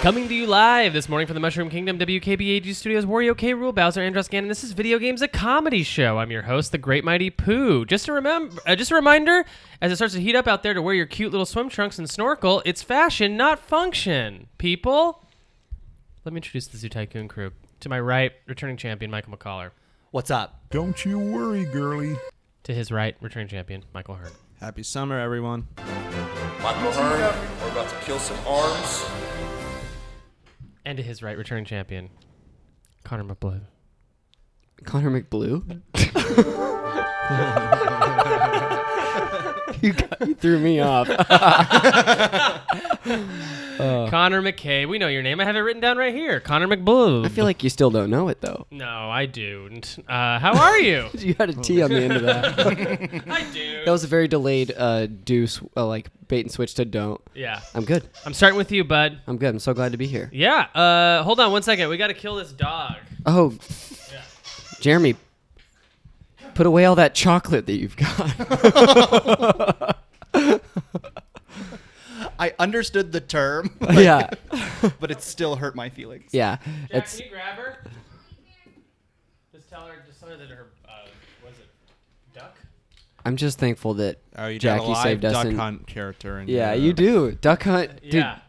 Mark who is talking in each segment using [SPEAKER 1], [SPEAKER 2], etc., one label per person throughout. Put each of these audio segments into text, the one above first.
[SPEAKER 1] Coming to you live this morning from the Mushroom Kingdom, WKBAG Studios, Wario K. Rule, Bowser, Andros Gannon. This is Video Games, a comedy show. I'm your host, the Great Mighty Pooh. Just a remember, uh, just a reminder, as it starts to heat up out there, to wear your cute little swim trunks and snorkel. It's fashion, not function, people. Let me introduce the Zoo Tycoon crew. To my right, returning champion Michael McCollar.
[SPEAKER 2] What's up?
[SPEAKER 3] Don't you worry, girlie.
[SPEAKER 1] To his right, returning champion Michael Hurd.
[SPEAKER 2] Happy summer, everyone.
[SPEAKER 4] Michael Hearn, we're about to kill some arms.
[SPEAKER 1] And to his right, returning champion Connor McBlue.
[SPEAKER 5] Connor McBlue. you, got- you threw me off. Uh.
[SPEAKER 1] Connor McKay. We know your name. I have it written down right here. Connor McBlue.
[SPEAKER 5] I feel like you still don't know it though.
[SPEAKER 1] No, I do. Uh, how are you?
[SPEAKER 5] You had a T on the end of that.
[SPEAKER 1] I do.
[SPEAKER 5] That was a very delayed uh, deuce, uh, like bait and switch to don't.
[SPEAKER 1] Yeah.
[SPEAKER 5] I'm good.
[SPEAKER 1] I'm starting with you, bud.
[SPEAKER 5] I'm good. I'm so glad to be here.
[SPEAKER 1] Yeah. Uh, hold on one second. We got to kill this dog.
[SPEAKER 5] Oh, Jeremy, put away all that chocolate that you've got.
[SPEAKER 6] I understood the term,
[SPEAKER 5] yeah,
[SPEAKER 6] but it still hurt my feelings.
[SPEAKER 5] yeah. It's
[SPEAKER 1] you grab her? Just tell her, just tell her that her, uh, was it duck?
[SPEAKER 5] I'm just thankful that uh,
[SPEAKER 2] Oh, you got a
[SPEAKER 5] Jackie
[SPEAKER 2] live
[SPEAKER 5] saved us.
[SPEAKER 2] Duck
[SPEAKER 5] and-
[SPEAKER 2] Hunt character. In
[SPEAKER 5] yeah,
[SPEAKER 2] your,
[SPEAKER 5] you do. Duck Hunt, dude.
[SPEAKER 1] Yeah.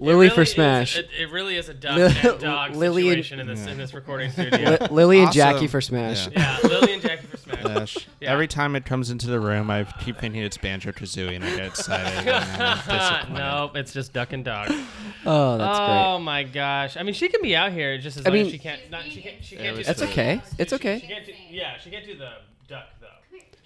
[SPEAKER 5] Lily
[SPEAKER 1] It really
[SPEAKER 5] for
[SPEAKER 1] is-
[SPEAKER 5] Smash.
[SPEAKER 1] it, it really is a duck and dog
[SPEAKER 5] Lily and-
[SPEAKER 1] situation in this in this recording studio.
[SPEAKER 5] Li- Lily and Jackie
[SPEAKER 2] Awesome.
[SPEAKER 5] for Smash.
[SPEAKER 1] yeah,
[SPEAKER 2] Yeah.
[SPEAKER 1] Lily and Jackie for Smash.
[SPEAKER 2] Dash.
[SPEAKER 1] Yeah.
[SPEAKER 2] Every time it comes into the room, I keep thinking it's Banjo Kazooie, and I get excited. and I'm disappointed.
[SPEAKER 1] no, it's just duck and dog.
[SPEAKER 5] Oh, that's great.
[SPEAKER 1] Oh my gosh! I mean, she can be out here just as
[SPEAKER 5] I
[SPEAKER 1] long as
[SPEAKER 5] mean-
[SPEAKER 1] she can't. Not, she can't. She can't do
[SPEAKER 2] was
[SPEAKER 5] That's
[SPEAKER 2] Sweet.
[SPEAKER 5] okay. It's
[SPEAKER 1] she-
[SPEAKER 5] okay.
[SPEAKER 1] She can't do, yeah, she can't do the duck though.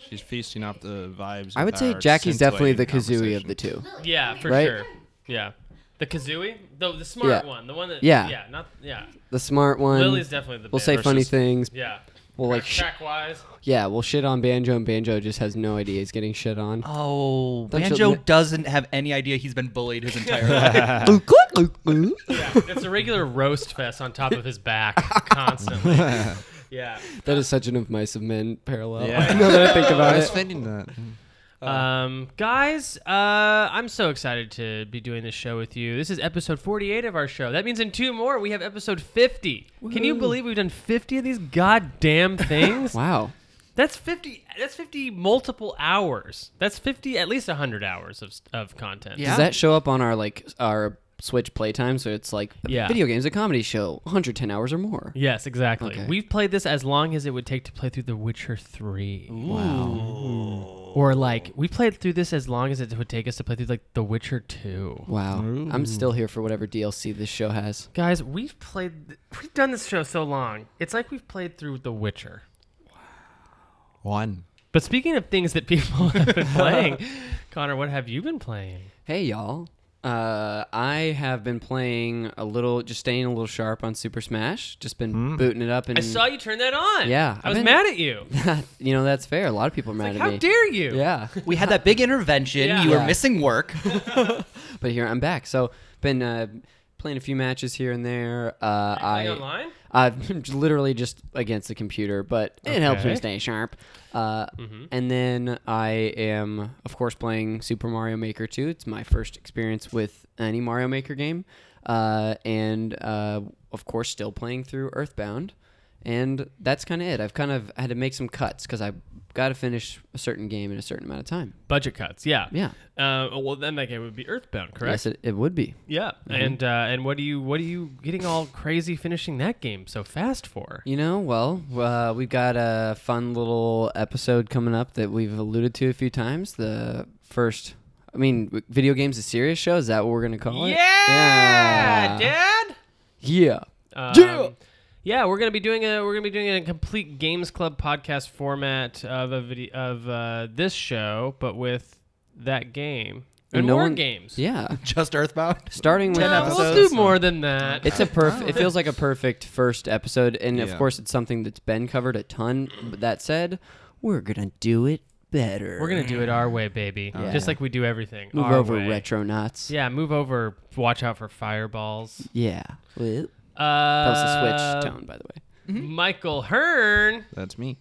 [SPEAKER 2] She's feasting off the vibes.
[SPEAKER 5] I would
[SPEAKER 2] of
[SPEAKER 5] say
[SPEAKER 2] our
[SPEAKER 5] Jackie's definitely the
[SPEAKER 2] scintillating
[SPEAKER 5] Kazooie of the two.
[SPEAKER 1] Yeah, for
[SPEAKER 5] Right?
[SPEAKER 1] sure. Yeah, the kazooie, the the smart
[SPEAKER 5] Yeah.
[SPEAKER 1] one, the one that.
[SPEAKER 5] Yeah.
[SPEAKER 1] Yeah. Not. Yeah.
[SPEAKER 5] The smart one.
[SPEAKER 1] Lily's definitely the.
[SPEAKER 5] we'll say
[SPEAKER 1] band.
[SPEAKER 5] funny
[SPEAKER 2] versus-
[SPEAKER 5] things.
[SPEAKER 1] Yeah.
[SPEAKER 5] We'll like, sh-
[SPEAKER 1] track wise.
[SPEAKER 5] yeah, we'll shit on Banjo, and Banjo just has no idea he's getting shit on.
[SPEAKER 6] Oh,
[SPEAKER 5] Don't you
[SPEAKER 6] Banjo
[SPEAKER 5] admit-
[SPEAKER 6] doesn't have any idea he's been bullied his entire life.
[SPEAKER 5] that
[SPEAKER 1] Yeah, it's a regular roast fest on top of his back constantly. Yeah.
[SPEAKER 5] is such an of mice of men parallel.
[SPEAKER 2] Yeah.
[SPEAKER 5] now that I think about
[SPEAKER 2] I was
[SPEAKER 5] it.
[SPEAKER 2] thinking that.
[SPEAKER 5] Oh.
[SPEAKER 1] Um, guys, uh, I'm so excited to be doing this show with you. This is episode 48 of our show. That means in two more we have episode 50. Can you believe we've done 50 of these goddamn things?
[SPEAKER 5] Wow.
[SPEAKER 1] That's 50. That's 50 multiple hours. That's 50 at least 100 hours of of content.
[SPEAKER 6] Yeah.
[SPEAKER 5] Does that show up on our like our Switch playtime? So it's like
[SPEAKER 1] Yeah.
[SPEAKER 5] video games, a comedy show, 110 hours or more.
[SPEAKER 1] Yes, exactly.
[SPEAKER 5] Okay.
[SPEAKER 1] We've played this as long as it would take to play through The Witcher 3. Or like we played through this as long as it would take us to play through like The Witcher 2.
[SPEAKER 5] Wow. I'm still here for whatever DLC this show has.
[SPEAKER 1] Guys, we've played, we've done this show so long. It's like we've played through The Witcher.
[SPEAKER 2] One.
[SPEAKER 1] But speaking of things that people have been playing, Connor, what have you been playing?
[SPEAKER 5] Hey y'all. Uh, I have been playing a little, just staying a little sharp on Super Smash. Just been booting it up and
[SPEAKER 1] Hmm. I saw you turn that on. I
[SPEAKER 5] Yeah, I've
[SPEAKER 1] was
[SPEAKER 5] been-
[SPEAKER 1] mad at you.
[SPEAKER 5] you know that's fair. A lot of people are
[SPEAKER 1] Like,
[SPEAKER 5] mad at
[SPEAKER 1] how
[SPEAKER 5] me.
[SPEAKER 1] dare you?
[SPEAKER 5] yeah,
[SPEAKER 6] we had that big intervention.
[SPEAKER 1] Yeah.
[SPEAKER 6] You
[SPEAKER 5] Yeah.
[SPEAKER 6] were missing work.
[SPEAKER 5] but here I'm back. So been uh, playing a few matches here and there. Uh,
[SPEAKER 1] Playing
[SPEAKER 5] I
[SPEAKER 1] online?
[SPEAKER 5] I'm literally just against the computer, but it
[SPEAKER 1] Okay.
[SPEAKER 5] helps
[SPEAKER 1] Mm-hmm.
[SPEAKER 5] me stay sharp. Uh, And then I am of course playing Super Mario Maker 2. It's my first experience with any Mario Maker game, uh, and uh, of course still playing through Earthbound. And that's kind of it. I've kind of had to make some cuts because I got to finish a certain game in a certain amount of time.
[SPEAKER 1] Budget cuts, yeah.
[SPEAKER 5] Yeah.
[SPEAKER 1] Uh, well, then that game would be Earthbound, correct?
[SPEAKER 5] Yes, Mm-hmm. it, it would be.
[SPEAKER 1] Yeah. And uh, and what do you what are you getting all crazy finishing that game so fast for?
[SPEAKER 5] You know, well, uh, we've got a fun little episode coming up that we've alluded to a few times. The first, I mean, w- video games a serious show. Is that what we're gonna call it? yeah,
[SPEAKER 1] Dad.
[SPEAKER 5] yeah.
[SPEAKER 1] Um,
[SPEAKER 5] Yeah.
[SPEAKER 1] yeah, we're gonna be doing a we're gonna be doing a complete Games Club podcast format of a video of uh, this show, but with that game and
[SPEAKER 5] No
[SPEAKER 1] more
[SPEAKER 5] one-
[SPEAKER 1] games.
[SPEAKER 5] Yeah.
[SPEAKER 6] Just Earthbound.
[SPEAKER 5] Starting with
[SPEAKER 1] Yeah, we'll do more than that.
[SPEAKER 5] It's a perfect. It feels like a perfect first episode, and of
[SPEAKER 2] Yeah.
[SPEAKER 5] course, it's something that's been covered a ton. But that said, we're gonna do it better.
[SPEAKER 1] we're gonna do it our way, baby.
[SPEAKER 5] Yeah.
[SPEAKER 1] Just like we do everything.
[SPEAKER 5] move
[SPEAKER 1] our
[SPEAKER 5] over
[SPEAKER 1] way.
[SPEAKER 5] retro nuts.
[SPEAKER 1] Yeah, move over. Watch out for fireballs.
[SPEAKER 5] Yeah. That
[SPEAKER 1] Uh,
[SPEAKER 5] was a switch tone, by the way.
[SPEAKER 1] Michael Hearn.
[SPEAKER 2] That's me.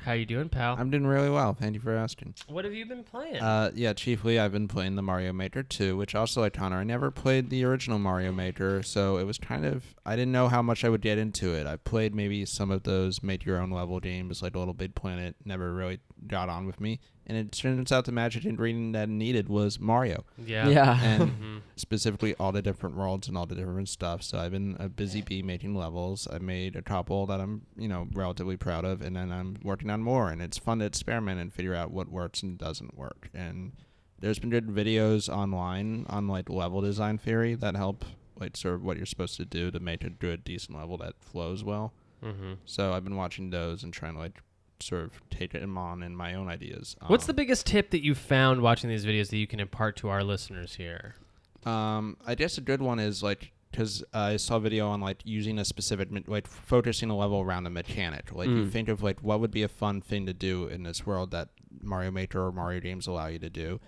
[SPEAKER 1] How you doing, pal?
[SPEAKER 2] I'm doing really well. Thank you for asking.
[SPEAKER 1] what have you been playing?
[SPEAKER 2] Uh, yeah, chiefly I've been playing the Mario Maker 2, which also like Connor, I never played the original Mario Maker, so it was kind of I didn't know how much I would get into it. I played maybe some of those make your own level games like Little Big Planet, never really got on with me. And it turns out the magic ingredient that I needed was Mario.
[SPEAKER 1] yeah.
[SPEAKER 5] yeah.
[SPEAKER 2] And specifically all the different worlds and all the different stuff. So I've been a busy bee making levels. I made a couple that I'm, you know, relatively proud of, and then I'm working on more. And it's fun to experiment and figure out what works and doesn't work. And there's been good videos online on like level design theory that help like sort of what you're supposed to do to make a good decent level that flows well. Mm-hmm. So I've been watching those and trying to like sort of take them on in my own ideas.
[SPEAKER 1] What's
[SPEAKER 2] Um,
[SPEAKER 1] the biggest tip that you found watching these videos that you can impart to our listeners here?
[SPEAKER 2] Um, I guess a good one is like because I saw a video on like using a specific me- like focusing a level around a mechanic. Like you think of like what would be a fun thing to do in this world that Mario Maker or Mario games allow you to do,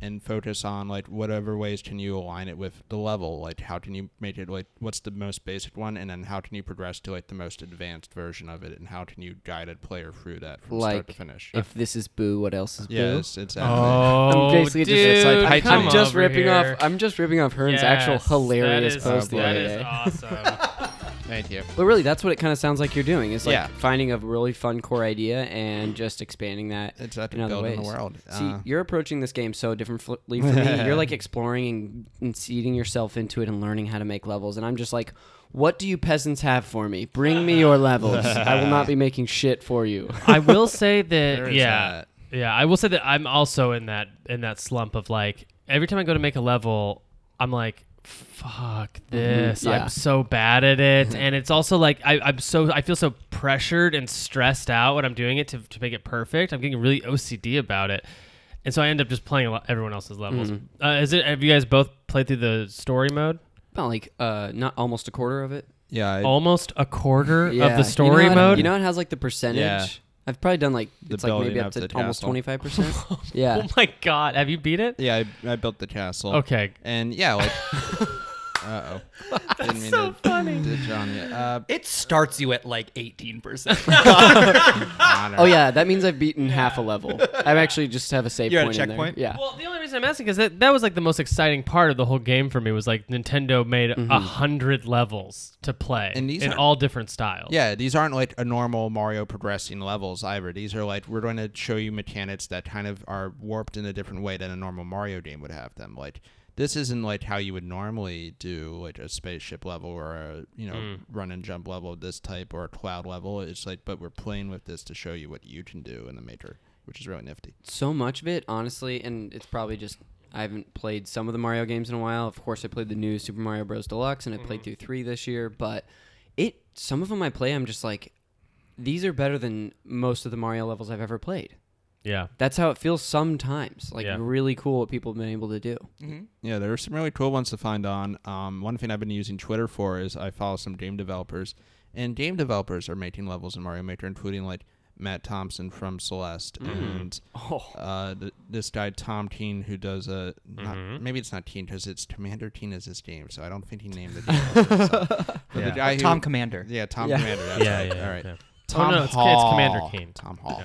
[SPEAKER 2] and focus on like whatever ways can you align it with the level. Like how can you make it like what's the most basic one, and then how can you progress to like the most advanced version of it, and how can you guide a player through that from start to
[SPEAKER 5] Like,
[SPEAKER 2] finish.
[SPEAKER 5] if this is Boo, what else is Boo?
[SPEAKER 2] yes, exactly.
[SPEAKER 1] Oh,
[SPEAKER 5] I'm basically
[SPEAKER 1] dude,
[SPEAKER 5] just it's like,
[SPEAKER 2] I-
[SPEAKER 1] come
[SPEAKER 2] I'm
[SPEAKER 5] I'm just
[SPEAKER 1] over
[SPEAKER 5] ripping
[SPEAKER 1] here.
[SPEAKER 5] off. I'm just ripping off Hearn's actual
[SPEAKER 1] Yes,
[SPEAKER 5] hilarious
[SPEAKER 1] that is,
[SPEAKER 5] post the
[SPEAKER 1] That
[SPEAKER 5] other
[SPEAKER 1] is
[SPEAKER 5] day.
[SPEAKER 1] awesome.
[SPEAKER 2] Thank you.
[SPEAKER 5] But really, that's what it kind of sounds like you're doing. It's like
[SPEAKER 2] Yeah.
[SPEAKER 5] finding a really fun core idea and just expanding that
[SPEAKER 2] It's like
[SPEAKER 5] in other
[SPEAKER 2] building
[SPEAKER 5] ways.
[SPEAKER 2] the world.
[SPEAKER 5] See,
[SPEAKER 2] Uh,
[SPEAKER 5] you're approaching this game so differently from me. You're like exploring and, and seeding yourself into it and learning how to make levels. And I'm just like, what do you peasants have for me? Bring me your levels. I will not be making shit for you.
[SPEAKER 1] I will say that
[SPEAKER 2] is
[SPEAKER 1] yeah, yeah. I will say that I'm also in that in that slump of like every time I go to make a level, I'm like. Fuck this!
[SPEAKER 5] Mm-hmm. yeah. Mm-hmm.
[SPEAKER 1] I'm so bad at it, and it's also like I, I'm so I feel so pressured and stressed out when I'm doing it to, to make it perfect. I'm getting really OCD about it, and so I end up just playing a lot- everyone else's levels.
[SPEAKER 5] Mm-hmm.
[SPEAKER 1] Uh, is it? Have you guys both played through the story mode?
[SPEAKER 5] About like uh, not almost a quarter of it.
[SPEAKER 2] Yeah, I,
[SPEAKER 1] Almost a quarter
[SPEAKER 5] Yeah.
[SPEAKER 1] of the story
[SPEAKER 5] you know how it-
[SPEAKER 1] mode.
[SPEAKER 5] You know it has like the percentage.
[SPEAKER 2] Yeah.
[SPEAKER 5] I've probably done like
[SPEAKER 2] The
[SPEAKER 5] it's like maybe
[SPEAKER 2] building
[SPEAKER 5] up
[SPEAKER 2] up
[SPEAKER 5] to
[SPEAKER 2] the
[SPEAKER 5] almost
[SPEAKER 2] castle.
[SPEAKER 5] twenty five percent. Yeah.
[SPEAKER 1] Oh my god! Have you beat it?
[SPEAKER 2] Yeah, I, I built the castle.
[SPEAKER 1] Okay.
[SPEAKER 2] And yeah, like. uh oh. Didn't mean so to, funny. To John yet. Uh,
[SPEAKER 6] It starts you at like 18%.
[SPEAKER 5] Oh yeah, that means I've beaten half a level. I've actually just have a save
[SPEAKER 6] You're at a
[SPEAKER 5] point.
[SPEAKER 6] checkpoint?
[SPEAKER 5] In there. Yeah.
[SPEAKER 1] Well, the only reason I'm asking is that that was like the most exciting part of the whole game for me was like Nintendo made
[SPEAKER 2] Mm-hmm.
[SPEAKER 1] a hundred levels to play
[SPEAKER 2] And these
[SPEAKER 1] in
[SPEAKER 2] are-
[SPEAKER 1] all different styles.
[SPEAKER 2] yeah, these aren't like a normal Mario progressing levels either. These are like, we're going to show you mechanics that kind of are warped in a different way than a normal Mario game would have them. Like, this isn't like how you would normally do like a spaceship level or a, you know, run and jump level of this type or a cloud level. It's like, but we're playing with this to show you what you can do in the Maker, which is really nifty.
[SPEAKER 5] So much of it, honestly, and it's probably just I haven't played some of the Mario games in a while. Of course, I played the new Super Mario Bros. Deluxe, and I played through three this year. But it, some of them I play, I'm just like, these are better than most of the Mario levels I've ever played.
[SPEAKER 1] yeah.
[SPEAKER 5] That's how it feels sometimes. Like
[SPEAKER 1] Yeah.
[SPEAKER 5] really cool what people have been able to do.
[SPEAKER 2] Yeah, there are some really cool ones to find on. Um, one thing I've been using Twitter for is I follow some game developers, and game developers are making levels in Mario Maker, including like Matt Thompson from Celeste
[SPEAKER 1] Mm.
[SPEAKER 2] and
[SPEAKER 1] Oh.
[SPEAKER 2] uh, th- this guy Tom Keen who does a not,
[SPEAKER 1] Mm-hmm.
[SPEAKER 2] maybe it's not Keen because it's Commander Keen is his game, so I don't think he named the game. after himself. But the guy who-
[SPEAKER 6] Tom Commander.
[SPEAKER 2] Yeah, Tom Commander. That's
[SPEAKER 1] Yeah,
[SPEAKER 2] right.
[SPEAKER 1] yeah,
[SPEAKER 2] All right.
[SPEAKER 1] yeah.
[SPEAKER 2] Tom
[SPEAKER 1] no, it's- it's
[SPEAKER 2] Hall.
[SPEAKER 1] Commander Keen.
[SPEAKER 2] Tom Hall.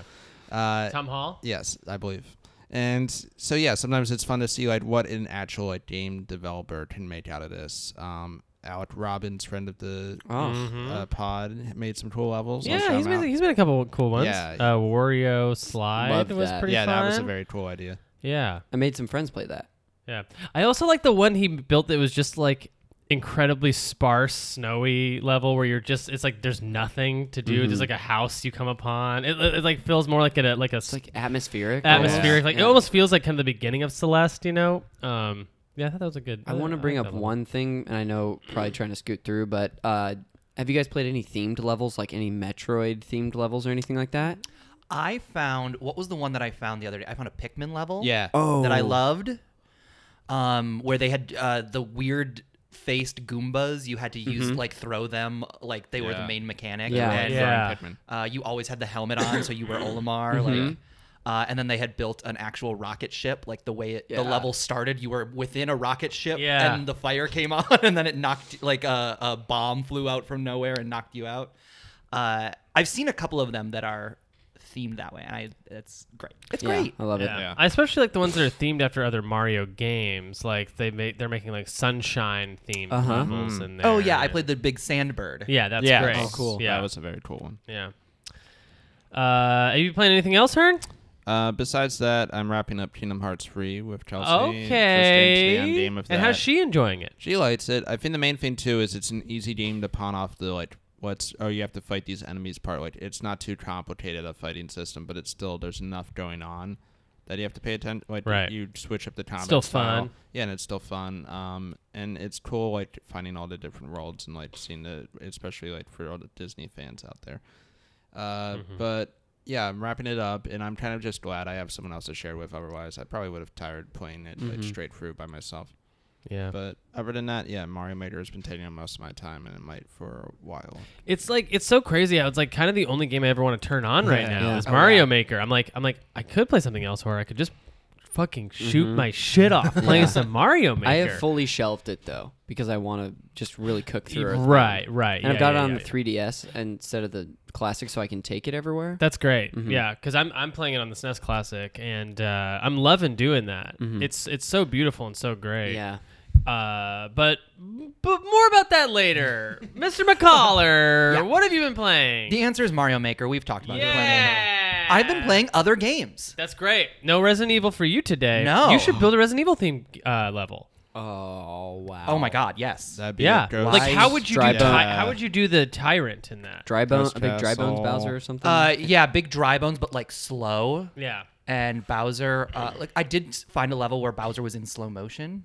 [SPEAKER 2] Uh,
[SPEAKER 1] Tom Hall.
[SPEAKER 2] Yes, I believe. And so yeah, sometimes it's fun to see like what an actual like, game developer can make out of this. Um, Alec Robbins, friend of the uh, pod, made some cool levels. I'll shout
[SPEAKER 1] Oh. Yeah, he's
[SPEAKER 2] him
[SPEAKER 1] made,
[SPEAKER 2] out.
[SPEAKER 1] he's made a couple of cool ones.
[SPEAKER 2] Yeah.
[SPEAKER 1] Uh, Wario Slide
[SPEAKER 5] Love
[SPEAKER 1] was
[SPEAKER 5] that.
[SPEAKER 1] pretty
[SPEAKER 2] yeah,
[SPEAKER 1] fun.
[SPEAKER 2] that was a very cool idea.
[SPEAKER 1] yeah.
[SPEAKER 5] I made some friends play that.
[SPEAKER 1] Yeah. I also like the one he built that was just like incredibly sparse, snowy level where you're just it's like there's nothing to do.
[SPEAKER 5] Mm-hmm.
[SPEAKER 1] There's like a house you come upon. It, it, like feels more like a like a
[SPEAKER 5] It's like atmospheric.
[SPEAKER 1] atmospheric.
[SPEAKER 5] almost.
[SPEAKER 1] Like it
[SPEAKER 5] Yeah.
[SPEAKER 1] almost feels like kind of the beginning of Celeste, you know. Um, yeah, I thought that was a good.
[SPEAKER 5] I want to
[SPEAKER 1] like
[SPEAKER 5] bring
[SPEAKER 1] that
[SPEAKER 5] up
[SPEAKER 1] level.
[SPEAKER 5] one thing, and I know
[SPEAKER 1] Mm.
[SPEAKER 5] probably trying to scoot through, but uh, have you guys played any themed levels, like any Metroid themed levels or anything like that?
[SPEAKER 6] I found what was the one that I found the other day? I found a Pikmin level.
[SPEAKER 2] Yeah.
[SPEAKER 6] That I loved. Um, where they had uh, the weird faced Goombas. You had to use like throw them like they were the
[SPEAKER 2] Yeah.
[SPEAKER 6] main mechanic.
[SPEAKER 5] Yeah.
[SPEAKER 6] And,
[SPEAKER 1] Yeah.
[SPEAKER 6] Uh, you always had the helmet on, so you were Olimar.
[SPEAKER 5] Mm-hmm.
[SPEAKER 6] Like. Uh, and then they had built an actual rocket ship. Like the way it, the
[SPEAKER 5] Yeah.
[SPEAKER 6] level started, you were within a rocket ship,
[SPEAKER 1] Yeah.
[SPEAKER 6] and the fire came on, and then it knocked like a, a bomb flew out from nowhere and knocked you out. Uh, I've seen a couple of them that are themed that way, and I it's great. It's
[SPEAKER 5] Yeah,
[SPEAKER 6] great.
[SPEAKER 5] I love it.
[SPEAKER 1] Yeah. I especially like the ones that are themed after other Mario games. Like they make they're making like sunshine themed
[SPEAKER 5] Uh-huh.
[SPEAKER 2] Mm.
[SPEAKER 1] levels in there.
[SPEAKER 6] Oh yeah, I
[SPEAKER 1] and-
[SPEAKER 6] played the big sandbird.
[SPEAKER 1] Yeah, that's
[SPEAKER 2] yeah.
[SPEAKER 1] great.
[SPEAKER 2] Oh, cool.
[SPEAKER 1] Yeah,
[SPEAKER 2] That was a very cool one.
[SPEAKER 1] yeah. Uh, have you playing anything else, Hearn?
[SPEAKER 2] Uh, besides that, I'm wrapping up Kingdom Hearts 3 with Chelsea. Just into the
[SPEAKER 1] Okay.
[SPEAKER 2] end game of
[SPEAKER 1] and
[SPEAKER 2] that.
[SPEAKER 1] how's she enjoying it?
[SPEAKER 2] She likes it. I think the main thing too is it's an easy game to pawn off the like what's oh you have to fight these enemies part. Like it's not too complicated a fighting system, but it's still there's enough going on that you have to pay attention. Like
[SPEAKER 1] Right.
[SPEAKER 2] you switch up the combat.
[SPEAKER 1] still
[SPEAKER 2] style.
[SPEAKER 1] fun.
[SPEAKER 2] Yeah, and it's still fun. Um, and it's cool like finding all the different worlds and like seeing the especially like for all the Disney fans out there. Uh,
[SPEAKER 1] Mm-hmm.
[SPEAKER 2] but yeah, I'm wrapping it up, and I'm kind of just glad I have someone else to share with. Otherwise, I probably would have tired playing it
[SPEAKER 1] Mm-hmm.
[SPEAKER 2] like straight through by myself.
[SPEAKER 1] Yeah.
[SPEAKER 2] But other than that, yeah, Mario Maker has been taking up most of my time, and it might for a while.
[SPEAKER 1] It's like it's so crazy how it's like kind of the only game I ever want to turn on right now
[SPEAKER 5] Yeah.
[SPEAKER 1] is
[SPEAKER 5] Oh,
[SPEAKER 1] Mario Maker. I'm like I'm like I could play something else or I could just fucking shoot my shit off playing some Mario Maker.
[SPEAKER 5] I have fully shelved it though because I want to just really cook through it.
[SPEAKER 1] Right, right.
[SPEAKER 5] And I've
[SPEAKER 1] yeah,
[SPEAKER 5] got
[SPEAKER 1] yeah,
[SPEAKER 5] it on
[SPEAKER 1] yeah,
[SPEAKER 5] the 3DS instead of the classic, so I can take it everywhere.
[SPEAKER 1] That's great.
[SPEAKER 5] Mm-hmm.
[SPEAKER 1] Yeah, because I'm I'm playing it on the SNES Classic, and uh, I'm loving doing that. It's it's so beautiful and so great.
[SPEAKER 5] Mm-hmm. yeah.
[SPEAKER 1] Uh, but but more about that later, Mr. McCollar.
[SPEAKER 6] Yeah.
[SPEAKER 1] What have you been playing?
[SPEAKER 6] The answer is Mario Maker. We've talked about it
[SPEAKER 1] yeah.
[SPEAKER 6] plenty. I've been playing other games.
[SPEAKER 1] That's great. No Resident Evil for you today.
[SPEAKER 6] No.
[SPEAKER 1] You should build a Resident Evil theme uh, level.
[SPEAKER 5] Oh wow.
[SPEAKER 6] Oh my god, yes.
[SPEAKER 2] That'd be
[SPEAKER 1] Yeah.
[SPEAKER 2] a ghost-
[SPEAKER 1] Like how would you do
[SPEAKER 5] Dry
[SPEAKER 1] ti-
[SPEAKER 5] Bone.
[SPEAKER 1] how would you do the tyrant in that?
[SPEAKER 5] Dry bone,
[SPEAKER 2] Ghost
[SPEAKER 5] a big dry bones
[SPEAKER 2] Castle.
[SPEAKER 5] Bowser or something.
[SPEAKER 6] Uh, yeah, big dry bones, but like slow.
[SPEAKER 1] Yeah.
[SPEAKER 6] And Bowser, uh, like I did find a level where Bowser was in slow motion.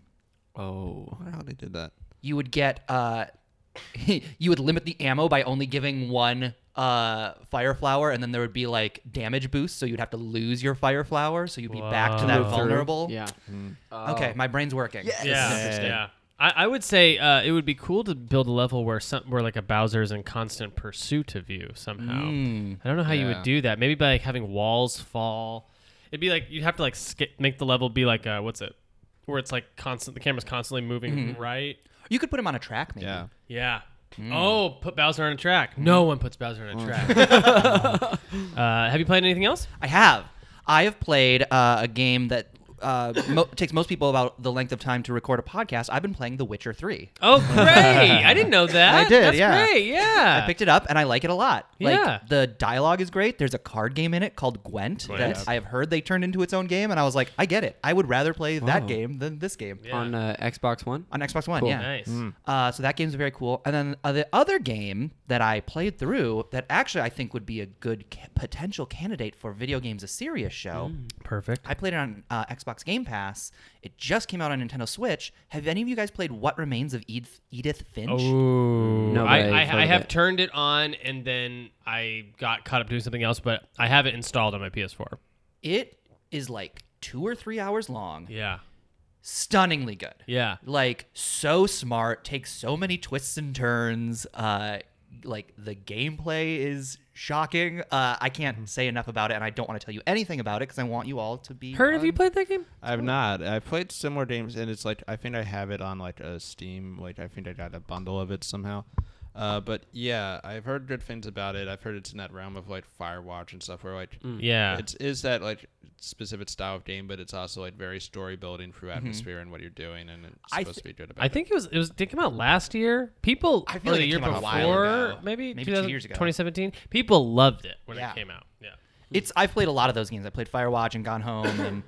[SPEAKER 5] oh.
[SPEAKER 2] I wonder how they did that.
[SPEAKER 6] You would get, uh, you would limit the ammo by only giving one uh, fire flower, and then there would be like damage boost, so you'd have to lose your fire flower, so you'd be back to that
[SPEAKER 1] Whoa.
[SPEAKER 6] vulnerable.
[SPEAKER 5] Yeah.
[SPEAKER 6] Okay, my brain's working.
[SPEAKER 1] Yeah. Yeah. I, I would say uh, it would be cool to build a level where some where like a Bowser's in constant pursuit of you somehow.
[SPEAKER 6] Mm.
[SPEAKER 1] I don't know how you would
[SPEAKER 2] Yeah.
[SPEAKER 1] do that. Maybe by like having walls fall. It'd be like you'd have to like skip, make the level be like uh, what's it? Where it's like constant the camera's constantly moving
[SPEAKER 6] Mm-hmm.
[SPEAKER 1] right.
[SPEAKER 6] You could put him on a track, maybe.
[SPEAKER 2] Yeah,
[SPEAKER 1] Yeah.
[SPEAKER 6] Mm.
[SPEAKER 1] Oh, put Bowser on a track. No one puts Bowser
[SPEAKER 6] Oh.
[SPEAKER 1] on a track. uh, have you played anything else?
[SPEAKER 6] I have. I have played uh, a game that uh, mo- takes most people about the length of time to record a podcast. I've been playing The Witcher 3.
[SPEAKER 1] Oh, great! I didn't know that.
[SPEAKER 6] I did,
[SPEAKER 1] That's
[SPEAKER 6] yeah.
[SPEAKER 1] great. Yeah.
[SPEAKER 6] I picked it up and I like it a lot. Like,
[SPEAKER 1] Yeah.
[SPEAKER 6] The dialogue is great. There's a card game in it called Gwent, that I have heard they turned into its own game, and I was like, I get it. I would rather play that game than this game
[SPEAKER 1] Yeah.
[SPEAKER 5] On uh, Xbox One.
[SPEAKER 6] on Xbox One.
[SPEAKER 5] Cool.
[SPEAKER 6] Yeah.
[SPEAKER 1] nice.
[SPEAKER 6] Uh, so that game's very cool. And then uh, the other game that I played through that actually I think would be a good ca- potential candidate for Video Games A Serious show.
[SPEAKER 1] Mm. Perfect.
[SPEAKER 6] I played it on uh, Xbox Game Pass. It just came out on Nintendo Switch. Have any of you guys played What Remains of Edith, Edith Finch?
[SPEAKER 1] Oh. Ooh.
[SPEAKER 5] No, but
[SPEAKER 1] I,
[SPEAKER 5] I've heard
[SPEAKER 1] I, I
[SPEAKER 5] of
[SPEAKER 1] have
[SPEAKER 5] it.
[SPEAKER 1] turned it on and then I got caught up doing something else, but I have it installed on my PS4.
[SPEAKER 6] It is like two or three hours long.
[SPEAKER 1] Yeah.
[SPEAKER 6] Stunningly good.
[SPEAKER 1] Yeah.
[SPEAKER 6] Like so smart. Takes so many twists and turns. Uh, like the gameplay is shocking. Uh, I
[SPEAKER 1] Mm-hmm.
[SPEAKER 6] can't say enough about it, and I don't want to tell you anything about it because I want you all to be.
[SPEAKER 1] Heard have you
[SPEAKER 6] on-
[SPEAKER 1] played that game?
[SPEAKER 2] I've not. I've played similar games, and it's like I think I have it on like a Steam. Like I think I got a bundle of it somehow. Uh, but yeah, I've heard good things about it. I've heard it's in that realm of like Firewatch and stuff, where like
[SPEAKER 5] Mm.
[SPEAKER 1] Yeah.
[SPEAKER 2] it's is that like specific style of game, but it's also like very story building through atmosphere and what you're doing, and it's
[SPEAKER 6] I
[SPEAKER 2] supposed
[SPEAKER 6] thi-
[SPEAKER 2] to be good about.
[SPEAKER 1] Mm-hmm. I
[SPEAKER 2] it.
[SPEAKER 1] think it was it was did it come out last year. People
[SPEAKER 6] I
[SPEAKER 1] or
[SPEAKER 6] feel like
[SPEAKER 1] the
[SPEAKER 6] it
[SPEAKER 1] year
[SPEAKER 6] came out a while
[SPEAKER 1] before,
[SPEAKER 6] ago.
[SPEAKER 1] maybe,
[SPEAKER 6] Maybe two
[SPEAKER 1] 2000
[SPEAKER 6] years ago.
[SPEAKER 1] 2017. People loved it when
[SPEAKER 6] Yeah.
[SPEAKER 1] it came out. Yeah.
[SPEAKER 6] It's I've played a lot of those games. I played Firewatch and Gone Home and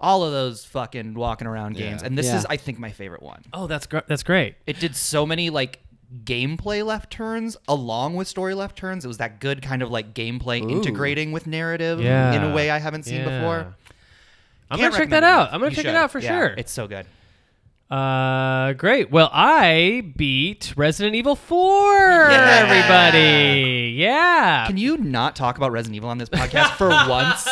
[SPEAKER 6] all of those fucking walking around games.
[SPEAKER 2] Yeah.
[SPEAKER 6] And this
[SPEAKER 5] Yeah.
[SPEAKER 6] is I think my favorite one.
[SPEAKER 1] Oh, that's gr- that's great.
[SPEAKER 6] It did so many like gameplay left turns along with story left turns. It was that good kind of like gameplay integrating with narrative
[SPEAKER 1] Yeah.
[SPEAKER 6] in a way I haven't seen
[SPEAKER 1] Yeah.
[SPEAKER 6] before.
[SPEAKER 1] I'm gonna
[SPEAKER 6] Can't
[SPEAKER 1] check
[SPEAKER 6] recommend
[SPEAKER 1] that
[SPEAKER 6] it
[SPEAKER 1] out.
[SPEAKER 6] enough.
[SPEAKER 1] I'm gonna
[SPEAKER 6] You
[SPEAKER 1] check
[SPEAKER 6] should.
[SPEAKER 1] it out for
[SPEAKER 6] Yeah,
[SPEAKER 1] sure.
[SPEAKER 6] It's so good.
[SPEAKER 1] Uh, great. Well, I beat Resident Evil 4,
[SPEAKER 6] Yeah.
[SPEAKER 1] everybody. Yeah.
[SPEAKER 6] Can you not talk about Resident Evil on this podcast for once?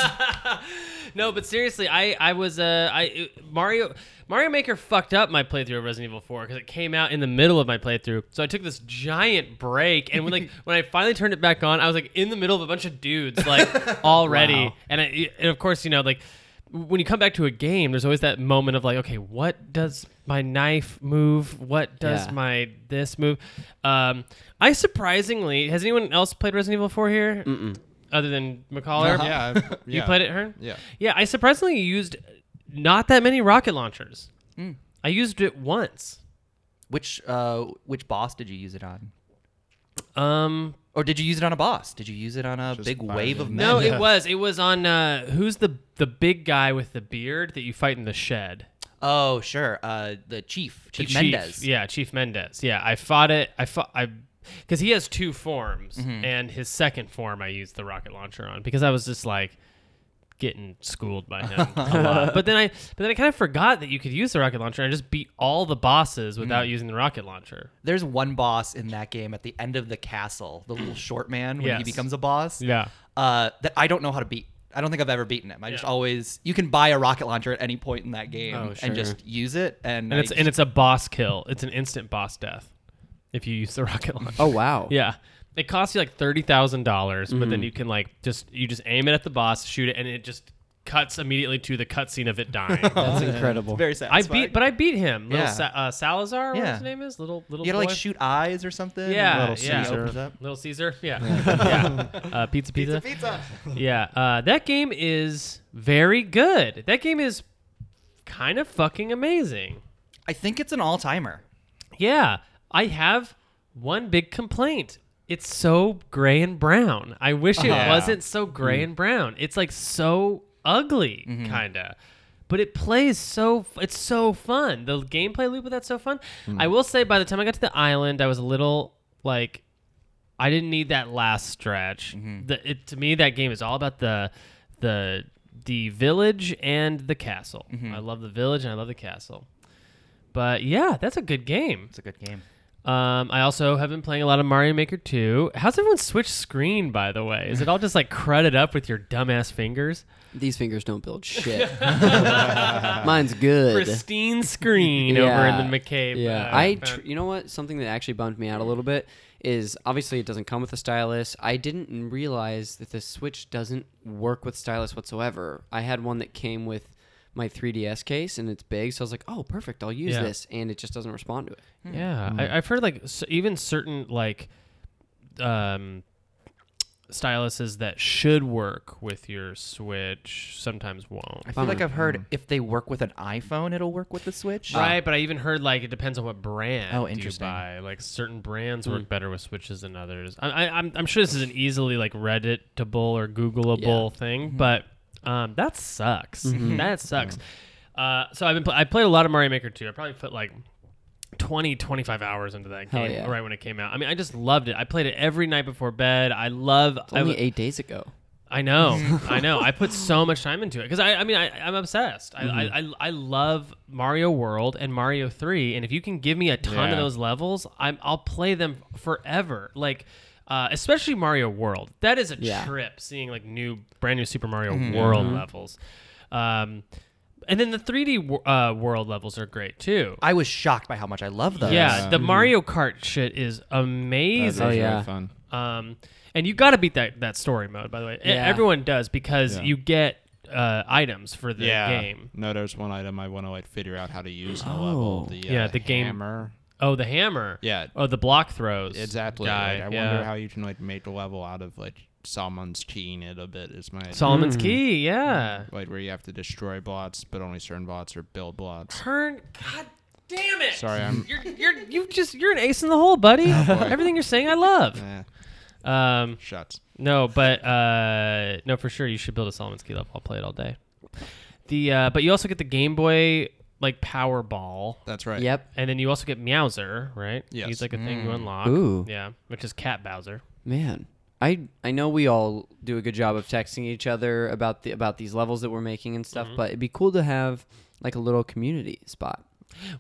[SPEAKER 1] no, but seriously, I I was uh I it- Mario Mario Maker fucked up my playthrough of Resident Evil 4 because it came out in the middle of my playthrough. So I took this giant break, and when like when I finally turned it back on, I was like in the middle of a bunch of dudes like already, and I, and of course you know like. When you come back to a game, there's always that moment of like, okay, what does my knife move? What does
[SPEAKER 5] Yeah.
[SPEAKER 1] my this move? Um, I surprisingly, has anyone else played Resident Evil 4 here? other than McCollar?
[SPEAKER 2] yeah, I-
[SPEAKER 1] You
[SPEAKER 2] yeah.
[SPEAKER 1] played it, Hearn?
[SPEAKER 5] Oh,
[SPEAKER 2] Yeah.
[SPEAKER 1] Yeah, I surprisingly used not that many rocket launchers.
[SPEAKER 6] Mm.
[SPEAKER 1] I used it once.
[SPEAKER 6] Which uh, which boss did you use it on?
[SPEAKER 1] Um,
[SPEAKER 6] Or did you use it on a boss? Did you use it on a
[SPEAKER 2] Just
[SPEAKER 6] big
[SPEAKER 2] fired
[SPEAKER 6] wave of
[SPEAKER 2] in.
[SPEAKER 6] men?
[SPEAKER 1] no,
[SPEAKER 2] Yeah.
[SPEAKER 1] it was it was on uh, who's the the big guy with the beard that you fight in the shed?
[SPEAKER 6] Oh, sure. Uh, the chief,
[SPEAKER 1] The
[SPEAKER 6] Chief Mendez.
[SPEAKER 1] Yeah, Chief Mendez. Yeah, I fought it. I fought I because he has two forms,
[SPEAKER 6] Mm-hmm.
[SPEAKER 1] and his second form I used the rocket launcher on because I was just like getting schooled by him a lot. But then I but then I kind of forgot that you could use the rocket launcher. and I just beat all the bosses without
[SPEAKER 6] Mm.
[SPEAKER 1] using the rocket launcher.
[SPEAKER 6] There's one boss in that game at the end of the castle, the little short man when
[SPEAKER 1] Yes.
[SPEAKER 6] he becomes a boss.
[SPEAKER 1] Yeah.
[SPEAKER 6] Uh, that I don't know how to beat. I don't think I've ever beaten him. I just always you can buy a rocket launcher at any point in that game
[SPEAKER 5] Oh, sure.
[SPEAKER 6] and just use it and,
[SPEAKER 1] And it's
[SPEAKER 6] I
[SPEAKER 1] and it's a boss kill. It's an instant boss death if you use the rocket launcher.
[SPEAKER 5] Oh wow.
[SPEAKER 1] Yeah. It costs you like thirty dollars, but
[SPEAKER 6] Mm-hmm.
[SPEAKER 1] then you can like just you just aim it at the boss, shoot it, and it just cuts immediately to the cutscene of it dying.
[SPEAKER 5] That's incredible.
[SPEAKER 6] very
[SPEAKER 1] I
[SPEAKER 6] satisfying.
[SPEAKER 1] beat, but I beat him. Little
[SPEAKER 6] Yeah.
[SPEAKER 1] Sa- uh, Salazar, what
[SPEAKER 6] Yeah.
[SPEAKER 1] his name is, little little.
[SPEAKER 6] you gotta like
[SPEAKER 1] boy?
[SPEAKER 6] shoot eyes or something.
[SPEAKER 1] Yeah,
[SPEAKER 6] and
[SPEAKER 1] Little yeah.
[SPEAKER 6] he
[SPEAKER 1] Caesar.
[SPEAKER 6] opens up.
[SPEAKER 1] Little Caesar, yeah, yeah. Uh, pizza, pizza,
[SPEAKER 6] Pizza.
[SPEAKER 1] yeah. Uh, that game is very good. That game is kind of fucking amazing.
[SPEAKER 6] I think it's an all timer.
[SPEAKER 1] Yeah, I have one big complaint. It's so gray and brown. I wish it wasn't so gray and brown. It's like so ugly, kinda. But it plays so. f- It's so fun. The gameplay loop of that's so fun. I will say, by the time I got to the island, I was a little like, I didn't need that last stretch. The, it, to me, that game is all about the the the village and the castle. I love the village and I love the castle. But yeah, that's a good game.
[SPEAKER 6] It's a good game.
[SPEAKER 1] Um, I also have been playing a lot of Mario Maker 2. How's everyone switch screen, by the way? Is it all just like cruded up with your dumbass fingers?
[SPEAKER 5] These fingers don't build shit. Mine's good.
[SPEAKER 1] Pristine screen over in the McCabe.
[SPEAKER 5] Yeah,
[SPEAKER 1] uh,
[SPEAKER 5] I.
[SPEAKER 1] found-
[SPEAKER 5] Tr- you know what? Something that actually bummed me out a little bit is obviously it doesn't come with a stylus. I didn't realize that the Switch doesn't work with stylus whatsoever. I had one that came with my 3DS case and it's big, so I was like, oh, perfect, I'll use
[SPEAKER 1] Yeah.
[SPEAKER 5] this, and it just doesn't respond to it.
[SPEAKER 1] yeah,
[SPEAKER 5] Mm.
[SPEAKER 1] I, I've heard like s even certain like um, styluses that should work with your Switch sometimes won't.
[SPEAKER 6] I feel like I've heard if they work with an iPhone, it'll work with the Switch.
[SPEAKER 1] Mm.
[SPEAKER 6] Uh,
[SPEAKER 5] Oh.
[SPEAKER 1] Right, but I even heard like it depends on what brand
[SPEAKER 6] Oh,
[SPEAKER 1] you
[SPEAKER 6] interesting.
[SPEAKER 1] buy. Like certain brands work better with switches than others. I, I, I'm I'm sure this is an easily like redditable or Googleable
[SPEAKER 5] Mm-hmm.
[SPEAKER 1] thing, but um, that sucks. That sucks. Uh, so I've been pl- I played a lot of Mario Maker 2. I probably put like 20 25 hours into that
[SPEAKER 5] Hell
[SPEAKER 1] game
[SPEAKER 5] yeah.
[SPEAKER 1] right when it came out. I mean, I just loved it. I played it every night before bed. I love
[SPEAKER 5] It's only
[SPEAKER 1] I,
[SPEAKER 5] eight days ago.
[SPEAKER 1] I know, I know. I put so much time into it because I, I mean, I, I'm obsessed. I, I, I, I love Mario World and Mario Three, and if you can give me a ton
[SPEAKER 2] Yeah.
[SPEAKER 1] of those levels, I'm, I'll play them forever. Like, uh, especially Mario World. That is a
[SPEAKER 5] Yeah.
[SPEAKER 1] trip seeing like new, brand new Super Mario World levels. Um, and then the 3D wo- uh, world levels are great too.
[SPEAKER 6] I was shocked by how much I love those.
[SPEAKER 1] yeah, the Mario Kart shit is amazing.
[SPEAKER 5] Oh, yeah.
[SPEAKER 2] fun.
[SPEAKER 1] Um, and you got to beat that that story mode, by the way. E-
[SPEAKER 5] Yeah.
[SPEAKER 1] Everyone does because
[SPEAKER 2] Yeah.
[SPEAKER 1] you get uh, items for the
[SPEAKER 2] Yeah.
[SPEAKER 1] game.
[SPEAKER 2] No, there's one item I want to like figure out how to use in a level.
[SPEAKER 5] Oh.
[SPEAKER 2] The, uh,
[SPEAKER 1] Yeah, the game-
[SPEAKER 2] hammer.
[SPEAKER 1] Oh, the hammer.
[SPEAKER 2] Yeah.
[SPEAKER 1] Oh, the block throws.
[SPEAKER 2] Exactly.
[SPEAKER 1] guy,
[SPEAKER 2] like, I
[SPEAKER 1] yeah.
[SPEAKER 2] wonder how you can like make a level out of like Solomon's key in it a bit. Is my
[SPEAKER 1] Solomon's key. Yeah.
[SPEAKER 2] like where you have to destroy bots, but only certain bots or build bots.
[SPEAKER 1] Turn. God damn it.
[SPEAKER 2] Sorry, Oh, I'm.
[SPEAKER 1] You're you're you just you're an ace in the hole, buddy. Everything you're saying, I love.
[SPEAKER 2] eh,
[SPEAKER 1] Um,
[SPEAKER 2] shuts.
[SPEAKER 1] No, but uh, no, for sure you should build a Solomon's Key level. I'll play it all day. The uh, but you also get the Game Boy like Power Ball,
[SPEAKER 2] That's right.
[SPEAKER 5] Yep.
[SPEAKER 1] and then you also get Meowser, right?
[SPEAKER 2] Yes.
[SPEAKER 1] he's like a thing you unlock.
[SPEAKER 5] Ooh.
[SPEAKER 1] yeah, which is Cat Bowser.
[SPEAKER 5] Man, I I know we all do a good job of texting each other about the about these levels that we're making and
[SPEAKER 1] Mm-hmm.
[SPEAKER 5] stuff, but it'd be cool to have like a little community spot.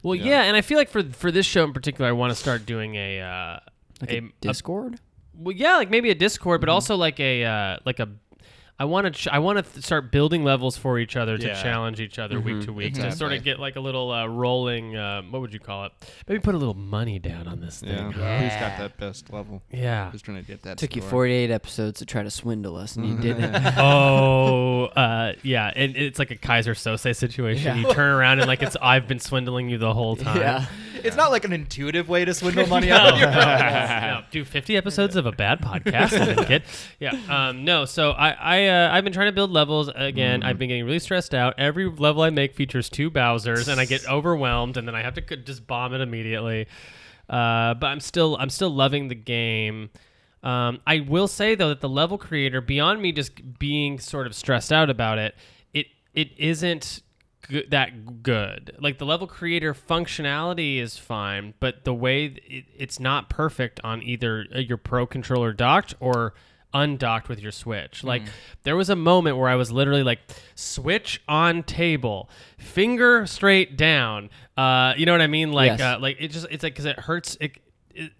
[SPEAKER 1] Well, yeah. and I feel like for for this show in particular, I want to start doing a uh,
[SPEAKER 5] Like a, Mm-hmm. Discord?
[SPEAKER 1] well, yeah, like maybe a Discord, but also like a uh, like a. I want to ch- I want to th- start building levels for each other to
[SPEAKER 2] Yeah.
[SPEAKER 1] challenge each other
[SPEAKER 5] Mm-hmm.
[SPEAKER 1] week to week to sort
[SPEAKER 2] Exactly.
[SPEAKER 1] of get like a little uh, rolling. Um, what would you call it? Maybe put a little money down on this thing.
[SPEAKER 2] Yeah. Who's got that best level?
[SPEAKER 1] Yeah.
[SPEAKER 2] Who's trying to get that?
[SPEAKER 5] Took you
[SPEAKER 2] score?
[SPEAKER 5] 48 episodes to try to swindle us, and you
[SPEAKER 1] Mm-hmm.
[SPEAKER 5] didn't.
[SPEAKER 1] oh, uh, yeah. And it's like a Kaiser Sose situation. You turn around and like it's I've been swindling you the whole time.
[SPEAKER 5] Yeah.
[SPEAKER 6] It's not like an intuitive way to swindle money out of your
[SPEAKER 1] no, do 50 episodes of a bad podcast and then get yeah um, no so i i uh, i've been trying to build levels again i've been getting really stressed out every level i make features two bowsers and i get overwhelmed and then i have to c- just bomb it immediately uh, but i'm still i'm still loving the game um, i will say though that the level creator beyond me just being sort of stressed out about it it it isn't go- that good. Like the level creator functionality is fine, but the way th- it, it's not perfect on either uh, your pro controller docked or undocked with your switch. Like there was a moment where I was literally like switch on table, finger straight down. Uh you know what I mean? Like
[SPEAKER 5] Yes.
[SPEAKER 1] uh, like it just it's like cuz it hurts it, it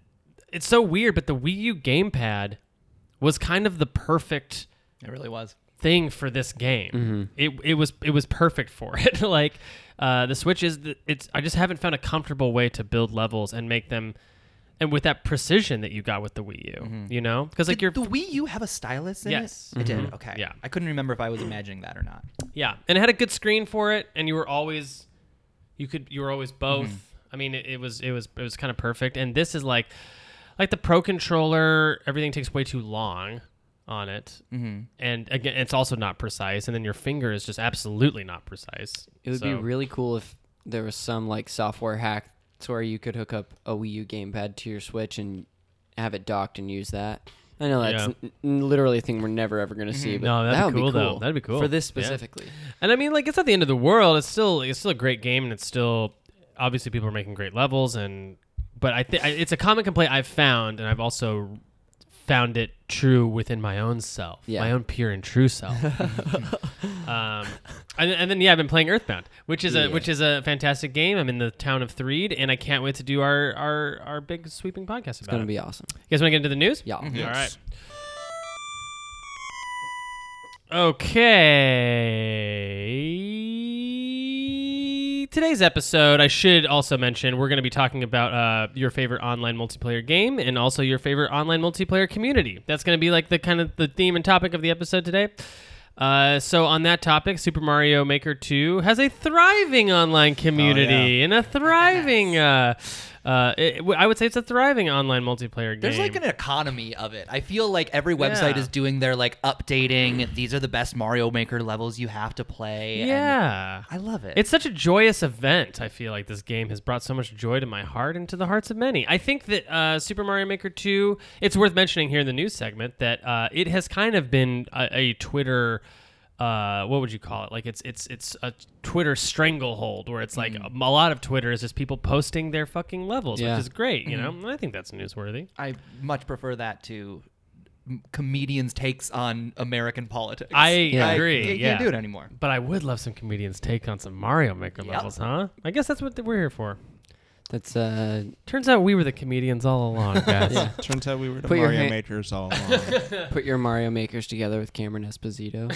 [SPEAKER 1] it's so weird, but the Wii U gamepad was kind of the perfect
[SPEAKER 6] It really was.
[SPEAKER 1] thing for this game.
[SPEAKER 5] Mm-hmm.
[SPEAKER 1] It it was it was perfect for it. like uh, the Switch is the, it's I just haven't found a comfortable way to build levels and make them and with that precision that you got with the Wii U, you know? Cuz like
[SPEAKER 6] Did
[SPEAKER 1] you're
[SPEAKER 6] the Wii U have a stylus in
[SPEAKER 1] Yes. Mm-hmm.
[SPEAKER 6] it? It did. Okay.
[SPEAKER 1] Yeah.
[SPEAKER 6] I couldn't remember if I was imagining that or not.
[SPEAKER 1] yeah, and it had a good screen for it and you were always you could you were always both. I mean, it, it was it was it was kind of perfect and this is like like the Pro controller, everything takes way too long on it. Mm-hmm. And again, it's also not precise and then your finger is just absolutely not precise.
[SPEAKER 5] It would be
[SPEAKER 1] So-
[SPEAKER 5] really cool if there was some like software hack to where you could hook up a Wii U gamepad to your Switch and have it docked and use that. I know that's
[SPEAKER 1] Yeah. Mm-hmm.
[SPEAKER 5] n- n- literally a thing we're never ever going to see, but
[SPEAKER 1] No, that'd
[SPEAKER 5] that
[SPEAKER 1] be
[SPEAKER 5] would
[SPEAKER 1] cool,
[SPEAKER 5] be
[SPEAKER 1] though.
[SPEAKER 5] cool.
[SPEAKER 1] That'd be cool.
[SPEAKER 5] for this
[SPEAKER 1] Yeah.
[SPEAKER 5] specifically.
[SPEAKER 1] And I mean, like, it's not the end of the world. It's still, it's still a great game, and it's still, obviously, people are making great levels. And but I think it's a common complaint I've found, and I've also found it true within my own self,
[SPEAKER 5] Yeah.
[SPEAKER 1] my own pure and true self. um, and, and then yeah, I've been playing Earthbound, which is a which is a fantastic game. I'm in the town of Threed, and I can't wait to do our our our big sweeping podcast about
[SPEAKER 5] It's going
[SPEAKER 1] it.
[SPEAKER 5] to be awesome.
[SPEAKER 1] you guys want to get into the news?
[SPEAKER 5] Yeah.
[SPEAKER 1] All right. Okay. Today's episode, I should also mention, we're going to be talking about uh, your favorite online multiplayer game and also your favorite online multiplayer community. That's going to be like the kind of the theme and topic of the episode today. Uh, so on that topic, Super Mario Maker 2 has a thriving online
[SPEAKER 6] Oh,
[SPEAKER 1] community and a thriving. Uh, uh, it, I would say it's a thriving online multiplayer game.
[SPEAKER 6] There's like an economy of it. I feel like every website
[SPEAKER 1] Yeah.
[SPEAKER 6] is doing their like updating. These are the best Mario Maker levels you have to play. and
[SPEAKER 1] Yeah.
[SPEAKER 6] I love it.
[SPEAKER 1] It's such a joyous event. I feel like this game has brought so much joy to my heart and to the hearts of many. I think that uh, Super Mario Maker 2, it's worth mentioning here in the news segment that uh, it has kind of been a, a Twitter. Uh, what would you call it? Like it's it's it's a Twitter stranglehold where it's like a, a lot of Twitter is just people posting their fucking levels,
[SPEAKER 5] Yeah.
[SPEAKER 1] which is great. You know, And I think that's newsworthy.
[SPEAKER 6] I much prefer that to m- comedians' takes on American politics.
[SPEAKER 1] I
[SPEAKER 5] Yeah.
[SPEAKER 1] agree.
[SPEAKER 6] You can't
[SPEAKER 1] yeah.
[SPEAKER 6] do it anymore.
[SPEAKER 1] But I would love some comedians' take on some Mario Maker levels, huh? I guess that's what th- we're here for.
[SPEAKER 5] That's uh
[SPEAKER 1] Turns out we were the comedians all along, guys.
[SPEAKER 5] yeah.
[SPEAKER 2] Turns out we were the
[SPEAKER 5] Put your
[SPEAKER 2] Mario
[SPEAKER 5] hand-
[SPEAKER 2] Makers all along.
[SPEAKER 5] Put your Mario Makers together with Cameron Esposito.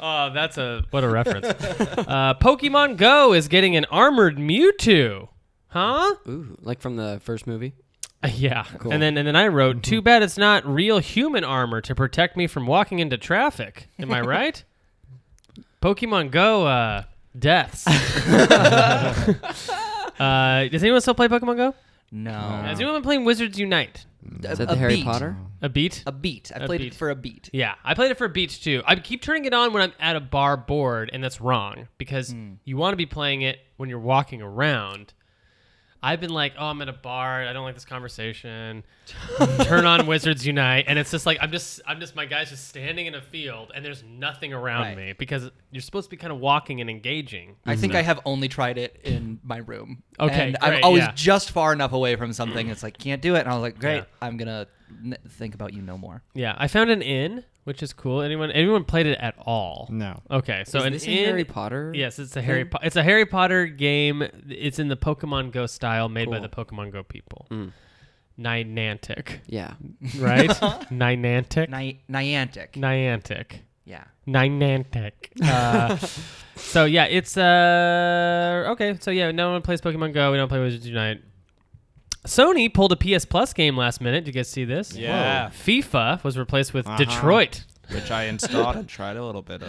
[SPEAKER 1] Oh, that's a what a reference. uh, Pokemon Go is getting an armored Mewtwo, huh?
[SPEAKER 5] Ooh, like from the first movie.
[SPEAKER 1] Uh, yeah. And then and then I wrote, too bad it's not real human armor to protect me from walking into traffic. Am I right? Pokemon Go uh, deaths. uh, does anyone still play Pokemon Go?
[SPEAKER 6] No.
[SPEAKER 1] Has anyone been playing Wizards Unite?
[SPEAKER 5] Is that the Harry
[SPEAKER 6] beat.
[SPEAKER 5] Potter?
[SPEAKER 1] A beat.
[SPEAKER 6] A beat. I
[SPEAKER 1] A
[SPEAKER 6] played
[SPEAKER 1] beat.
[SPEAKER 6] it for a beat.
[SPEAKER 1] Yeah, I played it for beats too. I keep turning it on when I'm at a bar bored, and that's wrong because
[SPEAKER 5] Hmm.
[SPEAKER 1] you want to be playing it when you're walking around. I've been like, oh, I'm at a bar. I don't like this conversation. Turn on Wizards Unite, and it's just like I'm just, I'm just, my guy's just standing in a field, and there's nothing around
[SPEAKER 6] Right.
[SPEAKER 1] me because you're supposed to be kind of walking and engaging.
[SPEAKER 6] I think I have only tried it in my room.
[SPEAKER 1] Okay,
[SPEAKER 6] And I'm
[SPEAKER 1] great,
[SPEAKER 6] always
[SPEAKER 1] yeah.
[SPEAKER 6] just far enough away from something. It's like, can't do it. And I was like, great.
[SPEAKER 1] Yeah.
[SPEAKER 6] I'm going to n- think about you no more.
[SPEAKER 1] Yeah, I found an inn, which is cool. anyone, anyone played it at all?
[SPEAKER 2] No.
[SPEAKER 1] Okay, so
[SPEAKER 5] Is
[SPEAKER 1] an
[SPEAKER 5] this a
[SPEAKER 1] inn,
[SPEAKER 5] Harry Potter?
[SPEAKER 1] Yes, it's a Harry. Po- it's a Harry Potter game. It's in the Pokemon Go style, made by the Pokemon Go people.
[SPEAKER 5] Hmm.
[SPEAKER 1] Niantic,
[SPEAKER 5] Yeah.
[SPEAKER 1] right? Niantic,
[SPEAKER 6] Ni- Niantic.
[SPEAKER 1] Niantic,
[SPEAKER 6] yeah.
[SPEAKER 1] Niantic. Uh, so yeah, it's uh okay. So yeah, no one plays Pokemon Go. We don't play Wizards Unite. Sony pulled a PS Plus game last minute. Did you guys see this?
[SPEAKER 2] Yeah.
[SPEAKER 1] FIFA was replaced with
[SPEAKER 2] Uh-huh.
[SPEAKER 1] Detroit.
[SPEAKER 2] Which I installed and tried a little bit of.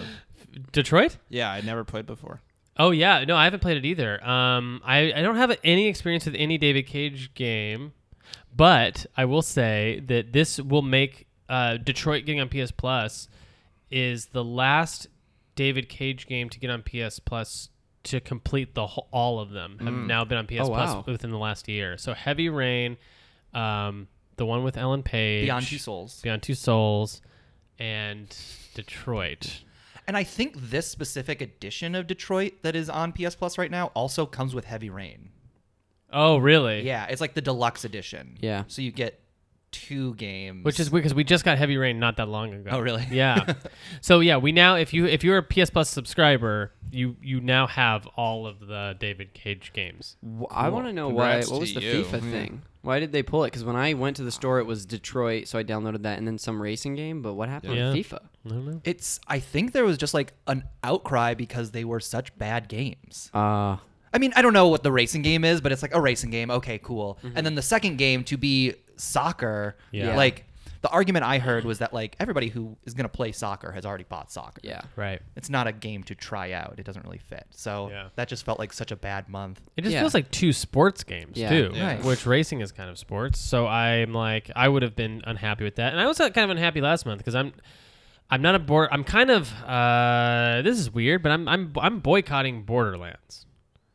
[SPEAKER 1] Detroit?
[SPEAKER 2] Yeah, I never played before.
[SPEAKER 1] Oh yeah, no, I haven't played it either. Um, I, I don't have any experience with any David Cage game, but I will say that this will make uh, Detroit getting on PS Plus is the last David Cage game to get on PS Plus to complete the whole, all of them have
[SPEAKER 6] Mm.
[SPEAKER 1] now been on PS
[SPEAKER 5] Oh, wow.
[SPEAKER 1] Plus within the last year. So Heavy Rain, um, the one with Ellen Page,
[SPEAKER 6] Beyond Two Souls.
[SPEAKER 1] Beyond Two Souls, and Detroit.
[SPEAKER 6] And I think this specific edition of Detroit that is on PS Plus right now also comes with Heavy Rain.
[SPEAKER 1] Oh really?
[SPEAKER 6] Yeah, it's like the deluxe edition.
[SPEAKER 5] Yeah.
[SPEAKER 6] So you get two games.
[SPEAKER 1] Which is weird because we just got Heavy Rain not that long ago.
[SPEAKER 6] Oh, really?
[SPEAKER 1] Yeah. so yeah, we now if you if you're a PS Plus subscriber, you you now have all of the David Cage games.
[SPEAKER 5] Wh- I want to know why.
[SPEAKER 2] Congrats
[SPEAKER 5] What was
[SPEAKER 2] to
[SPEAKER 5] the
[SPEAKER 2] you.
[SPEAKER 5] FIFA thing? Why did they pull it? Because when I went to the store, it was Detroit, so I downloaded that and then some racing game. But what happened
[SPEAKER 1] Yeah.
[SPEAKER 5] with FIFA?
[SPEAKER 1] I don't know.
[SPEAKER 6] it's I think there was just like an outcry because they were such bad games.
[SPEAKER 5] Uh,
[SPEAKER 6] I mean, I don't know what the racing game is, but it's like a racing game. Okay, cool.
[SPEAKER 5] Mm-hmm.
[SPEAKER 6] And then the second game to be soccer.
[SPEAKER 1] Yeah.
[SPEAKER 6] Like the argument I heard was that like everybody who is gonna play soccer has already bought soccer.
[SPEAKER 5] yeah.
[SPEAKER 1] Right.
[SPEAKER 6] It's not a game to try out. It doesn't really fit. So
[SPEAKER 1] Yeah.
[SPEAKER 6] that just felt like such a bad month.
[SPEAKER 1] It just
[SPEAKER 5] Yeah.
[SPEAKER 1] feels like two sports games
[SPEAKER 5] Yeah.
[SPEAKER 1] too,
[SPEAKER 6] Right.
[SPEAKER 1] which racing is kind of sports. So I'm like, I would have been unhappy with that, and I was uh, kind of unhappy last month because I'm, I'm not a board. I'm kind of uh, this is weird, but I'm I'm I'm boycotting Borderlands.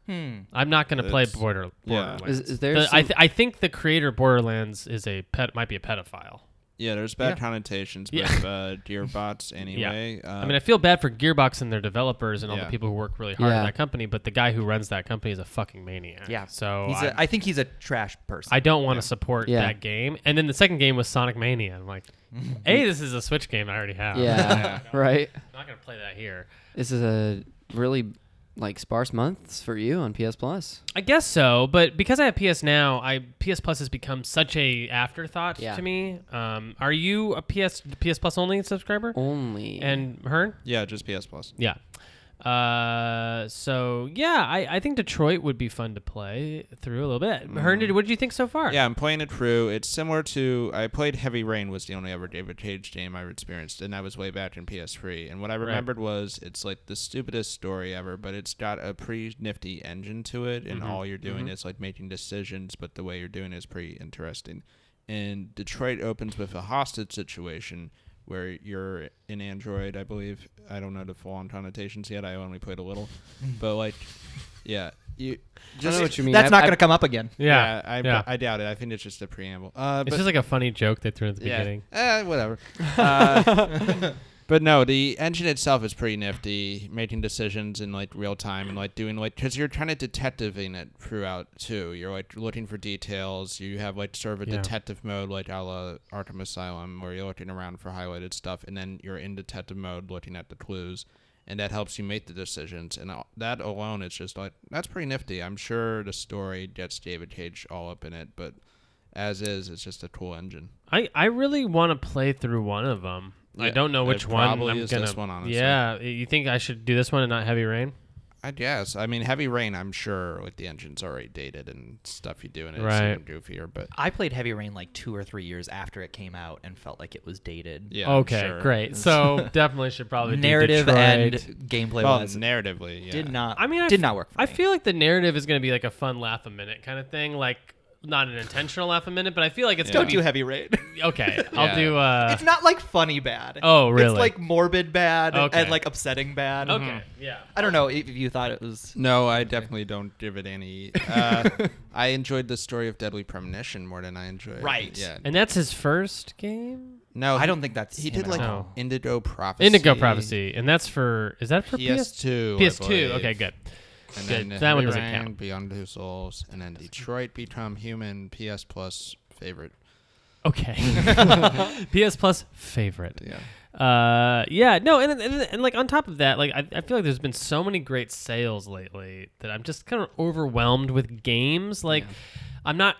[SPEAKER 1] Hmm. I'm not going to play Border,
[SPEAKER 2] yeah.
[SPEAKER 1] Borderlands.
[SPEAKER 5] Is, is there?
[SPEAKER 1] The- I,
[SPEAKER 5] some-
[SPEAKER 1] th- I think the creator of Borderlands is a pet might be a pedophile.
[SPEAKER 2] Yeah, there's bad connotations with
[SPEAKER 1] Yeah.
[SPEAKER 2] uh, deer bots anyway. Uh,
[SPEAKER 1] I mean, I feel bad for Gearbox and their developers and all
[SPEAKER 2] Yeah.
[SPEAKER 1] the people who work really hard at
[SPEAKER 5] Yeah.
[SPEAKER 1] that company, but the guy who runs that company is a fucking maniac.
[SPEAKER 6] Yeah.
[SPEAKER 1] So
[SPEAKER 6] he's
[SPEAKER 1] I,
[SPEAKER 6] a, I think he's a trash person.
[SPEAKER 1] I don't want to support
[SPEAKER 5] Yeah.
[SPEAKER 1] that game. And then the second game was Sonic Mania. I'm like, hey, this is a Switch game I already have.
[SPEAKER 5] yeah. right.
[SPEAKER 1] I'm not gonna play that here.
[SPEAKER 5] This is a really like sparse months for you on PS Plus.
[SPEAKER 1] I guess so, but because I have PS Now, I PS Plus has become such a afterthought
[SPEAKER 5] Yeah.
[SPEAKER 1] to me. Um, are you a PS PS Plus only subscriber?
[SPEAKER 5] Only.
[SPEAKER 1] And her?
[SPEAKER 2] yeah, just PS Plus.
[SPEAKER 1] Yeah. Uh, so yeah, I, I think Detroit would be fun to play through a little bit. Hearn,
[SPEAKER 5] Mm.
[SPEAKER 1] did what did you think so far?
[SPEAKER 2] Yeah, I'm playing it through. It's similar to I played Heavy Rain was the only ever David Cage game I experienced, and that was way back in PS3. And what I remembered was it's like the stupidest story ever, but it's got a pretty nifty engine to it, and all you're doing is like making decisions, but the way you're doing it is pretty interesting. And Detroit opens with a hostage situation where you're in Android, I believe. I don't know the full on connotations yet. I only played a little, but like, yeah, you
[SPEAKER 5] I
[SPEAKER 2] just
[SPEAKER 5] know what you mean.
[SPEAKER 6] That's
[SPEAKER 5] I've-
[SPEAKER 6] not
[SPEAKER 5] I've-
[SPEAKER 6] going to come up again.
[SPEAKER 1] Yeah.
[SPEAKER 2] I,
[SPEAKER 1] Yeah.
[SPEAKER 2] I doubt it. I think it's just a preamble. Uh,
[SPEAKER 1] it's
[SPEAKER 2] but
[SPEAKER 1] just like a funny joke they threw in the beginning.
[SPEAKER 2] Eh, whatever. Uh, but no, the engine itself is pretty nifty, making decisions in like real time and like doing like because you're kind of detectiving it throughout too. You're like looking for details. You have like sort of a
[SPEAKER 1] Yeah.
[SPEAKER 2] detective mode, like a la Arkham Asylum, where you're looking around for highlighted stuff, and then you're in detective mode looking at the clues. And that helps you make the decisions, and al- that alone is just like that's pretty nifty. I'm sure the story gets David Cage all up in it, but as is, it's just a cool engine.
[SPEAKER 1] I, I really want to play through one of them. I
[SPEAKER 2] Yeah,
[SPEAKER 1] don't know
[SPEAKER 2] it
[SPEAKER 1] which one
[SPEAKER 2] probably
[SPEAKER 1] I'm
[SPEAKER 2] is
[SPEAKER 1] gonna.
[SPEAKER 2] this one, honestly.
[SPEAKER 1] Yeah, you think I should do this one and not Heavy Rain?
[SPEAKER 2] I guess. I mean, heavy rain. I'm sure like the engine's already dated and stuff you do in it is
[SPEAKER 1] Right.
[SPEAKER 2] even goofier. But
[SPEAKER 6] I played Heavy Rain like two or three years after it came out and felt like it was dated.
[SPEAKER 2] yeah, I'm
[SPEAKER 1] okay,
[SPEAKER 2] sure.
[SPEAKER 1] great. So definitely should probably do
[SPEAKER 6] Narrative and
[SPEAKER 1] Oh, Detroit.
[SPEAKER 6] gameplay
[SPEAKER 2] Well,
[SPEAKER 6] wise
[SPEAKER 2] narratively, yeah.
[SPEAKER 6] did not.
[SPEAKER 1] I mean, I
[SPEAKER 6] did
[SPEAKER 1] f-
[SPEAKER 6] not work. For
[SPEAKER 1] I
[SPEAKER 6] me.
[SPEAKER 1] feel like the narrative is going to be like a fun laugh a minute kind of thing, like not an intentional laugh a minute, but I feel like it's
[SPEAKER 2] Yeah.
[SPEAKER 1] going
[SPEAKER 6] don't
[SPEAKER 1] to
[SPEAKER 6] do Heavy Rain.
[SPEAKER 1] be okay. I'll
[SPEAKER 2] Yeah.
[SPEAKER 1] do. Uh,
[SPEAKER 6] it's not like funny bad.
[SPEAKER 1] Oh, really?
[SPEAKER 6] It's like morbid bad
[SPEAKER 1] Okay.
[SPEAKER 6] and like upsetting bad.
[SPEAKER 1] okay,
[SPEAKER 2] Mm-hmm.
[SPEAKER 1] yeah.
[SPEAKER 6] I don't know if you thought it was.
[SPEAKER 2] No, I definitely don't give it any. Uh, I enjoyed the story of Deadly Premonition more than I enjoyed.
[SPEAKER 6] Right.
[SPEAKER 2] Yeah.
[SPEAKER 1] And that's his first game.
[SPEAKER 2] No,
[SPEAKER 6] I
[SPEAKER 2] he-
[SPEAKER 6] don't think that's.
[SPEAKER 2] he
[SPEAKER 6] him
[SPEAKER 2] did
[SPEAKER 6] at
[SPEAKER 2] like
[SPEAKER 6] all.
[SPEAKER 1] all.
[SPEAKER 2] Indigo Prophecy.
[SPEAKER 1] Indigo Prophecy, and that's for is that for
[SPEAKER 2] PS2. I
[SPEAKER 1] PS2.
[SPEAKER 2] believe.
[SPEAKER 1] Okay, good.
[SPEAKER 2] And
[SPEAKER 1] Good.
[SPEAKER 2] then
[SPEAKER 1] So that one
[SPEAKER 2] Heavy
[SPEAKER 1] doesn't
[SPEAKER 2] Rain,
[SPEAKER 1] count.
[SPEAKER 2] Beyond Two Souls, and then Detroit Become Human. PS Plus favorite.
[SPEAKER 1] Okay. PS Plus favorite.
[SPEAKER 2] Yeah.
[SPEAKER 1] Uh, yeah, no, and, and, and, like on top of that, like I, I feel like there's been so many great sales lately that I'm just kind of overwhelmed with games. Like, I'm not.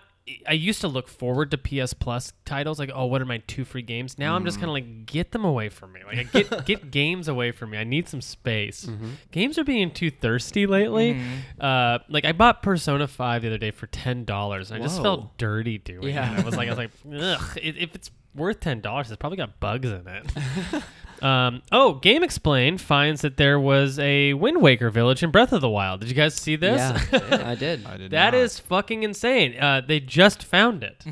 [SPEAKER 1] I used to look forward to PS Plus titles, like, oh, what are my two free games? Now I'm just
[SPEAKER 5] Mm-hmm.
[SPEAKER 1] kind of like, get them away from me. Like, I get get games away from me. I need some space.
[SPEAKER 5] Mm-hmm.
[SPEAKER 1] Games are being too thirsty lately. Uh, like, I bought Persona Five the other day for ten dollars, and I just
[SPEAKER 5] Whoa.
[SPEAKER 1] felt dirty doing it.
[SPEAKER 5] Yeah.
[SPEAKER 1] I was like, I was like, ugh, i- if it's worth ten dollars. It's probably got bugs in it. um, oh, Game Explain finds that there was a Wind Waker village in Breath of the Wild. Did you guys see this?
[SPEAKER 5] Yeah, I did.
[SPEAKER 2] I did
[SPEAKER 1] That
[SPEAKER 2] not.
[SPEAKER 1] is fucking insane. Uh, they just found it,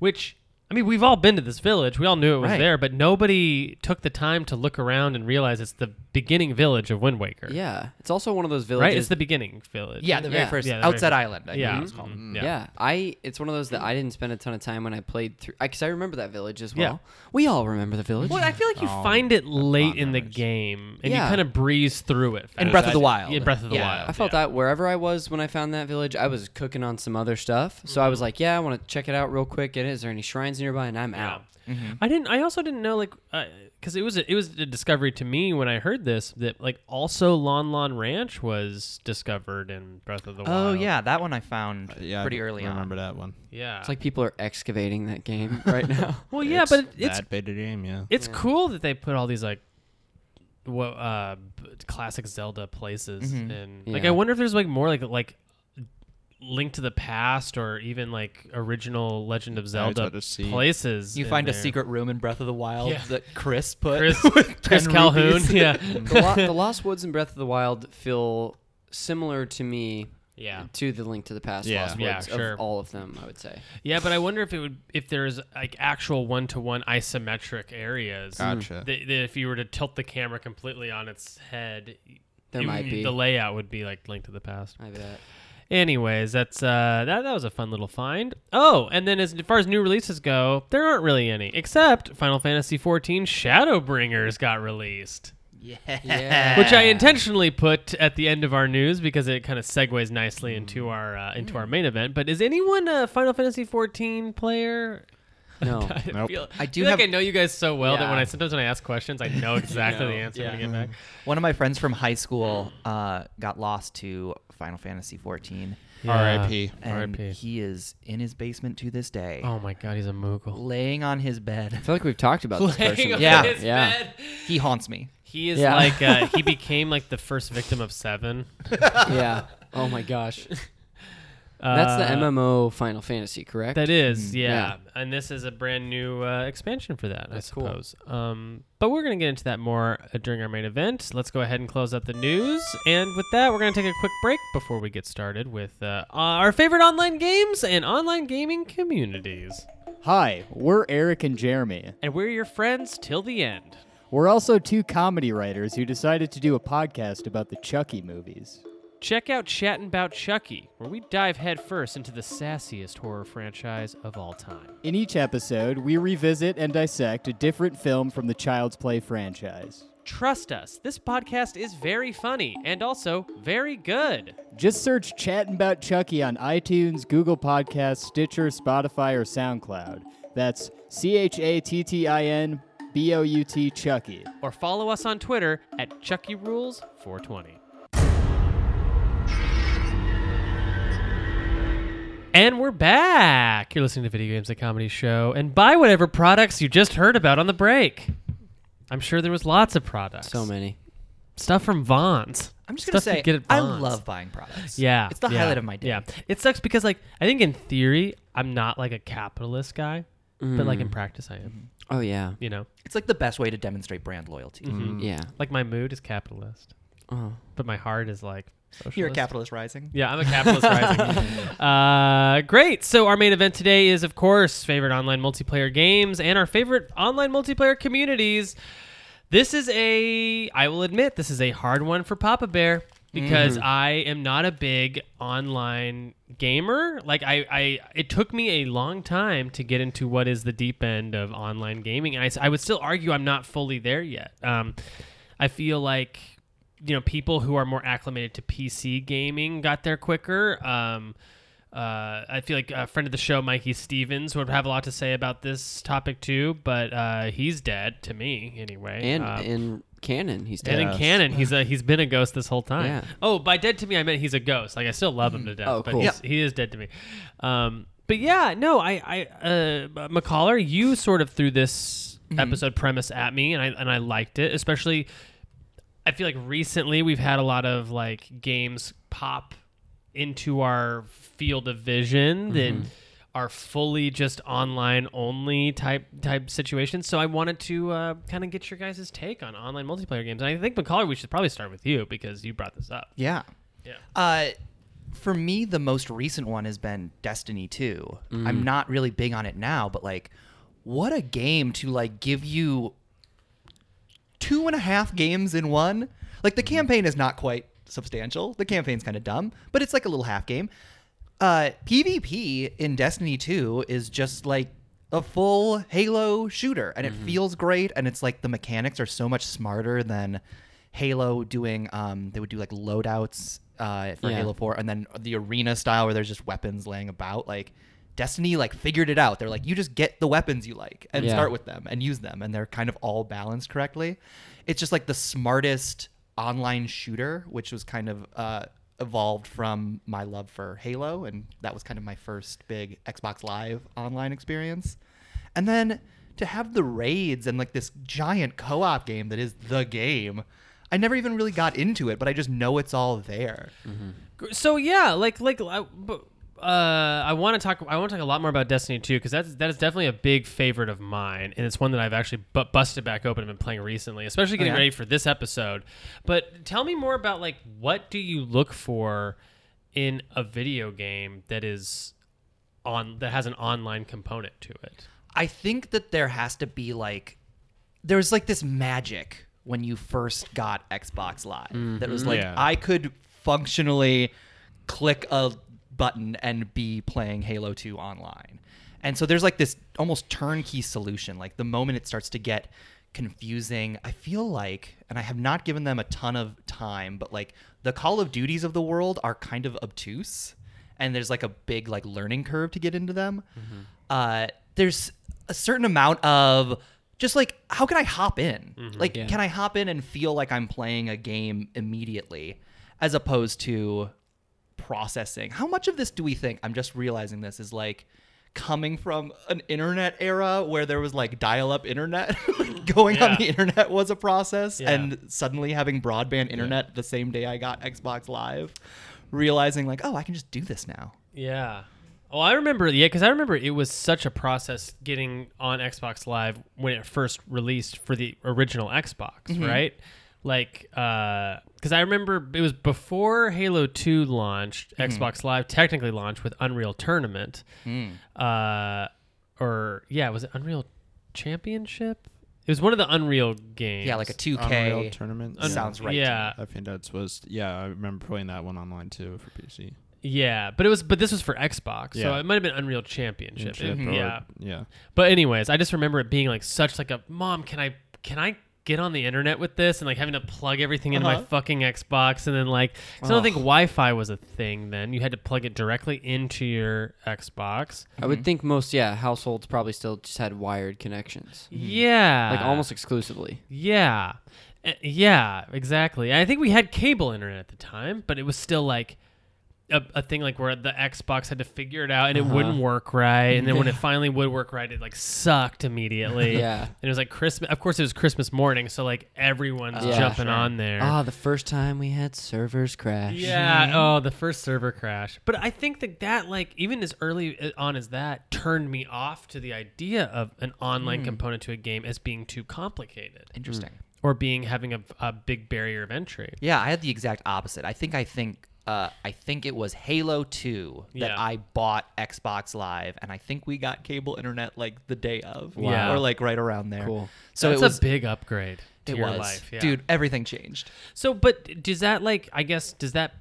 [SPEAKER 1] which I mean, we've all been to this village. We all knew it was
[SPEAKER 6] Mm-hmm. Right.
[SPEAKER 1] there, but nobody took the time to look around and realize it's the beginning village of Wind Waker.
[SPEAKER 5] Yeah, it's also one of those villages.
[SPEAKER 1] right. It's the beginning village.
[SPEAKER 6] Yeah, Mm-hmm. the very
[SPEAKER 5] Yeah.
[SPEAKER 6] first
[SPEAKER 1] Yeah, the very
[SPEAKER 6] outside
[SPEAKER 1] first-
[SPEAKER 6] island. I
[SPEAKER 1] yeah,
[SPEAKER 6] yeah,
[SPEAKER 1] mhm,
[SPEAKER 6] called.
[SPEAKER 1] yeah.
[SPEAKER 2] Mm-hmm.
[SPEAKER 5] Yeah. I it's one of those that I didn't spend a ton of time when I played through because I remember that village as well. We all remember the village.
[SPEAKER 1] Well, I feel like you
[SPEAKER 2] Um,
[SPEAKER 1] find it late in the
[SPEAKER 2] memories.
[SPEAKER 1] game, and you
[SPEAKER 5] Yeah.
[SPEAKER 1] kind of breeze through it.
[SPEAKER 6] And
[SPEAKER 1] fast.
[SPEAKER 6] Breath of the Wild.
[SPEAKER 1] Oh, Yeah, Breath of the
[SPEAKER 6] Yeah.
[SPEAKER 1] Wild.
[SPEAKER 5] I felt that wherever I was when I found that village, I was cooking on some other stuff. So
[SPEAKER 1] Mm-hmm.
[SPEAKER 5] I was like, yeah, I want to check it out real quick. And is there any shrines nearby? And I'm out.
[SPEAKER 1] I didn't. I also didn't know like because it was a, it was a discovery to me when I heard this that like also Lon Lon Ranch was discovered in Breath of the
[SPEAKER 6] Oh
[SPEAKER 1] Wild.
[SPEAKER 6] yeah, that one I found
[SPEAKER 2] yeah,
[SPEAKER 6] pretty
[SPEAKER 2] I
[SPEAKER 6] early
[SPEAKER 2] remember
[SPEAKER 6] on.
[SPEAKER 2] that one.
[SPEAKER 1] yeah.
[SPEAKER 5] It's like people are excavating that game right now.
[SPEAKER 1] well, yeah, but it- it's
[SPEAKER 2] that beta game, yeah.
[SPEAKER 1] it's cool that they put all these like what uh b- classic Zelda places in. Like
[SPEAKER 5] Yeah.
[SPEAKER 1] I wonder if there's like more like like Link to the Past or even like original Legend of Zelda
[SPEAKER 2] about to see.
[SPEAKER 1] places.
[SPEAKER 6] You
[SPEAKER 1] in
[SPEAKER 6] find a
[SPEAKER 1] there.
[SPEAKER 6] secret room in Breath of the Wild
[SPEAKER 1] Yeah.
[SPEAKER 6] that Chris put.
[SPEAKER 1] Chris,
[SPEAKER 6] with
[SPEAKER 1] Chris
[SPEAKER 6] 10
[SPEAKER 1] Calhoun.
[SPEAKER 6] rupees.
[SPEAKER 1] Yeah.
[SPEAKER 5] the, Lo- the Lost Woods and Breath of the Wild feel similar to me
[SPEAKER 1] Yeah.
[SPEAKER 5] to the Link to the Past
[SPEAKER 2] Yeah.
[SPEAKER 5] Lost Woods
[SPEAKER 1] Yeah, sure.
[SPEAKER 5] of all of them, I would say.
[SPEAKER 1] Yeah, but I wonder if it would if there's like actual one to one isometric areas.
[SPEAKER 5] Mm.
[SPEAKER 2] Gotcha.
[SPEAKER 1] That, that if you were to tilt the camera completely on its head,
[SPEAKER 5] There
[SPEAKER 1] it-
[SPEAKER 5] might be.
[SPEAKER 1] the layout would be like linked to the past.
[SPEAKER 5] I bet.
[SPEAKER 1] Anyways, that's uh that, that was a fun little find. Oh, and then as far as new releases go, there aren't really any except Final Fantasy XIV Shadowbringers got released.
[SPEAKER 5] Yeah.
[SPEAKER 1] Which I intentionally put at the end of our news because it kind of segues nicely
[SPEAKER 5] Mm.
[SPEAKER 1] into our uh, into our main event. But is anyone a Final Fantasy 14 player?
[SPEAKER 5] no.
[SPEAKER 1] I
[SPEAKER 2] Nope.
[SPEAKER 1] feel,
[SPEAKER 6] I
[SPEAKER 1] I
[SPEAKER 6] do
[SPEAKER 1] do feel
[SPEAKER 6] have-
[SPEAKER 1] like I know you guys so well that when
[SPEAKER 5] Yeah.
[SPEAKER 1] I sometimes when I ask questions, I know exactly the answer when I get back.
[SPEAKER 6] One of my friends from high school uh, got lost to Final Fantasy 14,
[SPEAKER 5] Mm-hmm.
[SPEAKER 2] R.I.P.
[SPEAKER 6] and
[SPEAKER 1] RIP.
[SPEAKER 6] he is in his basement to this day,
[SPEAKER 1] Oh my god, he's a moogle.
[SPEAKER 6] laying on his bed.
[SPEAKER 5] I feel like we've talked about this person.
[SPEAKER 1] on
[SPEAKER 6] Yeah.
[SPEAKER 1] his
[SPEAKER 5] Yeah.
[SPEAKER 1] bed.
[SPEAKER 6] He haunts me.
[SPEAKER 1] He is
[SPEAKER 5] Yeah.
[SPEAKER 1] like uh, he became like the first victim of seven.
[SPEAKER 5] yeah. Oh my gosh. That's the MMO Final Fantasy, correct?
[SPEAKER 1] Uh, That is, Mm, yeah.
[SPEAKER 5] yeah.
[SPEAKER 1] And this is a brand new uh, expansion for that, I
[SPEAKER 5] That's cool.
[SPEAKER 1] suppose. Um, but we're going to get into that more uh, during our main event. Let's go ahead and close out the news. And with that, we're going to take a quick break before we get started with uh, our favorite online games and online gaming communities.
[SPEAKER 7] Hi, we're Eric and Jeremy.
[SPEAKER 1] And we're your friends till the end.
[SPEAKER 7] We're also two comedy writers who decided to do a podcast about the Chucky movies.
[SPEAKER 1] Check out Chattin' About Chucky, where we dive headfirst into the sassiest horror franchise of all time.
[SPEAKER 7] In each episode, we revisit and dissect a different film from the Child's Play franchise.
[SPEAKER 1] Trust us, this podcast is very funny and also very good.
[SPEAKER 7] Just search Chatting About Chucky on iTunes, Google Podcasts, Stitcher, Spotify, or SoundCloud. That's C H A T T I N B O U T Chucky.
[SPEAKER 1] or follow us on Twitter at Chucky Rules 420. And we're back. You're listening to Video Games, a comedy show, and buy whatever products you just heard about on the break. I'm sure there was lots of products.
[SPEAKER 5] so many.
[SPEAKER 1] stuff from Vons.
[SPEAKER 6] I'm just gonna
[SPEAKER 1] Stuff you
[SPEAKER 6] say,
[SPEAKER 1] get at
[SPEAKER 6] I
[SPEAKER 1] Vons.
[SPEAKER 6] love buying products.
[SPEAKER 1] Yeah,
[SPEAKER 6] it's the
[SPEAKER 1] yeah,
[SPEAKER 6] highlight of my day.
[SPEAKER 1] Yeah, it sucks because like I think in theory I'm not like a capitalist guy, but
[SPEAKER 6] Mm.
[SPEAKER 1] like in practice I am.
[SPEAKER 6] Mm-hmm.
[SPEAKER 5] Oh yeah.
[SPEAKER 1] You know,
[SPEAKER 6] it's like the best way to demonstrate brand loyalty.
[SPEAKER 1] Mm-hmm. Mm.
[SPEAKER 5] Yeah.
[SPEAKER 1] like my mood is capitalist,
[SPEAKER 5] Oh.
[SPEAKER 1] but my heart is like socialist.
[SPEAKER 6] Uh-huh. You're a capitalist rising.
[SPEAKER 1] Yeah, I'm a capitalist rising. Uh, great. So our main event today is, of course, favorite online multiplayer games and our favorite online multiplayer communities. This is a, I will admit, this is a hard one for Papa Bear because I am not a big online gamer. Like I, I, it took me a long time to get into what is the deep end of online gaming, and I, s- I would still argue I'm not fully there yet. Um, I feel like you know people who are more acclimated to PC gaming got there quicker. Um, uh, I feel like a friend of the show, Mikey Stevens, would have a lot to say about this topic too, but uh, he's dead to me anyway.
[SPEAKER 5] And
[SPEAKER 1] Um,
[SPEAKER 5] in canon, he's
[SPEAKER 1] and
[SPEAKER 5] dead.
[SPEAKER 1] in canon, he's a he's been a ghost this whole time.
[SPEAKER 5] Yeah.
[SPEAKER 1] Oh, by dead to me, I meant he's a ghost. Like I still love him to death,
[SPEAKER 5] Oh,
[SPEAKER 1] but
[SPEAKER 5] cool.
[SPEAKER 1] he's, he is dead to me. Um, but yeah, no, I, I, uh, McCollar, you sort of threw this
[SPEAKER 5] Mm-hmm.
[SPEAKER 1] episode premise at me, and I and I liked it, especially. I feel like recently we've had a lot of
[SPEAKER 5] Mm-hmm.
[SPEAKER 1] like games pop into our field of vision that are fully just online only type type situations. So I wanted to uh, kind of get your guys' take on online multiplayer games. And I think Macaulay, we should probably start with you because you brought this up.
[SPEAKER 6] Yeah.
[SPEAKER 1] Yeah.
[SPEAKER 6] Uh, for me, the most recent one has been Destiny 2. I'm not really big on it now, but like, what a game to like give you two and a half games in one. Like, the campaign is not quite substantial. The campaign's kind of dumb, but it's like a little half game. Uh, PvP in Destiny 2 is just like a full Halo shooter, and it feels great. And it's like the mechanics are so much smarter than Halo doing um they would do like loadouts uh for
[SPEAKER 5] Yeah.
[SPEAKER 6] Halo 4 and then the arena style where there's just weapons laying about like Destiny like figured it out. They're like you just get the weapons you like and
[SPEAKER 5] Yeah.
[SPEAKER 6] start with them and use them and they're kind of all balanced correctly. It's just like the smartest online shooter which was kind of uh evolved from my love for Halo and that was kind of my first big Xbox Live online experience. And then to have the raids and like this giant co op game that is the game, I never even really got into it, but I just know it's all there.
[SPEAKER 1] Gr- So yeah, like like I, but, uh, I want to talk. I want to talk a lot more about Destiny 2 because that's that is definitely a big favorite of mine, and it's one that I've actually bu- busted back open and been playing recently, especially getting
[SPEAKER 6] yeah?
[SPEAKER 1] ready for this episode. But tell me more about like what do you look for in a video game that is on that has an online component to it.
[SPEAKER 6] I think that there has to be like, there's like this magic when you first got Xbox Live that was like,
[SPEAKER 2] Yeah.
[SPEAKER 6] I could functionally click a button and be playing Halo 2 online. And so there's like this almost turnkey solution. Like the moment it starts to get confusing, I feel like, and I have not given them a ton of time, but like the Call of Duties of the world are kind of obtuse and there's like a big like learning curve to get into them. Uh, there's a certain amount of just like how can I hop in? Like can I hop in and feel like I'm playing a game immediately as opposed to processing. How much of this do we think? I'm just realizing this is like coming from an internet era where there was like dial up internet. Like, Going on
[SPEAKER 1] Yeah.
[SPEAKER 6] the internet was a process,
[SPEAKER 1] Yeah.
[SPEAKER 6] and suddenly having broadband internet the same day I got Xbox Live, realizing like, oh, I can just do this now.
[SPEAKER 1] Yeah. Oh, I remember. Yeah, because I remember it was such a process getting on Xbox Live when it first released for the original Xbox,
[SPEAKER 6] Mm-hmm.
[SPEAKER 1] right? Like, because I remember it was before Halo Two launched.
[SPEAKER 6] Mm-hmm.
[SPEAKER 1] Xbox Live technically launched with Unreal Tournament,
[SPEAKER 6] Mm.
[SPEAKER 1] uh, or yeah, was it Unreal Championship? It was one of the Unreal games.
[SPEAKER 6] Yeah, like a
[SPEAKER 2] Unreal
[SPEAKER 6] 2K.
[SPEAKER 2] tournament.
[SPEAKER 6] Un- Sounds right.
[SPEAKER 1] Yeah,
[SPEAKER 2] I think that's was yeah. I remember playing that one online too for PC.
[SPEAKER 1] yeah, but it was but this was for Xbox, so
[SPEAKER 2] Yeah.
[SPEAKER 1] it might have been Unreal Championship.
[SPEAKER 2] Chip or-
[SPEAKER 1] Mm-hmm, Yeah,
[SPEAKER 2] yeah.
[SPEAKER 1] But anyways, I just remember it being like such like a mom. Can I can I get on the internet with this and like having to plug everything into my
[SPEAKER 6] Uh-huh.
[SPEAKER 1] fucking Xbox and then like 'cause I don't think Wi-Fi was a thing then. You had to plug it directly into your Xbox.
[SPEAKER 5] I would think most yeah households probably still just had wired connections,
[SPEAKER 1] Yeah,
[SPEAKER 5] like almost exclusively.
[SPEAKER 1] Yeah, Eh, yeah, exactly. I think we had cable internet at the time, but it was still like. A, a thing like where the Xbox had to figure it out and
[SPEAKER 5] Uh-huh.
[SPEAKER 1] it wouldn't work right, and then when it finally would work right, it like sucked immediately.
[SPEAKER 5] Yeah.
[SPEAKER 1] And it was like Christmas. Of course, it was Christmas morning, so like everyone's
[SPEAKER 5] Oh, Yeah,
[SPEAKER 1] jumping
[SPEAKER 5] sure.
[SPEAKER 1] on there.
[SPEAKER 5] Ah, the first time we had servers crash.
[SPEAKER 1] yeah. Oh, the first server crash. But I think that that like even as early uh, on as that turned me off to the idea of an online
[SPEAKER 5] Hmm.
[SPEAKER 1] component to a game as being too complicated
[SPEAKER 6] Interesting.
[SPEAKER 1] or being having a, a big barrier of entry.
[SPEAKER 6] Hmm. Yeah, I had the exact opposite. I think I think uh, I think it was Halo 2 that
[SPEAKER 1] Yeah.
[SPEAKER 6] I bought Xbox Live, and I think we got cable internet like the day of,
[SPEAKER 1] Wow.
[SPEAKER 6] or like right around there.
[SPEAKER 5] Cool.
[SPEAKER 6] So
[SPEAKER 1] That's
[SPEAKER 6] it was
[SPEAKER 1] a big upgrade to
[SPEAKER 6] it
[SPEAKER 1] your
[SPEAKER 6] was
[SPEAKER 1] life, yeah.
[SPEAKER 6] dude. Everything changed.
[SPEAKER 1] So, but does that like I guess does that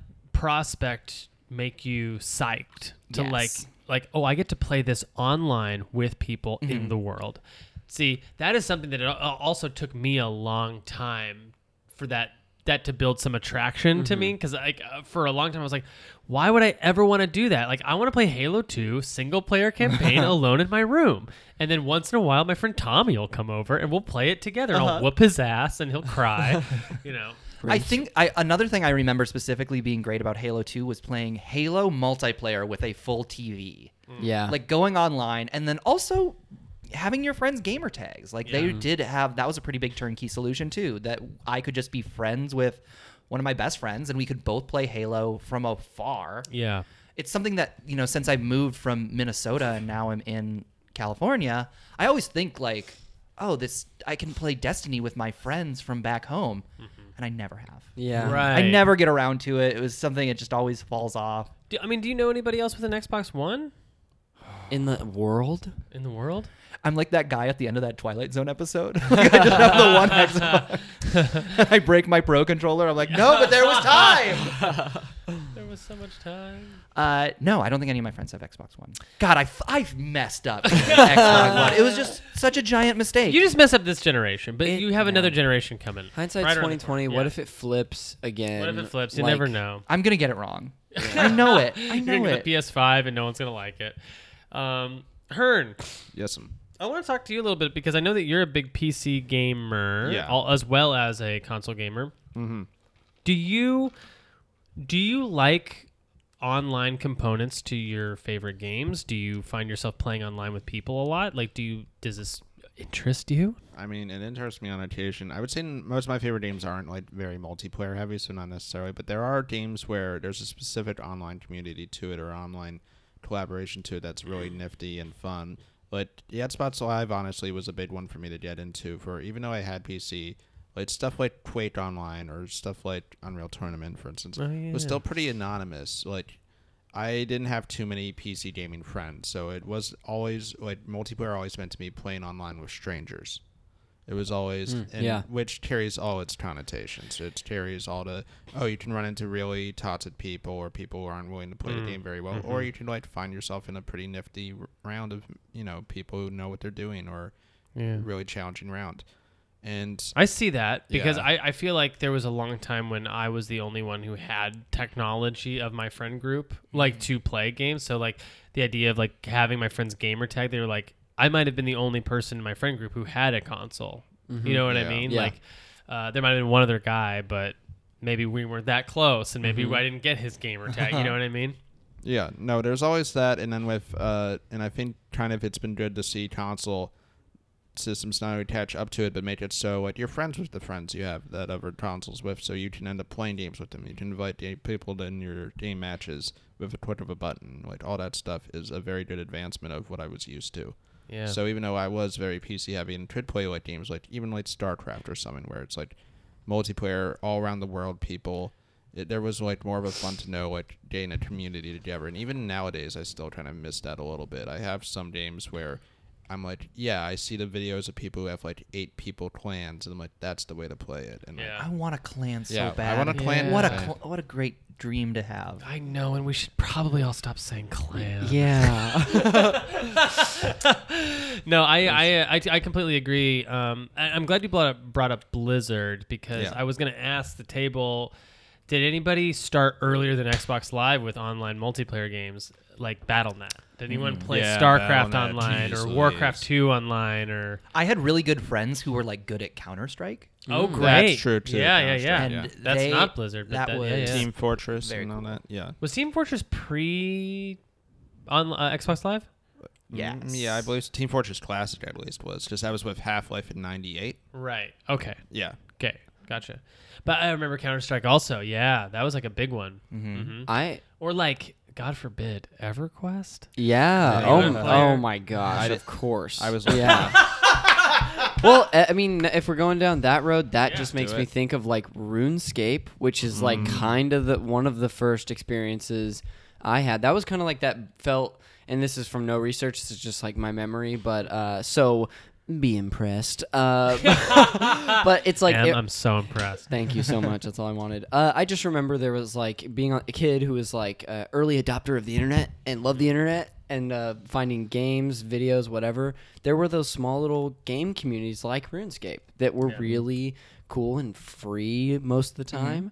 [SPEAKER 1] prospect make you psyched to
[SPEAKER 6] Yes.
[SPEAKER 1] like like oh I get to play this online with people in the world? See, that is something that it al- also took me a long time for that that to build some attraction to me because like uh, for a long time I was like, why would I ever want to do that? Like I want to play Halo Two single player campaign alone in my room, and then once in a while my friend Tommy will come over and we'll play it together. and I'll whoop his ass and he'll cry, you know.
[SPEAKER 6] I think I, another thing I remember specifically being great about Halo 2 was playing Halo multiplayer with a full TV.
[SPEAKER 5] Yeah.
[SPEAKER 6] Like going online and then also having your friends gamer tags. Like they did have that was a pretty big turnkey solution too that I could just be friends with one of my best friends, and we could both play Halo from afar.
[SPEAKER 1] Yeah.
[SPEAKER 6] It's something that you know since I moved from Minnesota and now I'm in California, I always think like, oh, this I can play Destiny with my friends from back home, and I never have.
[SPEAKER 5] Yeah.
[SPEAKER 1] Mm-hmm. Right.
[SPEAKER 6] I never get around to it. It was something that just always falls off.
[SPEAKER 1] Do, I mean, do you know anybody else with an Xbox One
[SPEAKER 5] In the world?
[SPEAKER 1] in the world?
[SPEAKER 6] I'm like that guy at the end of that Twilight Zone episode. Like, I just have the one Xbox. I break my pro controller. I'm like, no, but there was time.
[SPEAKER 1] There was so much time.
[SPEAKER 6] Uh, no, I don't think any of my friends have Xbox One. God, I, f- I messed up. Xbox One. It was just such a giant mistake.
[SPEAKER 1] You just mess up this generation, but
[SPEAKER 5] It-
[SPEAKER 1] you have another generation coming.
[SPEAKER 5] Hindsight
[SPEAKER 1] Right around the
[SPEAKER 5] 2020.
[SPEAKER 1] corner.
[SPEAKER 5] What
[SPEAKER 1] Yeah.
[SPEAKER 5] if it flips again?
[SPEAKER 1] What if it flips? You
[SPEAKER 5] like-
[SPEAKER 1] never know.
[SPEAKER 6] I'm gonna get it wrong. I know it. I
[SPEAKER 1] You're
[SPEAKER 6] know
[SPEAKER 1] gonna
[SPEAKER 6] it.
[SPEAKER 1] get the PS5 and no one's gonna like it. Um, Hearn,
[SPEAKER 2] Yes. um,
[SPEAKER 1] I want to talk to you a little bit because I know that you're a big PC gamer,
[SPEAKER 2] Yeah.
[SPEAKER 1] all, as well as a console gamer. Mm-hmm. Do you do you like online components to your favorite games? Do you find yourself playing online with people a lot? Like, do you does this interest you?
[SPEAKER 2] I mean, it interests me on occasion. I would say n- most of my favorite games aren't like very multiplayer heavy, so not necessarily. But there are games where there's a specific online community to it or online collaboration to it that's really nifty and fun. But the Xbox Live honestly was a big one for me to get into. For even though I had PC, like stuff like Quake Online or stuff like Unreal Tournament, for instance, was still pretty anonymous. Like I didn't have too many PC gaming friends, so it was always like multiplayer always meant to me playing online with strangers. It was always and
[SPEAKER 5] yeah.
[SPEAKER 2] which carries all its connotations. It carries all the oh, you can run into really toxic people or people who aren't willing to play the game very well, or you can like find yourself in a pretty nifty r- round of you know people who know what they're doing or really challenging round. And
[SPEAKER 1] I see that because
[SPEAKER 2] Yeah.
[SPEAKER 1] I, I feel like there was a long time when I was the only one who had technology of my friend group, like to play games. So like the idea of like having my friend's gamer tag, they were like, I might have been the only person in my friend group who had a console. You know what I
[SPEAKER 2] Yeah.
[SPEAKER 1] mean?
[SPEAKER 5] Yeah.
[SPEAKER 1] Like uh, there might have been one other guy, but maybe we weren't that close, and maybe I didn't get his gamer tag. you know what I mean?
[SPEAKER 2] Yeah, no, there's always that, and then with uh, and I think kind of it's been good to see console systems not only catch up to it, but make it so like you're friends with the friends you have that other consoles with, so you can end up playing games with them. You can invite the people in your game matches with a click of a button. Like all that stuff is a very good advancement of what I was used to.
[SPEAKER 1] Yeah.
[SPEAKER 2] So even though I was very PC heavy and could play like games like even like StarCraft or something where it's like multiplayer all around the world people, it, there was like more of a fun to know like getting a community together. And even nowadays, I still kind of miss that a little bit. I have some games where I'm like, yeah, I see the videos of people who have like eight people clans, and I'm like, that's the way to play it. And like,
[SPEAKER 1] Yeah.
[SPEAKER 6] I want a clan so
[SPEAKER 2] Yeah, I
[SPEAKER 6] bad.
[SPEAKER 2] want a clan
[SPEAKER 6] What a
[SPEAKER 2] so
[SPEAKER 6] cl- what a great dream to have.
[SPEAKER 1] I know, and we should probably all stop saying clan.
[SPEAKER 5] Yeah.
[SPEAKER 1] No, I I, I, I completely agree. Um, I, I'm glad you brought up, brought up Blizzard because
[SPEAKER 2] Yeah.
[SPEAKER 1] I was going to ask the table, did anybody start earlier than Xbox Live with online multiplayer games like BattleNet? Did anyone play
[SPEAKER 2] Mm, Yeah,
[SPEAKER 1] StarCraft
[SPEAKER 2] Battle.net,
[SPEAKER 1] online or
[SPEAKER 2] geez
[SPEAKER 1] Warcraft
[SPEAKER 2] Louise.
[SPEAKER 1] 2 online or
[SPEAKER 6] I had really good friends who were like good at Counter Strike.
[SPEAKER 1] Oh,
[SPEAKER 2] Mm, That's true, too,
[SPEAKER 1] Yeah, yeah, yeah.
[SPEAKER 2] Counter-Strike,
[SPEAKER 6] And yeah.
[SPEAKER 1] That's
[SPEAKER 6] they-
[SPEAKER 1] not Blizzard, but that,
[SPEAKER 6] that
[SPEAKER 1] was
[SPEAKER 6] was-
[SPEAKER 1] yeah, yeah.
[SPEAKER 2] Team Fortress
[SPEAKER 6] Very
[SPEAKER 2] and all that. Yeah.
[SPEAKER 1] Was Team Fortress pre on uh, Xbox Live?
[SPEAKER 6] Yes.
[SPEAKER 2] Mm, Yeah, I believe Team Fortress Classic, I believe, was because that was with Half Life in '98.
[SPEAKER 1] Right. Okay.
[SPEAKER 2] Yeah.
[SPEAKER 1] Okay. Gotcha. But I remember Counter Strike also. Yeah, that was like a big one.
[SPEAKER 5] Mm-hmm.
[SPEAKER 1] Mm-hmm.
[SPEAKER 5] I.
[SPEAKER 1] Or like, God forbid, EverQuest.
[SPEAKER 5] Yeah.
[SPEAKER 2] Yeah,
[SPEAKER 5] oh,
[SPEAKER 2] you
[SPEAKER 5] m-
[SPEAKER 2] were a
[SPEAKER 1] player.
[SPEAKER 5] oh my gosh.
[SPEAKER 2] I
[SPEAKER 5] of
[SPEAKER 2] did-
[SPEAKER 5] course.
[SPEAKER 2] I was-
[SPEAKER 5] Yeah. well, I I mean, if we're going down that road, that just
[SPEAKER 2] do
[SPEAKER 5] makes me
[SPEAKER 2] it. Mm.
[SPEAKER 5] think of like RuneScape, which is like kind of the one of the first experiences I had. That was kind of like that felt, and this is from no research. This is just like my memory, but uh, so be impressed. Uh, but it's like
[SPEAKER 1] Em,
[SPEAKER 5] it-
[SPEAKER 1] I'm so impressed.
[SPEAKER 5] Thank you so much. That's all I wanted. Uh, I just remember there was like being a kid who was like uh, early adopter of the internet and loved the internet and uh, finding games, videos, whatever. There were those small little game communities like RuneScape that were really cool and free most of the
[SPEAKER 1] Mm-hmm.
[SPEAKER 5] time.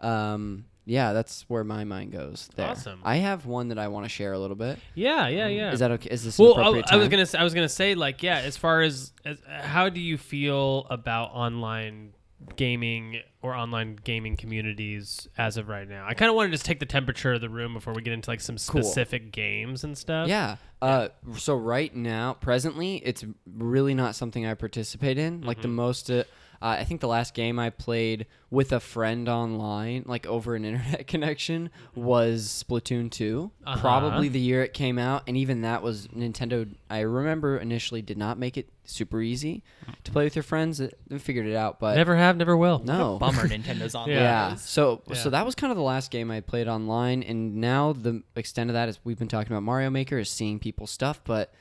[SPEAKER 5] Um, yeah, that's where my mind goes. There.
[SPEAKER 1] Awesome.
[SPEAKER 5] I have one that I want to share a little bit.
[SPEAKER 1] Yeah, yeah, yeah.
[SPEAKER 5] Mm-hmm. Is that okay? Is this an
[SPEAKER 1] well? I,
[SPEAKER 5] appropriate
[SPEAKER 1] I was
[SPEAKER 5] time?
[SPEAKER 1] gonna, s- I was gonna say like, yeah. As far as, as how do you feel about online gaming or online gaming communities as of right now? I kind of want to just take the temperature of the room before we get into like some specific games and stuff.
[SPEAKER 5] Yeah. Uh,
[SPEAKER 1] Mm-hmm.
[SPEAKER 5] so right now, presently, it's really not something I participate in. Like the most uh, Uh, I think the last game I played with a friend online, like over an internet connection, was Splatoon 2.
[SPEAKER 1] Uh-huh.
[SPEAKER 5] Probably the year it came out, and even that was Nintendo. I remember initially did not make it super easy to play with your friends. It- They figured it out, but
[SPEAKER 1] Hmm. Never have, never will.
[SPEAKER 5] no.
[SPEAKER 6] Bummer, Nintendo's on.
[SPEAKER 5] Yeah.
[SPEAKER 1] Oh. Yeah.
[SPEAKER 5] So
[SPEAKER 1] Yeah.
[SPEAKER 5] so that was kind of the last game I played online, and now the extent of that is we've been talking about Mario Maker is seeing people's stuff, but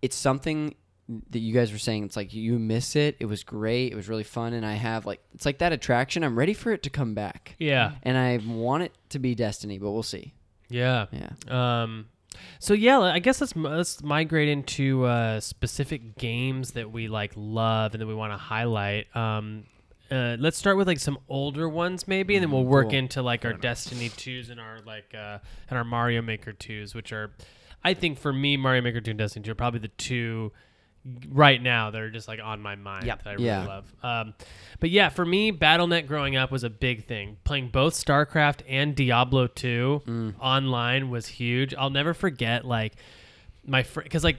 [SPEAKER 5] it's something that you guys were saying. It's like you miss it. It was great. It was really fun, and I have like it's like that attraction. I'm ready for it to come back,
[SPEAKER 1] Yeah.
[SPEAKER 5] and I want it to be Destiny, but we'll see.
[SPEAKER 1] Yeah.
[SPEAKER 5] Yeah.
[SPEAKER 1] Um, so yeah, I guess let's let's migrate into uh, specific games that we like love and that we want to highlight. Um, uh, let's start with like some older ones maybe, and then we'll work into like our Destiny twos and our like uh, and our Mario Maker twos, which are, I think for me, Mario Maker two and Destiny two are probably the two right now that are just like on my mind
[SPEAKER 6] Yep.
[SPEAKER 1] that I really
[SPEAKER 5] Yeah.
[SPEAKER 1] love. Um, but yeah, for me, BattleNet growing up was a big thing. Playing both StarCraft and Diablo 2 online was huge. I'll never forget like my friend because like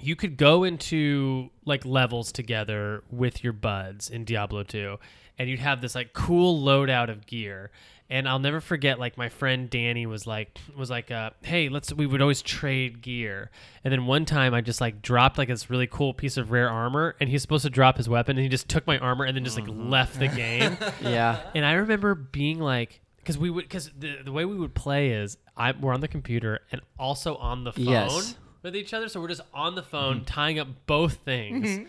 [SPEAKER 1] you could go into like levels together with your buds in Diablo 2 and you'd have this like cool loadout of gear and I'll never forget like my friend Danny was like was like uh, hey let's we would always trade gear and then one time I just like dropped like this really cool piece of rare armor and he's supposed to drop his weapon and he just took my armor and then just like left the game
[SPEAKER 5] Yeah.
[SPEAKER 1] and I remember being like, because we would, because the, the way we would play is I, we're on the computer and also on the phone
[SPEAKER 5] Yes. Mm-hmm.
[SPEAKER 1] with each other. So we're just on the phone tying up both things.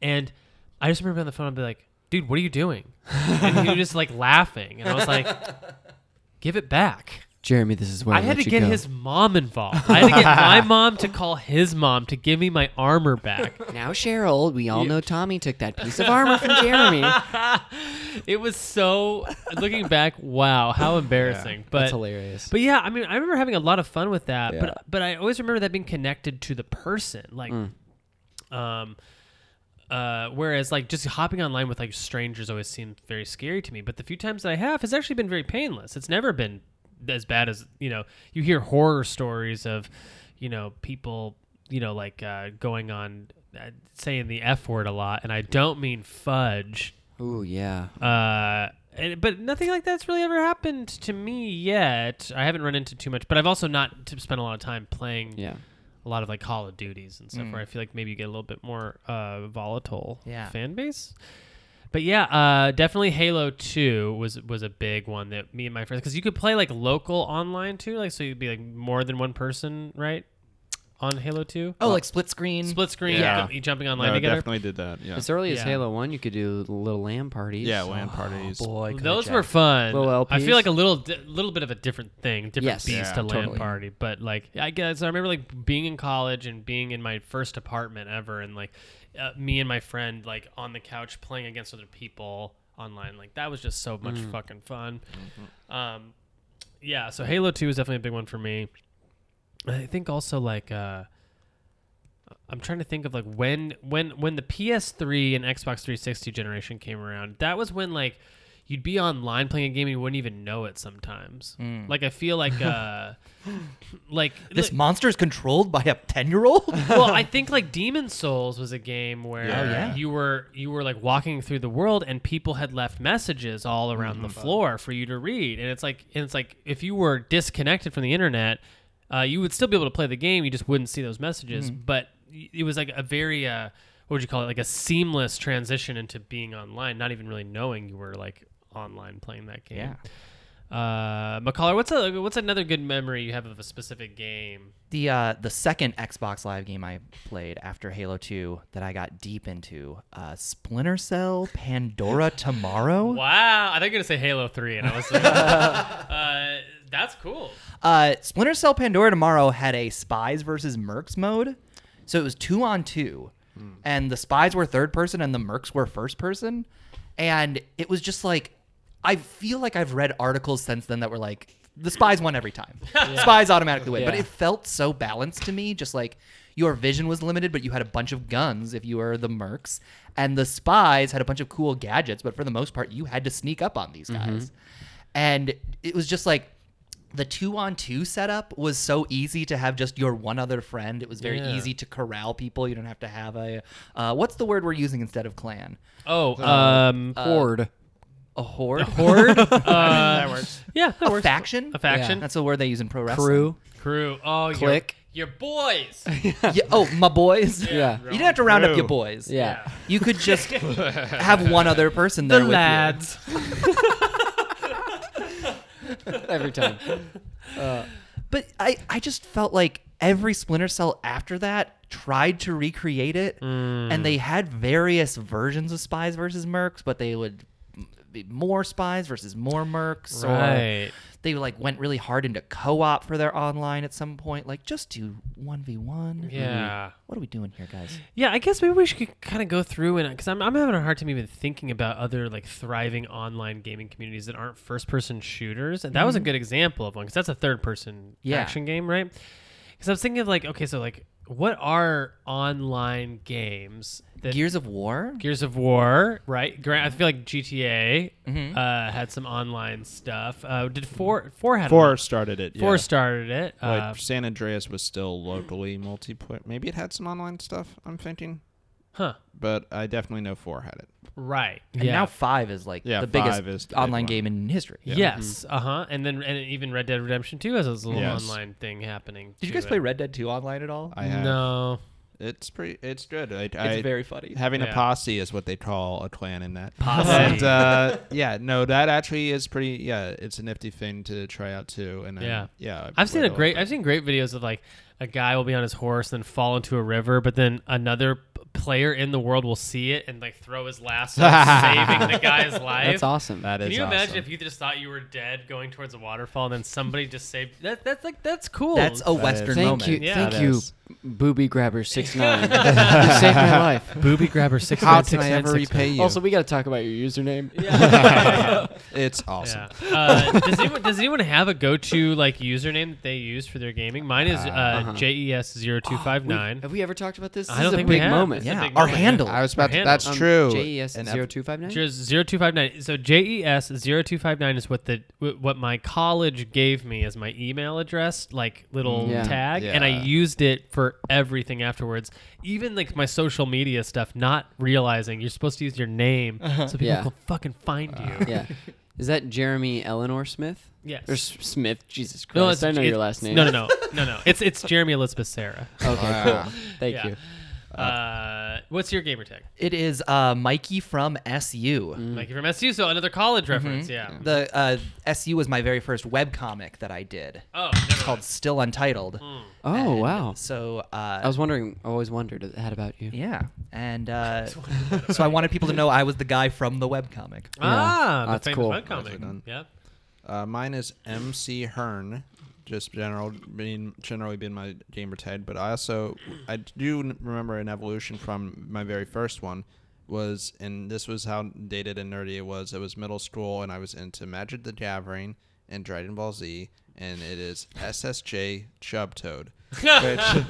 [SPEAKER 1] And I just remember on the phone, I'd be like, dude, what are you doing? and he was just like laughing. And I was like, give it back.
[SPEAKER 5] Jeremy, this is where
[SPEAKER 1] I
[SPEAKER 5] I
[SPEAKER 1] had
[SPEAKER 5] let
[SPEAKER 1] to
[SPEAKER 5] you
[SPEAKER 1] get
[SPEAKER 5] go.
[SPEAKER 1] his mom involved. I had to get my mom to call his mom to give me my armor back.
[SPEAKER 5] Now, Cheryl, we all know Tommy took that piece of armor from Jeremy.
[SPEAKER 1] It was so looking back, wow, how embarrassing. but
[SPEAKER 5] That's hilarious.
[SPEAKER 1] But yeah, I mean, I remember having a lot of fun with that.
[SPEAKER 2] Yeah.
[SPEAKER 1] But but I always remember that being connected to the person, like,
[SPEAKER 5] Mm.
[SPEAKER 1] um, uh, whereas like just hopping online with like strangers always seemed very scary to me. But the few times that I have has actually been very painless. It's never been as bad as you know. You hear horror stories of, you know, people, you know, like uh, going on uh, saying the f word a lot, and I don't mean fudge.
[SPEAKER 5] Ooh, yeah.
[SPEAKER 1] Uh, and, but nothing like that's really ever happened to me yet. I haven't run into too much, but I've also not t- spent a lot of time playing
[SPEAKER 5] Yeah.
[SPEAKER 1] a lot of like Call of Duties and stuff,
[SPEAKER 2] Mm.
[SPEAKER 1] where I feel like maybe you get a little bit more uh, volatile
[SPEAKER 6] Yeah.
[SPEAKER 1] fan base. But yeah, uh, definitely Halo Two was was a big one that me and my friends because you could play like local online too, like so you'd be like more than one person, right? On Halo Two,
[SPEAKER 6] Oh, like split screen.
[SPEAKER 1] split screen,
[SPEAKER 2] Yeah.
[SPEAKER 1] you jumping
[SPEAKER 2] No,
[SPEAKER 1] online
[SPEAKER 2] I
[SPEAKER 1] together.
[SPEAKER 2] definitely did that. Yeah.
[SPEAKER 5] As early as
[SPEAKER 1] Yeah.
[SPEAKER 5] Halo 1, you could do little LAN parties.
[SPEAKER 2] Yeah, land parties.
[SPEAKER 6] Boy, could
[SPEAKER 1] Those
[SPEAKER 6] I
[SPEAKER 1] were
[SPEAKER 6] check.
[SPEAKER 1] fun.
[SPEAKER 5] Little
[SPEAKER 1] I
[SPEAKER 5] LPs.
[SPEAKER 1] feel like a little, di- little bit of a different thing, different
[SPEAKER 5] Yes.
[SPEAKER 1] beast
[SPEAKER 2] Yeah,
[SPEAKER 1] to land
[SPEAKER 5] totally.
[SPEAKER 1] party. But like, I guess I remember like being in college and being in my first apartment ever, and like uh, me and my friend like on the couch playing against other people online. Like that was just so much fucking fun. Um, yeah. So Halo Two is definitely a big one for me. I think also like. uh I'm trying to think of like when when when the PS3 and Xbox 360 generation came around. That was when like you'd be online playing a game and you wouldn't even know it sometimes. Like I feel like uh like
[SPEAKER 6] This
[SPEAKER 1] like-
[SPEAKER 6] monster's controlled by a ten-year-old.
[SPEAKER 1] well, I think like Demon Souls was a game where
[SPEAKER 2] yeah.
[SPEAKER 1] you were you were like walking through the world and people had left messages all around the
[SPEAKER 2] Mm-hmm.
[SPEAKER 1] floor for you to read, and it's like and it's like if you were disconnected from the internet, uh, you would still be able to play the game. You just wouldn't see those messages,
[SPEAKER 2] Mm-hmm.
[SPEAKER 1] but y- it was like a very uh, what would you call it? Like a seamless transition into being online, not even really knowing you were like online playing that game. Yeah. Uh, McCullough, what's a what's another good memory you have of a specific game?
[SPEAKER 6] the uh, the second Xbox Live game I played after Halo 2 that I got deep into, uh, Splinter Cell Pandora Tomorrow.
[SPEAKER 1] Wow, I thought you were gonna say Halo Three, and I was like, uh, that's cool.
[SPEAKER 6] Uh, Splinter Cell Pandora Tomorrow had a spies versus mercs mode, so it was two on two, and the spies were third person and the mercs were first person, and it was just like, I feel like I've read articles since then that were like the spies won every time, spies automatically win, but
[SPEAKER 5] Yeah.
[SPEAKER 6] it felt so balanced to me, just like your vision was limited, but you had a bunch of guns if you were the mercs, and the spies had a bunch of cool gadgets, but for the most part, you had to sneak up on these guys, and it was just like the two on two setup was so easy to have just your one other friend. It was very
[SPEAKER 1] Yeah.
[SPEAKER 6] easy to corral people. You don't have to have a uh, what's the word we're using instead of clan?
[SPEAKER 1] Oh, um,
[SPEAKER 5] Horde.
[SPEAKER 6] A horde, a
[SPEAKER 1] horde. that works. Yeah, that works.
[SPEAKER 6] faction,
[SPEAKER 1] A faction.
[SPEAKER 6] That's the word they use in pro wrestling.
[SPEAKER 5] Crew.
[SPEAKER 1] Crew. Oh, your-
[SPEAKER 5] Click.
[SPEAKER 1] Your, boys.
[SPEAKER 6] Yeah, oh, my boys.
[SPEAKER 5] Yeah.
[SPEAKER 6] You didn't have to round up
[SPEAKER 2] Crew.
[SPEAKER 6] your boys.
[SPEAKER 5] Yeah.
[SPEAKER 6] You could just have one other person there with you.
[SPEAKER 5] Every time.
[SPEAKER 6] But I, I just felt like every Splinter Cell after that tried to recreate it, and
[SPEAKER 1] Mm.
[SPEAKER 6] they had various versions of Spies versus Mercs, but they would be more Spies versus more Mercs,
[SPEAKER 1] Right.
[SPEAKER 6] or they like went really hard into co-op for their online at some point. Like just do one v one. Mm-hmm.
[SPEAKER 1] Yeah.
[SPEAKER 6] What are we doing here, guys?
[SPEAKER 1] Yeah, I guess maybe we should kind of go through and because I'm, I'm having a hard time even thinking about other like thriving online gaming communities that aren't first person shooters. And that was a good example of one because that's a third person
[SPEAKER 6] Yeah.
[SPEAKER 1] action game, right? Because I was thinking of like, okay, so like, what are online games that
[SPEAKER 6] Gears of War.
[SPEAKER 1] Gears of War, right? Gra- I feel like GTA uh, had some online stuff. Uh, did four four had
[SPEAKER 2] Four
[SPEAKER 1] It.
[SPEAKER 2] started it.
[SPEAKER 1] Four
[SPEAKER 2] yeah.
[SPEAKER 1] started it.
[SPEAKER 2] Like
[SPEAKER 1] Uh,
[SPEAKER 2] San Andreas was still locally multiplayer. Maybe it had some online stuff. I'm thinking,
[SPEAKER 1] huh?
[SPEAKER 2] but I definitely know four had it.
[SPEAKER 1] Right.
[SPEAKER 6] And
[SPEAKER 1] yeah.
[SPEAKER 6] now five is like
[SPEAKER 2] Yeah,
[SPEAKER 6] the biggest
[SPEAKER 2] five is the big
[SPEAKER 6] online
[SPEAKER 2] one.
[SPEAKER 6] game in history.
[SPEAKER 1] Yes. Uh huh. And then and even Red Dead Redemption Two has this little
[SPEAKER 2] Yes.
[SPEAKER 1] online thing happening.
[SPEAKER 6] Did you
[SPEAKER 1] to
[SPEAKER 6] guys
[SPEAKER 1] it.
[SPEAKER 6] play Red Dead Two online at all?
[SPEAKER 2] I have.
[SPEAKER 1] No.
[SPEAKER 2] It's pretty. It's good. I,
[SPEAKER 6] it's
[SPEAKER 2] I,
[SPEAKER 6] very funny.
[SPEAKER 2] Having
[SPEAKER 1] Yeah.
[SPEAKER 2] a posse is what they call a clan in that.
[SPEAKER 1] Posse.
[SPEAKER 2] And, uh, yeah, no, that actually is pretty. Yeah, it's a nifty thing to try out too. And I-
[SPEAKER 1] Yeah.
[SPEAKER 2] yeah, I
[SPEAKER 1] I've seen a
[SPEAKER 2] played
[SPEAKER 1] great
[SPEAKER 2] lot.
[SPEAKER 1] I've seen great videos of like a guy will be on his horse and then fall into a river, but then another p- player in the world will see it and like throw his lasso, saving the guy's life.
[SPEAKER 5] That's awesome.
[SPEAKER 2] That is.
[SPEAKER 1] Can you imagine
[SPEAKER 2] awesome.
[SPEAKER 1] if you just thought you were dead going towards a waterfall and then somebody just saved that that's like that's cool.
[SPEAKER 6] That's a Western
[SPEAKER 5] Thank
[SPEAKER 6] moment.
[SPEAKER 5] you,
[SPEAKER 1] Yeah.
[SPEAKER 5] thank
[SPEAKER 2] That
[SPEAKER 5] you,
[SPEAKER 2] is.
[SPEAKER 5] booby grabber six nine. you saved my life.
[SPEAKER 1] booby grabber six
[SPEAKER 2] How can I ever repay you?
[SPEAKER 5] Also, we got to talk about your username.
[SPEAKER 2] it's awesome.
[SPEAKER 1] Yeah. Uh, does, anyone, does anyone have a go-to like username that they use for their gaming? Mine is uh,
[SPEAKER 5] Uh-huh.
[SPEAKER 1] JES0259.
[SPEAKER 5] Have we ever talked about this? This
[SPEAKER 1] I don't
[SPEAKER 5] is a
[SPEAKER 1] think
[SPEAKER 5] big
[SPEAKER 1] we have.
[SPEAKER 5] moment. Um,
[SPEAKER 1] It's a
[SPEAKER 6] Yeah,
[SPEAKER 1] big
[SPEAKER 6] our
[SPEAKER 1] moment.
[SPEAKER 6] handle.
[SPEAKER 2] I was about.
[SPEAKER 1] Your Um,
[SPEAKER 2] To, that's
[SPEAKER 1] handle.
[SPEAKER 2] true.
[SPEAKER 1] E
[SPEAKER 5] JES
[SPEAKER 2] And
[SPEAKER 5] zero two five nine.
[SPEAKER 1] Just 0259. So E JES0259 is what the wh- what my college gave me as my email address, like little
[SPEAKER 5] Mm, yeah.
[SPEAKER 1] tag, and I
[SPEAKER 2] Yeah.
[SPEAKER 1] used it for everything afterwards. Even like my social media stuff, not realizing you're supposed to use your name so people
[SPEAKER 5] Uh-huh. Yeah. Uh,
[SPEAKER 1] can fucking find you.
[SPEAKER 5] Yeah. Is that Jeremy Eleanor Smith?
[SPEAKER 1] Yes.
[SPEAKER 5] Or S- Smith? Jesus Christ!
[SPEAKER 1] No,
[SPEAKER 5] I know
[SPEAKER 1] it's-
[SPEAKER 5] your last name.
[SPEAKER 1] No, no, no, no, no. It's it's Jeremy Elizabeth Sarah.
[SPEAKER 5] Okay, cool. Thank
[SPEAKER 1] Yeah.
[SPEAKER 5] you.
[SPEAKER 1] Uh, what's your gamer tag?
[SPEAKER 6] It is uh, Mikey from SU.
[SPEAKER 5] Mm.
[SPEAKER 1] Like from SU, so another college
[SPEAKER 5] Mm-hmm.
[SPEAKER 1] reference. Yeah.
[SPEAKER 6] The uh, SU was my very first webcomic that I did.
[SPEAKER 1] Oh,
[SPEAKER 6] It's called Still Untitled.
[SPEAKER 1] Hmm.
[SPEAKER 5] Oh
[SPEAKER 6] And
[SPEAKER 5] wow!
[SPEAKER 6] So
[SPEAKER 5] I
[SPEAKER 6] uh,
[SPEAKER 5] was wondering. I always wondered that about you.
[SPEAKER 6] yeah, and uh, so I wanted people to know I was the guy from the webcomic.
[SPEAKER 1] Ah,
[SPEAKER 5] that's
[SPEAKER 1] the famous
[SPEAKER 5] cool.
[SPEAKER 1] webcomic.
[SPEAKER 2] Nicely done.
[SPEAKER 1] Yeah.
[SPEAKER 2] Uh, mine is MC Hearn, just general being generally been my gamer tag. But I also I do n- remember an evolution from my very first one was, and this was how dated and nerdy it was. It was middle school, and I was into Magic the Gathering and Dragon Ball Z, and it is SSJ Chubtoad. which,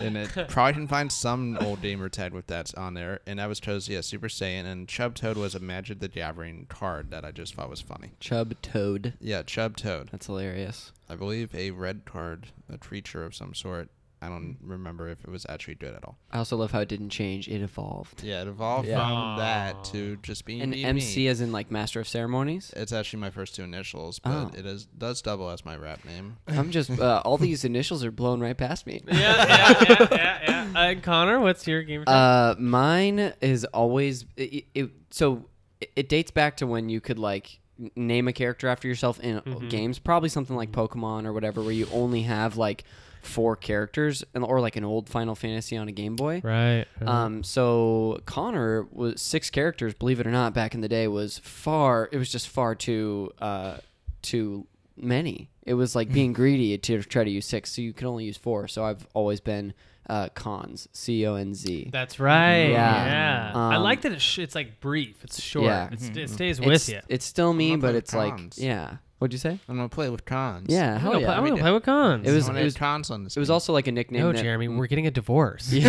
[SPEAKER 2] and it probably can find some old gamer tag with that's on there. And I was chose yeah Super Saiyan, and Chubtoad was a Magic the Gathering card that I just thought was funny.
[SPEAKER 5] Chub Toad.
[SPEAKER 2] Yeah, Chub Toad.
[SPEAKER 5] That's hilarious.
[SPEAKER 2] I believe a red card, a creature of some sort. I don't remember if it was actually good at all.
[SPEAKER 5] I also love how it didn't change. It evolved.
[SPEAKER 2] Yeah, it evolved
[SPEAKER 5] Yeah.
[SPEAKER 2] from that to just being
[SPEAKER 5] And
[SPEAKER 2] being
[SPEAKER 5] MC
[SPEAKER 2] Me.
[SPEAKER 5] as in like master of ceremonies.
[SPEAKER 2] It's actually my first two initials, but
[SPEAKER 5] Oh.
[SPEAKER 2] it is does double as my rap name.
[SPEAKER 5] I'm just uh, all these initials are blown right past me.
[SPEAKER 1] yeah, yeah, yeah, yeah. Uh, Connor, what's your gamer tag?
[SPEAKER 5] Uh, mine is always it, it, so it, it dates back to when you could like n- name a character after yourself in games, probably something like Pokemon or whatever, where you only have like four characters, and or like an old Final Fantasy on a Game Boy.
[SPEAKER 1] right.
[SPEAKER 5] Um, so Connor was six characters, believe it or not, back in the day was far. It was just far too uh, too many. It was like being greedy to try to use six, so you could only use four. So I've always been uh, cons, C O N Z.
[SPEAKER 1] That's right. Yeah.
[SPEAKER 5] Yeah.
[SPEAKER 1] I
[SPEAKER 5] Um,
[SPEAKER 1] like that it's sh- it's like brief. It's short.
[SPEAKER 5] Yeah. Mm-hmm.
[SPEAKER 1] It's, it stays
[SPEAKER 5] It's,
[SPEAKER 1] with you.
[SPEAKER 5] it's still me,
[SPEAKER 2] gonna
[SPEAKER 5] but
[SPEAKER 2] play
[SPEAKER 5] it's
[SPEAKER 2] with
[SPEAKER 5] like
[SPEAKER 2] cons.
[SPEAKER 5] yeah. What'd you say?
[SPEAKER 2] I'm gonna play with cons.
[SPEAKER 5] Yeah,
[SPEAKER 1] I'm
[SPEAKER 5] hell
[SPEAKER 1] gonna play,
[SPEAKER 5] yeah.
[SPEAKER 1] I'm gonna play with cons.
[SPEAKER 5] It
[SPEAKER 2] it
[SPEAKER 5] was-
[SPEAKER 2] was,
[SPEAKER 5] it was-
[SPEAKER 2] cons on this.
[SPEAKER 5] It was
[SPEAKER 2] game.
[SPEAKER 5] also like a nickname.
[SPEAKER 1] no,
[SPEAKER 5] that- Mm.
[SPEAKER 1] Jeremy, we're getting a divorce. I'm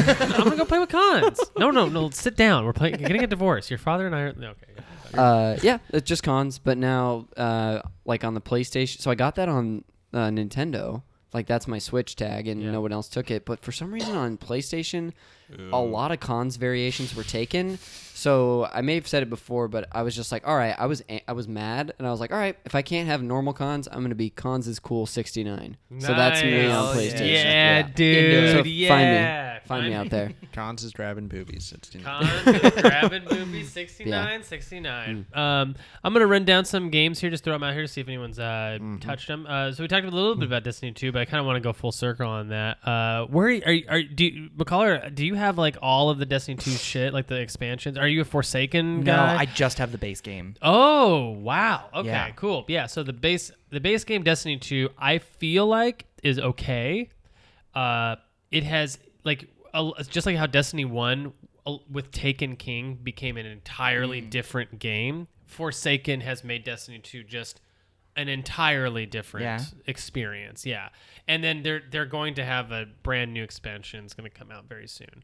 [SPEAKER 1] gonna go play with cons. No, no, no. Sit down. We're playing. Getting a divorce. Your father and I are. no, Okay.
[SPEAKER 5] uh, yeah, it's just cons. But now, uh, like on the PlayStation, so I got that on uh, Nintendo. Like that's my Switch tag, and
[SPEAKER 1] Yeah.
[SPEAKER 5] no one else took it. But for some reason on PlayStation, a lot of cons variations were taken. So I may have said it before, but I was just like, all right, I was a- I was mad, and I was like, all right, if I can't have normal cons, I'm gonna be cons is cool 69. So that's me
[SPEAKER 1] Nice.
[SPEAKER 5] on
[SPEAKER 6] Oh, yeah.
[SPEAKER 5] PlayStation.
[SPEAKER 1] Yeah,
[SPEAKER 5] So
[SPEAKER 1] dude.
[SPEAKER 5] find me,
[SPEAKER 1] yeah.
[SPEAKER 5] find me out there.
[SPEAKER 2] Cons is grabbing boobies. It's,
[SPEAKER 1] Cons of grabbing boobies 69 69
[SPEAKER 5] Mm.
[SPEAKER 1] um, i'm gonna run down some games here just throw them out here to see if anyone's uh,
[SPEAKER 5] Mm-hmm.
[SPEAKER 1] touched them uh, so we talked a little
[SPEAKER 5] Mm.
[SPEAKER 1] bit about destiny 2 but i kind of want to go full circle on that uh, where are you, are, you- are do you, McCullough, do you have like all of the destiny 2 shit like the expansions are you a forsaken
[SPEAKER 6] No,
[SPEAKER 1] guy
[SPEAKER 6] I just have the base game.
[SPEAKER 1] Oh wow! Okay,
[SPEAKER 6] Yeah.
[SPEAKER 1] cool. Yeah. So the base the base game Destiny Two, I feel like is okay. Uh, it has like a, just like how Destiny One uh, with Taken King became an entirely
[SPEAKER 6] Mm.
[SPEAKER 1] different game. Forsaken has made Destiny Two just an entirely different
[SPEAKER 6] Yeah.
[SPEAKER 1] experience. Yeah. And then they're they're going to have a brand new expansion. It's going to come out very soon.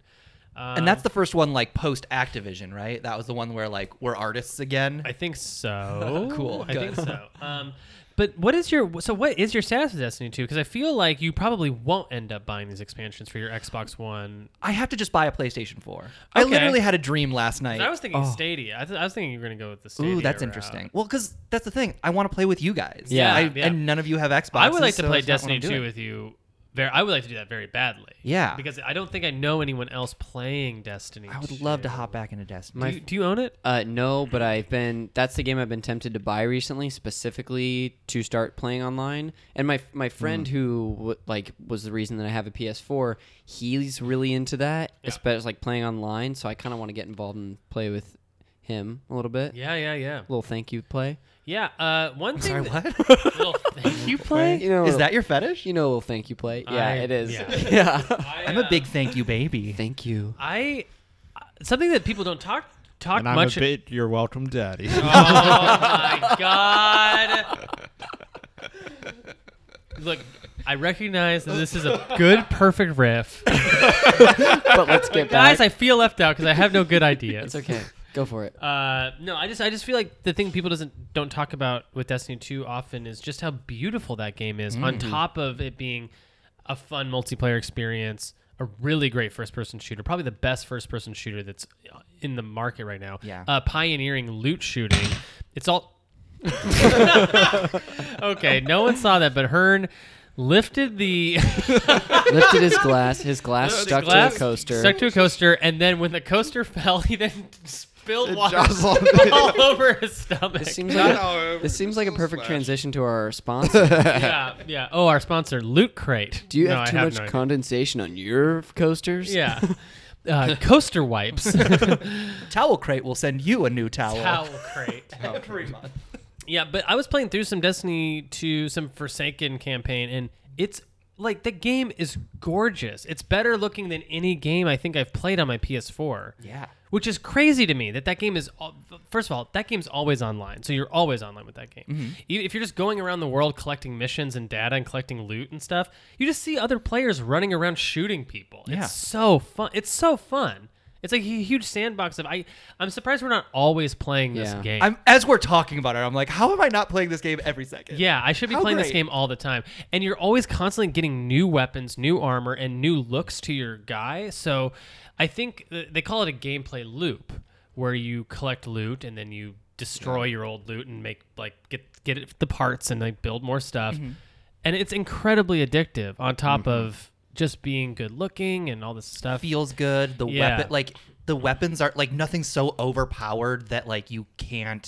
[SPEAKER 6] and that's the first one like post Activision, right? That was the one where like we're artists again.
[SPEAKER 1] I think so.
[SPEAKER 6] Cool,
[SPEAKER 1] I
[SPEAKER 6] good.
[SPEAKER 1] think so. Um, but what is your so what is your status with Destiny 2? Because I feel like you probably won't end up buying these expansions for your Xbox One.
[SPEAKER 6] I have to just buy a PlayStation 4. I
[SPEAKER 1] Okay.
[SPEAKER 6] literally had a dream last night.
[SPEAKER 1] I was thinking Stadia. I, th- I was thinking you were gonna go with the Stadia.
[SPEAKER 6] oh. Ooh, that's
[SPEAKER 1] route.
[SPEAKER 6] interesting. Well, because that's the thing. I want to play with you guys.
[SPEAKER 5] Yeah.
[SPEAKER 6] I,
[SPEAKER 1] uh, Yeah.
[SPEAKER 6] And none of you have Xbox.
[SPEAKER 1] I would like to play Destiny 2 with you. Very, I would like to do that very badly.
[SPEAKER 6] Yeah.
[SPEAKER 1] because I don't think I know anyone else playing Destiny.
[SPEAKER 6] I would love to
[SPEAKER 1] 2.
[SPEAKER 6] hop back into Destiny.
[SPEAKER 1] Do you, do you own it?
[SPEAKER 5] Uh, no, but I've been. That's the game I've been tempted to buy recently, specifically to start playing online. And my my friend
[SPEAKER 1] Hmm.
[SPEAKER 5] who w- like was the reason that I have a PS4. He's really into that, especially like playing online. So I kind of want to get involved and play with him a little bit.
[SPEAKER 1] Yeah, yeah, yeah,
[SPEAKER 5] little thank you play.
[SPEAKER 1] yeah. Uh, one thing.
[SPEAKER 6] Sorry,
[SPEAKER 1] that-
[SPEAKER 6] what?
[SPEAKER 1] Little thing-
[SPEAKER 6] you play?
[SPEAKER 5] You know,
[SPEAKER 6] Is that your fetish?
[SPEAKER 5] you know little thank you play? Yeah,
[SPEAKER 1] I-
[SPEAKER 5] it is.
[SPEAKER 1] yeah. I,
[SPEAKER 6] I'm a
[SPEAKER 1] uh,
[SPEAKER 6] big thank you baby.
[SPEAKER 5] thank you.
[SPEAKER 1] I something that people don't talk talk
[SPEAKER 2] and I'm
[SPEAKER 1] much
[SPEAKER 2] a bit. You're welcome, daddy.
[SPEAKER 1] Oh my god. Look, I recognize that this is a good, perfect riff.
[SPEAKER 5] But let's get back.
[SPEAKER 1] Guys, I feel left out because I have no good ideas.
[SPEAKER 5] it's okay. Go for it.
[SPEAKER 1] Uh, no, I just I just feel like the thing people doesn't don't talk about with Destiny 2 often is just how beautiful that game is. On
[SPEAKER 5] Mm-hmm.
[SPEAKER 1] top of it being a fun multiplayer experience, a really great first-person shooter, probably the best first-person shooter that's uh, in the market right now.
[SPEAKER 6] Yeah.
[SPEAKER 1] Uh, pioneering loot shooting. It's all Okay, no one saw that, but Hearn lifted the
[SPEAKER 5] Lifted his glass. His glass stuck
[SPEAKER 1] glass,
[SPEAKER 5] to a coaster.
[SPEAKER 1] Stuck to a coaster, and then when the coaster fell, he then spilled water
[SPEAKER 2] jostled
[SPEAKER 1] all over his stomach.
[SPEAKER 5] this seems like a, this seems like a perfect transition to our sponsor.
[SPEAKER 1] yeah, yeah. Oh, our sponsor, Loot Crate.
[SPEAKER 5] Do you
[SPEAKER 1] No, I
[SPEAKER 5] have too much
[SPEAKER 1] no idea.
[SPEAKER 5] condensation on your f- coasters?
[SPEAKER 1] Yeah. Uh, coaster wipes.
[SPEAKER 6] Towel Crate will send you a new towel.
[SPEAKER 1] Towel crate.
[SPEAKER 6] Every month.
[SPEAKER 1] Yeah, but I was playing through some Destiny 2, some Forsaken campaign, and it's like the game is gorgeous. It's better looking than any game I think I've played on my PS4.
[SPEAKER 6] Yeah.
[SPEAKER 1] Which is crazy to me that that game is, al- first of all, that game's always online. So you're always online with that game.
[SPEAKER 6] Mm-hmm.
[SPEAKER 1] E- If you're just going around the world collecting missions and data and collecting loot and stuff, you just see other players running around shooting people.
[SPEAKER 6] Yeah.
[SPEAKER 1] It's so fun. It's so fun. It's like a huge sandbox of I. I'm surprised we're not always playing this
[SPEAKER 5] Yeah.
[SPEAKER 1] game.
[SPEAKER 6] I'm as we're talking about it, I'm like, how am I not playing this game every second?
[SPEAKER 1] Yeah, I should be
[SPEAKER 6] How
[SPEAKER 1] playing this
[SPEAKER 6] great.
[SPEAKER 1] game all the time. And you're always constantly getting new weapons, new armor, and new looks to your guy. So I think th- they call it a gameplay loop where you collect loot and then you destroy your old loot and make like get get it, the parts and like build more stuff.
[SPEAKER 6] Mm-hmm.
[SPEAKER 1] And it's incredibly addictive on top of just being good looking and all this stuff.
[SPEAKER 6] feels good. The
[SPEAKER 1] Yeah.
[SPEAKER 6] weapon, like the weapons are like nothing's so overpowered that like you can't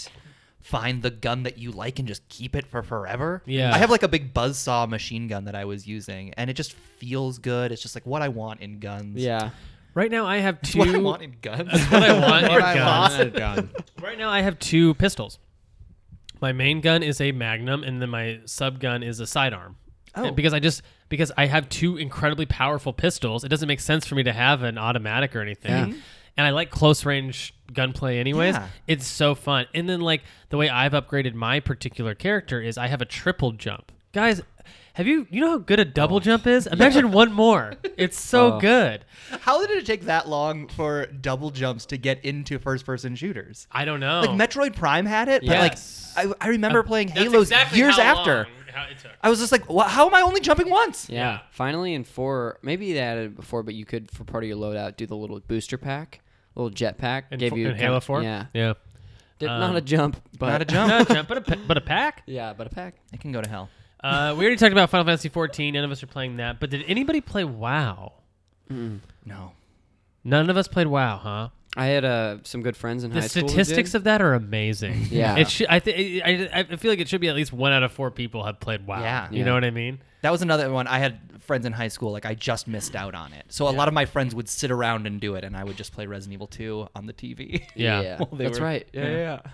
[SPEAKER 6] find the gun that you like and just keep it for forever.
[SPEAKER 1] Yeah.
[SPEAKER 6] I have like a big buzzsaw machine gun that I was using, and it just feels good. It's just like what I want in guns.
[SPEAKER 5] Yeah.
[SPEAKER 1] Right now I have two
[SPEAKER 6] What I want in guns.
[SPEAKER 1] what I want in
[SPEAKER 2] What I
[SPEAKER 1] guns.
[SPEAKER 2] want is a gun.
[SPEAKER 1] Right now, I have two pistols. My main gun is a Magnum, and then my sub gun is a sidearm.
[SPEAKER 6] Oh.
[SPEAKER 1] Because I just because I have two incredibly powerful pistols, it doesn't make sense for me to have an automatic or anything. And I like close range gunplay, anyways.
[SPEAKER 6] Yeah.
[SPEAKER 1] It's so fun. And then like the way I've upgraded my particular character is I have a triple jump, guys. Have you you know how good a double jump is? Imagine one more. It's so
[SPEAKER 5] Oh.
[SPEAKER 1] good.
[SPEAKER 6] How did it take that long for double jumps to get into first person shooters?
[SPEAKER 1] I don't know.
[SPEAKER 6] Like Metroid Prime had it, but
[SPEAKER 1] Oh. Yes. Uh,
[SPEAKER 6] like I, I remember playing
[SPEAKER 1] That's
[SPEAKER 6] Halo
[SPEAKER 1] exactly
[SPEAKER 6] years
[SPEAKER 1] how
[SPEAKER 6] after.
[SPEAKER 1] long- how it took.
[SPEAKER 6] I was just like, "Wha- how am I only jumping once?
[SPEAKER 5] Yeah. Finally, in four, maybe they added it before, but you could for part of your loadout do the little booster pack, little jet pack.
[SPEAKER 1] In,
[SPEAKER 5] gave
[SPEAKER 1] fo-
[SPEAKER 5] you
[SPEAKER 1] in
[SPEAKER 5] kind
[SPEAKER 1] Halo
[SPEAKER 5] of-
[SPEAKER 1] Four.
[SPEAKER 5] Yeah.
[SPEAKER 1] yeah.
[SPEAKER 5] Did- not a jump, but
[SPEAKER 6] Not a jump.
[SPEAKER 1] No, jump, but a pa- but a pack.
[SPEAKER 5] yeah, but a pack.
[SPEAKER 6] It can go to hell.
[SPEAKER 1] Uh, we already talked about Final Fantasy 14. None of us are playing that. But did anybody play WoW?
[SPEAKER 6] No.
[SPEAKER 1] None of us played WoW, huh?
[SPEAKER 5] I had uh, some good friends in
[SPEAKER 1] The
[SPEAKER 5] high school.
[SPEAKER 1] statistics of that are amazing.
[SPEAKER 5] Yeah.
[SPEAKER 1] it should. I think I I feel like it should be at least one out of four people have played WoW.
[SPEAKER 6] Yeah.
[SPEAKER 1] you
[SPEAKER 5] Yeah.
[SPEAKER 1] know what I mean.
[SPEAKER 6] That was another one. I had friends in high school, like I just missed out on it. So a lot of my friends would sit around and do it, and I would just play Resident Evil 2 on the TV.
[SPEAKER 1] Yeah.
[SPEAKER 6] Well, they
[SPEAKER 5] that's
[SPEAKER 6] were-
[SPEAKER 5] right. Yeah, yeah.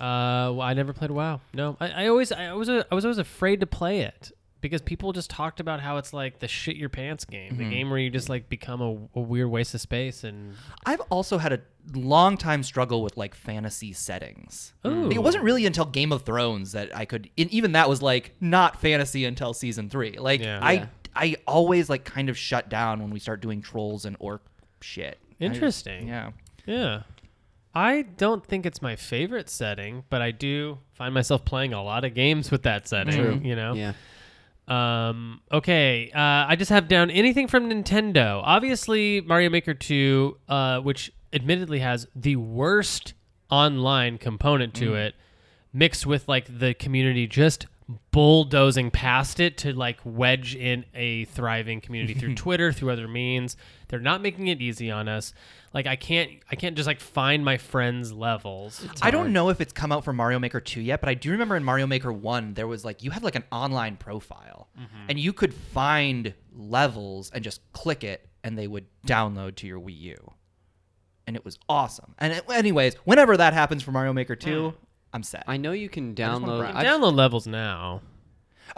[SPEAKER 1] Uh, well, I never played WoW. No, I, I always I always I was always afraid to play it because people just talked about how it's like the shit your pants game, the game where you just like become a, a weird waste of space and
[SPEAKER 6] I've also had a long time struggle with like fantasy settings.
[SPEAKER 1] Ooh.
[SPEAKER 6] It wasn't really until Game of Thrones that I could, and even that was like not fantasy until season three. Like
[SPEAKER 1] Yeah.
[SPEAKER 6] I,
[SPEAKER 5] Yeah.
[SPEAKER 6] I always like kind of shut down when we start doing trolls and orc shit. I-
[SPEAKER 1] Interesting.
[SPEAKER 6] yeah.
[SPEAKER 1] yeah. I don't think it's my favorite setting, but I do find myself playing a lot of games with that setting. You know.
[SPEAKER 5] Yeah.
[SPEAKER 1] Um, okay, uh, I just have down anything from Nintendo. Obviously, Mario Maker 2, uh, which admittedly has the worst online component to it, mixed with like the community just bulldozing past it to like wedge in a thriving community through Twitter, through other means. They're not making it easy on us. Like I can't I can't just like find my friends levels.
[SPEAKER 6] I don't know if it's come out for Mario Maker 2 yet, but I do remember in Mario Maker 1, there was like, you had like an online profile and you could find levels and just click it and they would download to your Wii U. And it was awesome. And it- anyways, whenever that happens for Mario Maker 2, I'm set.
[SPEAKER 5] I know you can download.
[SPEAKER 1] I download levels now.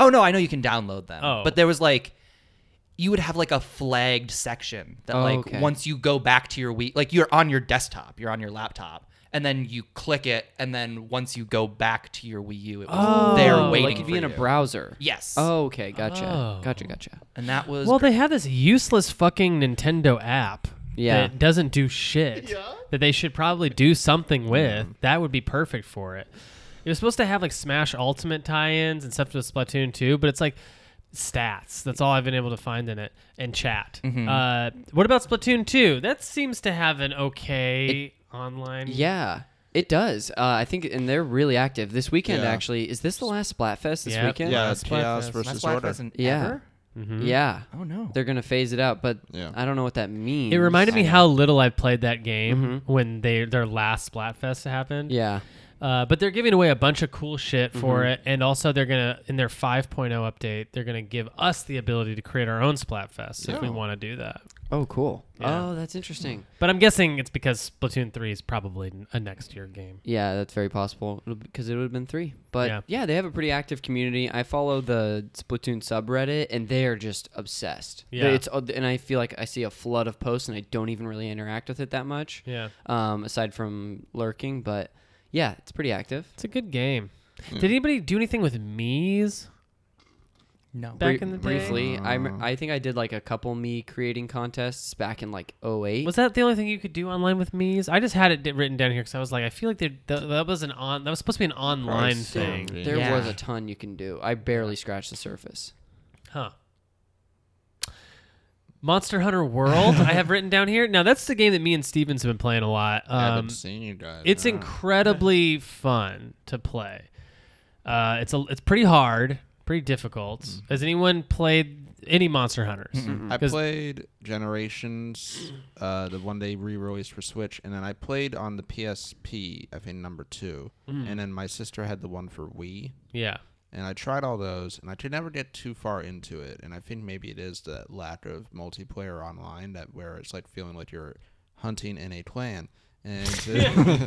[SPEAKER 6] oh, no, I know you can download them.
[SPEAKER 1] Oh.
[SPEAKER 6] But there was like, you would have like a flagged section that
[SPEAKER 5] Oh,
[SPEAKER 6] like
[SPEAKER 5] okay.
[SPEAKER 6] once you go back to your Wii, like you're on your desktop, you're on your laptop. And then you click it, and then once you go back to your Wii U, it was there
[SPEAKER 5] Oh,
[SPEAKER 6] waiting
[SPEAKER 5] like if
[SPEAKER 6] for
[SPEAKER 5] you're in a
[SPEAKER 6] you.
[SPEAKER 5] browser.
[SPEAKER 6] Yes.
[SPEAKER 5] Oh, okay, gotcha,
[SPEAKER 1] Oh.
[SPEAKER 5] gotcha, gotcha.
[SPEAKER 6] And that was
[SPEAKER 1] Well, they have this useless fucking Nintendo app
[SPEAKER 5] Yeah.
[SPEAKER 1] that doesn't do shit that they should probably do something with. That would be perfect for it. It was supposed to have like Smash Ultimate tie-ins and stuff to Splatoon 2, but it's like stats. That's all I've been able to find in it and chat. Uh, what about Splatoon 2? That seems to have an okay online.
[SPEAKER 5] Yeah, it does. Uh, I think, and they're really active this weekend.
[SPEAKER 2] Yeah.
[SPEAKER 5] Actually, is this the last Splatfest this
[SPEAKER 1] Yep.
[SPEAKER 5] weekend?
[SPEAKER 2] Yeah,
[SPEAKER 1] Last
[SPEAKER 2] it's
[SPEAKER 1] Splatfest.
[SPEAKER 2] chaos
[SPEAKER 6] Last
[SPEAKER 2] versus
[SPEAKER 6] Black
[SPEAKER 2] order.
[SPEAKER 6] Fest in
[SPEAKER 5] Yeah.
[SPEAKER 6] ever?
[SPEAKER 5] Yeah.
[SPEAKER 6] Oh no.
[SPEAKER 5] They're gonna phase it out, but
[SPEAKER 2] Yeah.
[SPEAKER 5] I don't know what that means.
[SPEAKER 1] It reminded me how little I played that game when they their last Splatfest happened.
[SPEAKER 5] Yeah.
[SPEAKER 1] Uh, but they're giving away a bunch of cool shit for
[SPEAKER 5] Mm-hmm.
[SPEAKER 1] it, and also they're gonna in their 5.0 update, they're gonna give us the ability to create our own Splatfest if we want to do that.
[SPEAKER 5] Oh, cool. Oh, that's interesting.
[SPEAKER 1] But I'm guessing it's because Splatoon 3 is probably n- a next year game.
[SPEAKER 5] Yeah, that's very possible because it would have been three. But
[SPEAKER 1] Yeah.
[SPEAKER 5] yeah. they have a pretty active community. I follow the Splatoon subreddit, and they are just obsessed.
[SPEAKER 1] Yeah.
[SPEAKER 5] It's uh, and I feel like I see a flood of posts, and I don't even really interact with it that much.
[SPEAKER 1] Yeah,
[SPEAKER 5] Um, aside from lurking, but yeah, it's pretty active.
[SPEAKER 1] it's a good game.
[SPEAKER 5] Hmm.
[SPEAKER 1] Did anybody do anything with Mii's
[SPEAKER 6] No.
[SPEAKER 1] back
[SPEAKER 5] Bri-
[SPEAKER 1] in the day?
[SPEAKER 5] briefly, I rem- I think I did like a couple me creating contests back in like 08.
[SPEAKER 1] Was that the only thing you could do online with Mii's? I just had it d- written down here because I was like, I feel like they- th- that was an on that was supposed to be an online thing,
[SPEAKER 2] something.
[SPEAKER 5] there
[SPEAKER 6] Yeah.
[SPEAKER 5] was a ton you can do. I barely scratched the surface.
[SPEAKER 1] huh? Monster Hunter World, I have written down here. Now that's the game that me and Steven's have been playing a lot.
[SPEAKER 2] I
[SPEAKER 1] Um,
[SPEAKER 2] haven't seen you guys.
[SPEAKER 1] it's
[SPEAKER 2] Yeah.
[SPEAKER 1] incredibly fun to play. Uh, it's a, it's pretty hard, pretty difficult. Has anyone played any Monster Hunters?
[SPEAKER 2] I
[SPEAKER 1] 'Cause-
[SPEAKER 2] played Generations, uh, the one they re-released for Switch, and then I played on the PSP, I think number two, and then my sister had the one for Wii,
[SPEAKER 1] Yeah.
[SPEAKER 2] and I tried all those, and I could never get too far into it, and I think maybe it is the lack of multiplayer online that where it's like feeling like you're hunting in a clan, and uh,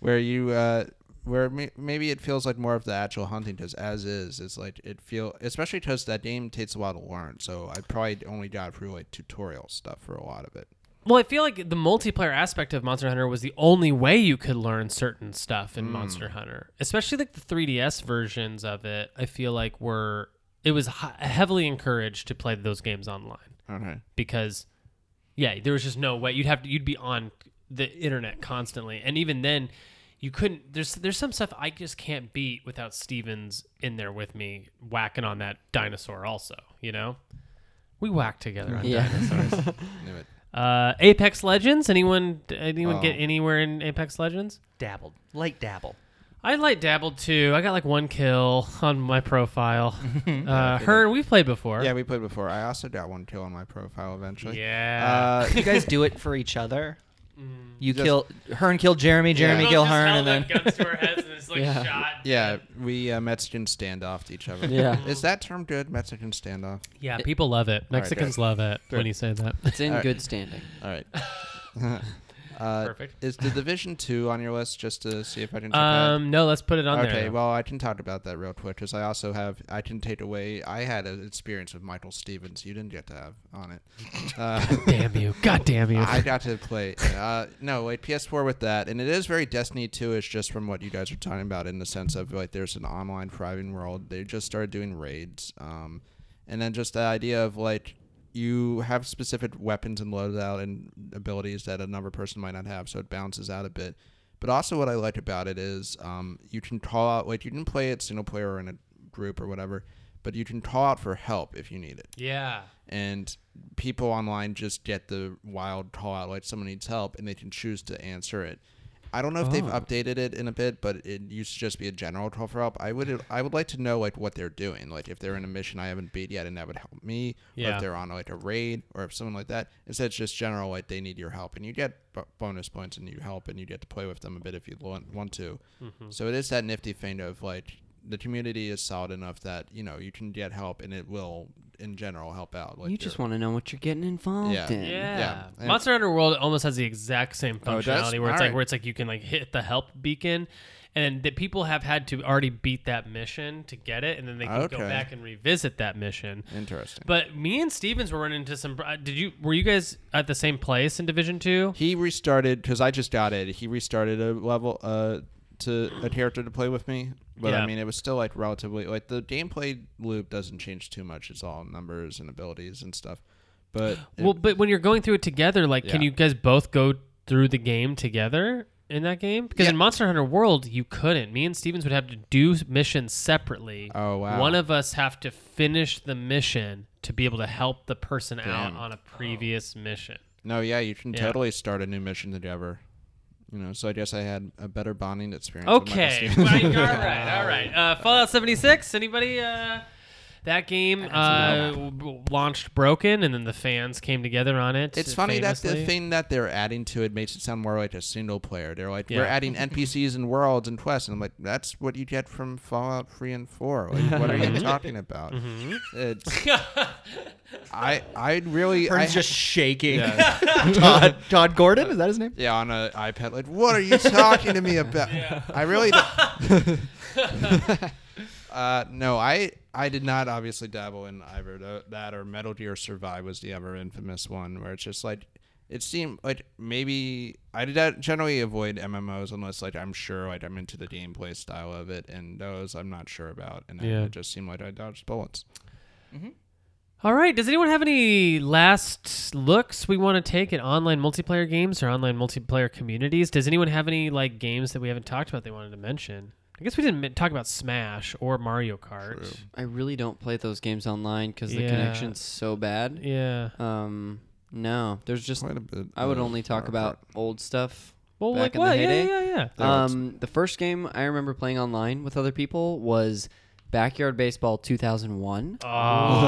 [SPEAKER 2] where you. Uh, where may- maybe it feels like more of the actual hunting because as is it's like it feel especially because that game takes a while to learn so i probably only got through like tutorial stuff for a lot of it
[SPEAKER 1] Well, I feel like the multiplayer aspect of Monster Hunter was the only way you could learn certain stuff in Monster Hunter, especially like the 3DS versions of it. I feel like were it was hi- heavily encouraged to play those games online
[SPEAKER 2] Okay.
[SPEAKER 1] because yeah, there was just no way you'd have to you'd be on the internet constantly, and even then, you couldn't. There's there's some stuff I just can't beat without Stevens in there with me whacking on that dinosaur. Also, you know, we whack together. on
[SPEAKER 5] Yeah.
[SPEAKER 2] Knew it.
[SPEAKER 1] Uh, Apex Legends. Anyone anyone get
[SPEAKER 2] Oh.
[SPEAKER 1] anywhere in Apex Legends?
[SPEAKER 6] Dabbled, light dabble.
[SPEAKER 1] I like dabbled too. I got like one kill on my profile. uh, her we played before.
[SPEAKER 2] Yeah, we played before. I also got one kill on my profile eventually.
[SPEAKER 1] Yeah.
[SPEAKER 2] Uh,
[SPEAKER 6] You guys do it for each other. You
[SPEAKER 2] Mm. Just-
[SPEAKER 6] kill Hearn, kill Jeremy, Jeremy
[SPEAKER 2] Yeah.
[SPEAKER 6] kill Uh, Hearn, and then
[SPEAKER 1] guns to our heads and it's like
[SPEAKER 5] Yeah.
[SPEAKER 1] shot.
[SPEAKER 2] yeah, we uh, Mexican standoff to each other.
[SPEAKER 5] Yeah.
[SPEAKER 2] Is that term good? Mexican standoff.
[SPEAKER 1] Yeah, people love it. Mexicans love it when you say that.
[SPEAKER 5] It's in good standing.
[SPEAKER 2] All right. uh,
[SPEAKER 1] Perfect.
[SPEAKER 2] Is the Division Two on your list just to see if I can? check that?
[SPEAKER 1] Um, no, let's put it on there.
[SPEAKER 2] okay,
[SPEAKER 1] though.
[SPEAKER 2] well, I can talk about that real quick because I also have, I can take away, I had an experience with Michael Stevens you didn't get to have on it. Uh,
[SPEAKER 1] damn you! God damn you!
[SPEAKER 2] I got to play, uh, no, like PS4 with that. And it is very Destiny 2 ish just from what you guys are talking about in the sense of like there's an online thriving world. They just started doing raids. Um, and then just the idea of like, you have specific weapons and loadout and abilities that another person might not have, so it balances out a bit. But also, what I like about it is um, you can call out, like, you can play it single player or in a group or whatever, but you can call out for help if you need it.
[SPEAKER 1] yeah.
[SPEAKER 2] And people online just get the wild call out, like, someone needs help, and they can choose to answer it. I don't know if they've updated it in a bit, but it used to just be a general call for help. I would I would like to know like what they're doing, like if they're in a mission I haven't beat yet, and that would help me. Or
[SPEAKER 1] Yeah.
[SPEAKER 2] if they're on like a raid, or if someone like that. Instead, it's just general like they need your help, and you get b- bonus points, and you help, and you get to play with them a bit if you want want to. So it is that nifty thing of like the community is solid enough that you know you can get help, and it will in general help out. Like
[SPEAKER 5] You just
[SPEAKER 2] they're-
[SPEAKER 5] want to know what you're getting involved
[SPEAKER 2] Yeah.
[SPEAKER 5] in.
[SPEAKER 1] Yeah.
[SPEAKER 2] And-
[SPEAKER 1] Monster Hunter World almost has the exact same
[SPEAKER 2] Oh, it does?
[SPEAKER 1] functionality where it's like
[SPEAKER 2] Alright.
[SPEAKER 1] where it's like you can like hit the help beacon and that people have had to already beat that mission to get it and then they can go
[SPEAKER 2] Okay.
[SPEAKER 1] back and revisit that mission.
[SPEAKER 2] interesting.
[SPEAKER 1] But me and Stevens were running into some uh, did you were you guys at the same place in Division 2?
[SPEAKER 2] He restarted because I just got it. He restarted a level uh to a character to play with me, but
[SPEAKER 1] Yeah.
[SPEAKER 2] I mean it was still like relatively like the gameplay loop doesn't change too much. It's all numbers and abilities and stuff. But it-
[SPEAKER 1] Well, but when you're going through it together, like can
[SPEAKER 2] Yeah.
[SPEAKER 1] you guys both go through the game together? In that game, because in Monster Hunter World you couldn't. Me and Stevens would have to do missions separately.
[SPEAKER 2] Oh, wow.
[SPEAKER 1] One of us have to finish the mission to be able to help the person out on a previous mission.
[SPEAKER 2] no, yeah, you can
[SPEAKER 1] Yeah.
[SPEAKER 2] totally start a new mission together. You know, so I guess I had a better bonding experience. with Michael
[SPEAKER 1] Okay,
[SPEAKER 2] Stevens.
[SPEAKER 1] Right, all right, all right. Uh, Fallout 76. Anybody? Uh, that game uh, w- launched broken, and then the fans came together on it.
[SPEAKER 2] It's funny that
[SPEAKER 1] famously.
[SPEAKER 2] the thing that they're adding to it makes it sound more like a single player. They're like, we're
[SPEAKER 1] Yeah.
[SPEAKER 2] adding NPCs and worlds and quests, and I'm like, that's what you get from Fallout 3 and 4. Like, what are you
[SPEAKER 1] Mm-hmm.
[SPEAKER 2] talking about? It's- I I really I
[SPEAKER 6] Hearn's
[SPEAKER 2] ha-
[SPEAKER 6] just shaking. Todd, Todd Gordon, is that his name?
[SPEAKER 2] yeah on an iPad. Like, what are you talking to me about? I really. don't- uh, no, I I did not obviously dabble in either tho- that or Metal Gear Survive was the ever infamous one where it's just like it seemed like maybe I did not generally avoid MMOs unless like I'm sure like I'm into the gameplay style of it and those I'm not sure about and I-
[SPEAKER 1] Yeah.
[SPEAKER 2] it just seemed like I dodged bullets.
[SPEAKER 1] All right. Does anyone have any last looks we want to take at online multiplayer games or online multiplayer communities? Does anyone have any like games that we haven't talked about they wanted to mention? I guess we didn't men- talk about Smash or Mario Kart.
[SPEAKER 5] I really don't play those games online because the
[SPEAKER 1] Yeah.
[SPEAKER 5] connection's so bad.
[SPEAKER 1] Yeah.
[SPEAKER 5] Um, no, there's just
[SPEAKER 2] Quite a bit.
[SPEAKER 5] I would
[SPEAKER 2] of
[SPEAKER 5] only talk
[SPEAKER 2] Mario
[SPEAKER 5] about
[SPEAKER 2] Kart.
[SPEAKER 5] old stuff.
[SPEAKER 1] Well,
[SPEAKER 5] back
[SPEAKER 1] like
[SPEAKER 5] in
[SPEAKER 1] what?
[SPEAKER 5] The
[SPEAKER 1] Yeah,
[SPEAKER 5] heyday.
[SPEAKER 1] yeah, yeah.
[SPEAKER 2] Yeah, it's-
[SPEAKER 5] Um, the first game I remember playing online with other people was Backyard Baseball 2001.
[SPEAKER 1] Oh.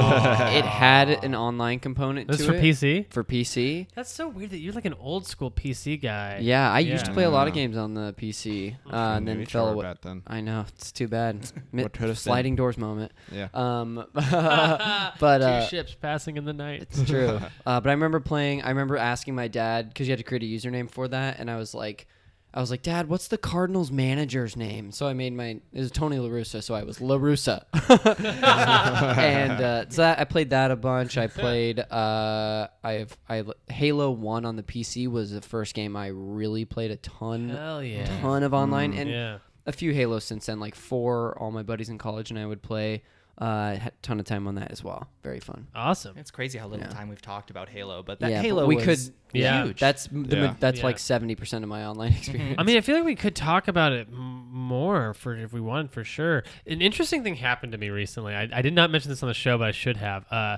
[SPEAKER 5] it had an online component
[SPEAKER 1] This
[SPEAKER 5] to
[SPEAKER 1] for
[SPEAKER 5] it
[SPEAKER 1] PC.
[SPEAKER 5] for PC.
[SPEAKER 1] That's so weird that you're like an old school PC guy.
[SPEAKER 5] Yeah, I used to
[SPEAKER 1] Yeah.
[SPEAKER 5] play a lot of games on the PC, uh, and
[SPEAKER 2] Maybe
[SPEAKER 5] then
[SPEAKER 2] sure
[SPEAKER 5] fell. away.
[SPEAKER 2] about then.
[SPEAKER 5] I know it's too bad. Mi-
[SPEAKER 2] What could have been.
[SPEAKER 5] sliding doors moment.
[SPEAKER 2] Yeah.
[SPEAKER 5] Um, but
[SPEAKER 1] Two
[SPEAKER 5] uh,
[SPEAKER 1] ships passing in the night.
[SPEAKER 5] It's true. uh, but I remember playing. I remember asking my dad because you had to create a username for that, and I was like, I was like, Dad, what's the Cardinals manager's name? So I made my it was Tony Larusa, so I was Larusa. and uh, so that, I played that a bunch. I played. Uh, I've I Halo One on the PC was the first game I really played a ton,
[SPEAKER 1] Hell yeah.
[SPEAKER 5] ton of online, and
[SPEAKER 1] Yeah.
[SPEAKER 5] a few Halos since then, like four. All my buddies in college and I would play. Uh, had a ton of time on that as well. Very fun.
[SPEAKER 1] Awesome.
[SPEAKER 6] It's crazy how little
[SPEAKER 5] Yeah.
[SPEAKER 6] time we've talked about Halo, but that
[SPEAKER 5] Yeah, but
[SPEAKER 6] Halo
[SPEAKER 5] we
[SPEAKER 6] was
[SPEAKER 5] could-
[SPEAKER 1] Yeah.
[SPEAKER 6] huge.
[SPEAKER 5] That's m- the, ma-
[SPEAKER 2] Yeah.
[SPEAKER 5] that's
[SPEAKER 1] Yeah.
[SPEAKER 5] like seventy percent of my online experience.
[SPEAKER 1] I mean, I feel like we could talk about it m- more for if we want, for sure. An interesting thing happened to me recently. I, I did not mention this on the show, but I should have. Uh,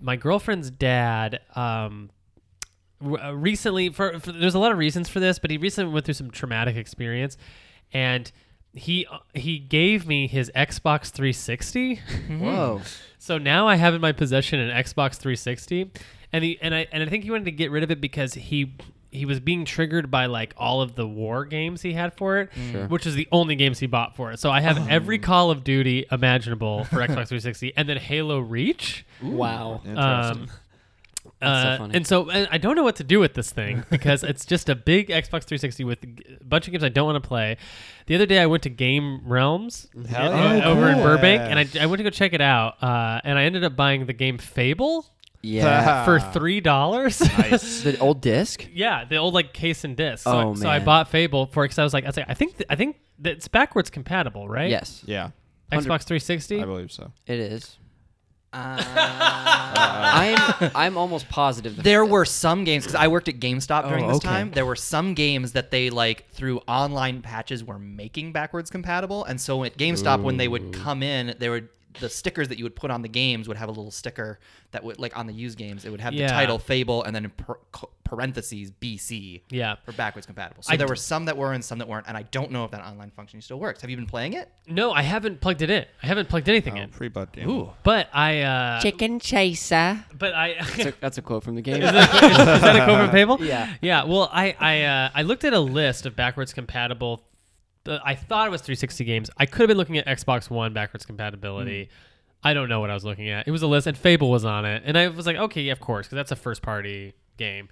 [SPEAKER 1] my girlfriend's dad um, w- uh, recently, for, for there's a lot of reasons for this, but he recently went through some traumatic experience, and he uh, he gave me his Xbox 360.
[SPEAKER 5] Whoa.
[SPEAKER 1] So now I have in my possession an Xbox 360, and he and I and I think he wanted to get rid of it because he he was being triggered by like all of the war games he had for it, which is the only games he bought for it. So I have every Call of Duty imaginable for Xbox 360, and then Halo Reach.
[SPEAKER 5] Wow.
[SPEAKER 1] Um,
[SPEAKER 5] That's so
[SPEAKER 1] uh,
[SPEAKER 5] funny.
[SPEAKER 1] and so and I don't know what to do with this thing because it's just a big Xbox 360 with a bunch of games I don't want to play. The other day I went to Game Realms and-
[SPEAKER 2] yeah.
[SPEAKER 1] uh, over in
[SPEAKER 3] cool.
[SPEAKER 1] Burbank, and I, I went to go check it out, uh, and I ended up buying the game Fable
[SPEAKER 5] Yeah.
[SPEAKER 1] for three dollars.
[SPEAKER 5] the old disc.
[SPEAKER 1] yeah, the old like case and disc. So,
[SPEAKER 5] Oh,
[SPEAKER 1] I, so I
[SPEAKER 5] man.
[SPEAKER 1] bought Fable for because I was like, I was like, I think th- I think that it's backwards compatible, right?
[SPEAKER 5] Yes,
[SPEAKER 2] Yeah,
[SPEAKER 1] Xbox 360.
[SPEAKER 5] uh,
[SPEAKER 2] I believe so.
[SPEAKER 5] it is.
[SPEAKER 6] Uh,
[SPEAKER 5] I'm I'm almost positive. that-
[SPEAKER 6] There were some games because I worked at GameStop during
[SPEAKER 5] Oh,
[SPEAKER 6] this
[SPEAKER 5] okay.
[SPEAKER 6] time. There were some games that they like through online patches were making backwards compatible, and so at GameStop when they would come in, they would the stickers that you would put on the games would have a little sticker that would like on the used games it would have
[SPEAKER 1] Yeah.
[SPEAKER 6] the title Fable and then in par- co- parentheses BC
[SPEAKER 1] Yeah.
[SPEAKER 6] for backwards compatible. So
[SPEAKER 1] I
[SPEAKER 6] there
[SPEAKER 1] d-
[SPEAKER 6] were some that were and some that weren't, and I don't know if that online function still works. Have you been playing it?
[SPEAKER 1] No, I haven't plugged it in. I haven't plugged anything in.
[SPEAKER 2] Free blood game. Ooh,
[SPEAKER 1] But I uh,
[SPEAKER 5] Chicken Chaser.
[SPEAKER 1] but I
[SPEAKER 5] That's a, that's a quote from the game.
[SPEAKER 1] is that a quote from Fable?
[SPEAKER 5] Yeah.
[SPEAKER 1] Yeah. Well, I I uh, I looked at a list of backwards compatible. Uh, I thought it was 360 games. I could have been looking at Xbox One backwards compatibility. I don't know what I was looking at. It was a list, and Fable was on it, and I was like, okay, yeah, of course, because that's a first party game.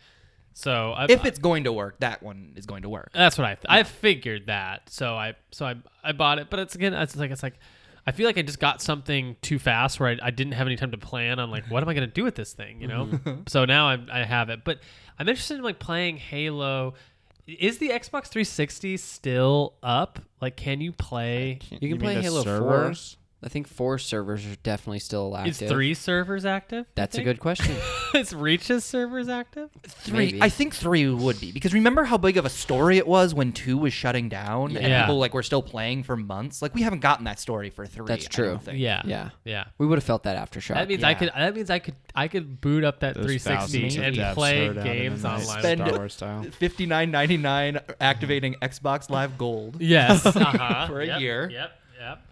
[SPEAKER 1] So I,
[SPEAKER 6] If it's going to work, that one is going to work.
[SPEAKER 1] that's what I I figured that. So I so I I bought it, but it's again it's like it's like I feel like I just got something too fast where I, I didn't have any time to plan on like what am I gonna do with this thing, you know?
[SPEAKER 5] Mm-hmm.
[SPEAKER 1] so now I I have it, but I'm interested in like playing Halo. Is the Xbox 360 still up? Like, can you play?
[SPEAKER 5] You can
[SPEAKER 2] mean
[SPEAKER 5] play
[SPEAKER 2] the
[SPEAKER 5] Halo
[SPEAKER 2] servers?
[SPEAKER 5] Four. I think four servers are definitely still active.
[SPEAKER 1] Is three servers active? you
[SPEAKER 5] That's a
[SPEAKER 1] think?
[SPEAKER 5] good question.
[SPEAKER 1] Is Reach's servers active?
[SPEAKER 6] Three,
[SPEAKER 5] Maybe.
[SPEAKER 6] I think three would be because remember how big of a story it was when two was shutting down and
[SPEAKER 1] Yeah.
[SPEAKER 6] people like were still playing for months. Like we haven't gotten that story for three.
[SPEAKER 5] That's
[SPEAKER 6] I
[SPEAKER 5] true.
[SPEAKER 6] don't think.
[SPEAKER 1] Yeah.
[SPEAKER 5] Yeah. Uh,
[SPEAKER 1] Yeah.
[SPEAKER 5] we would have felt that aftershock.
[SPEAKER 1] That means I could. That means I could. I could boot up that
[SPEAKER 2] Those
[SPEAKER 1] 360
[SPEAKER 2] thousands of
[SPEAKER 1] and
[SPEAKER 2] devs
[SPEAKER 1] play
[SPEAKER 2] heard out in the
[SPEAKER 1] games
[SPEAKER 2] night.
[SPEAKER 1] online.
[SPEAKER 6] Spend-
[SPEAKER 2] Star Wars style.
[SPEAKER 6] Fifty nine ninety nine activating Xbox Live Gold.
[SPEAKER 1] Yes. uh-huh.
[SPEAKER 6] For a
[SPEAKER 1] Yep,
[SPEAKER 6] year.
[SPEAKER 1] Yep. Yep.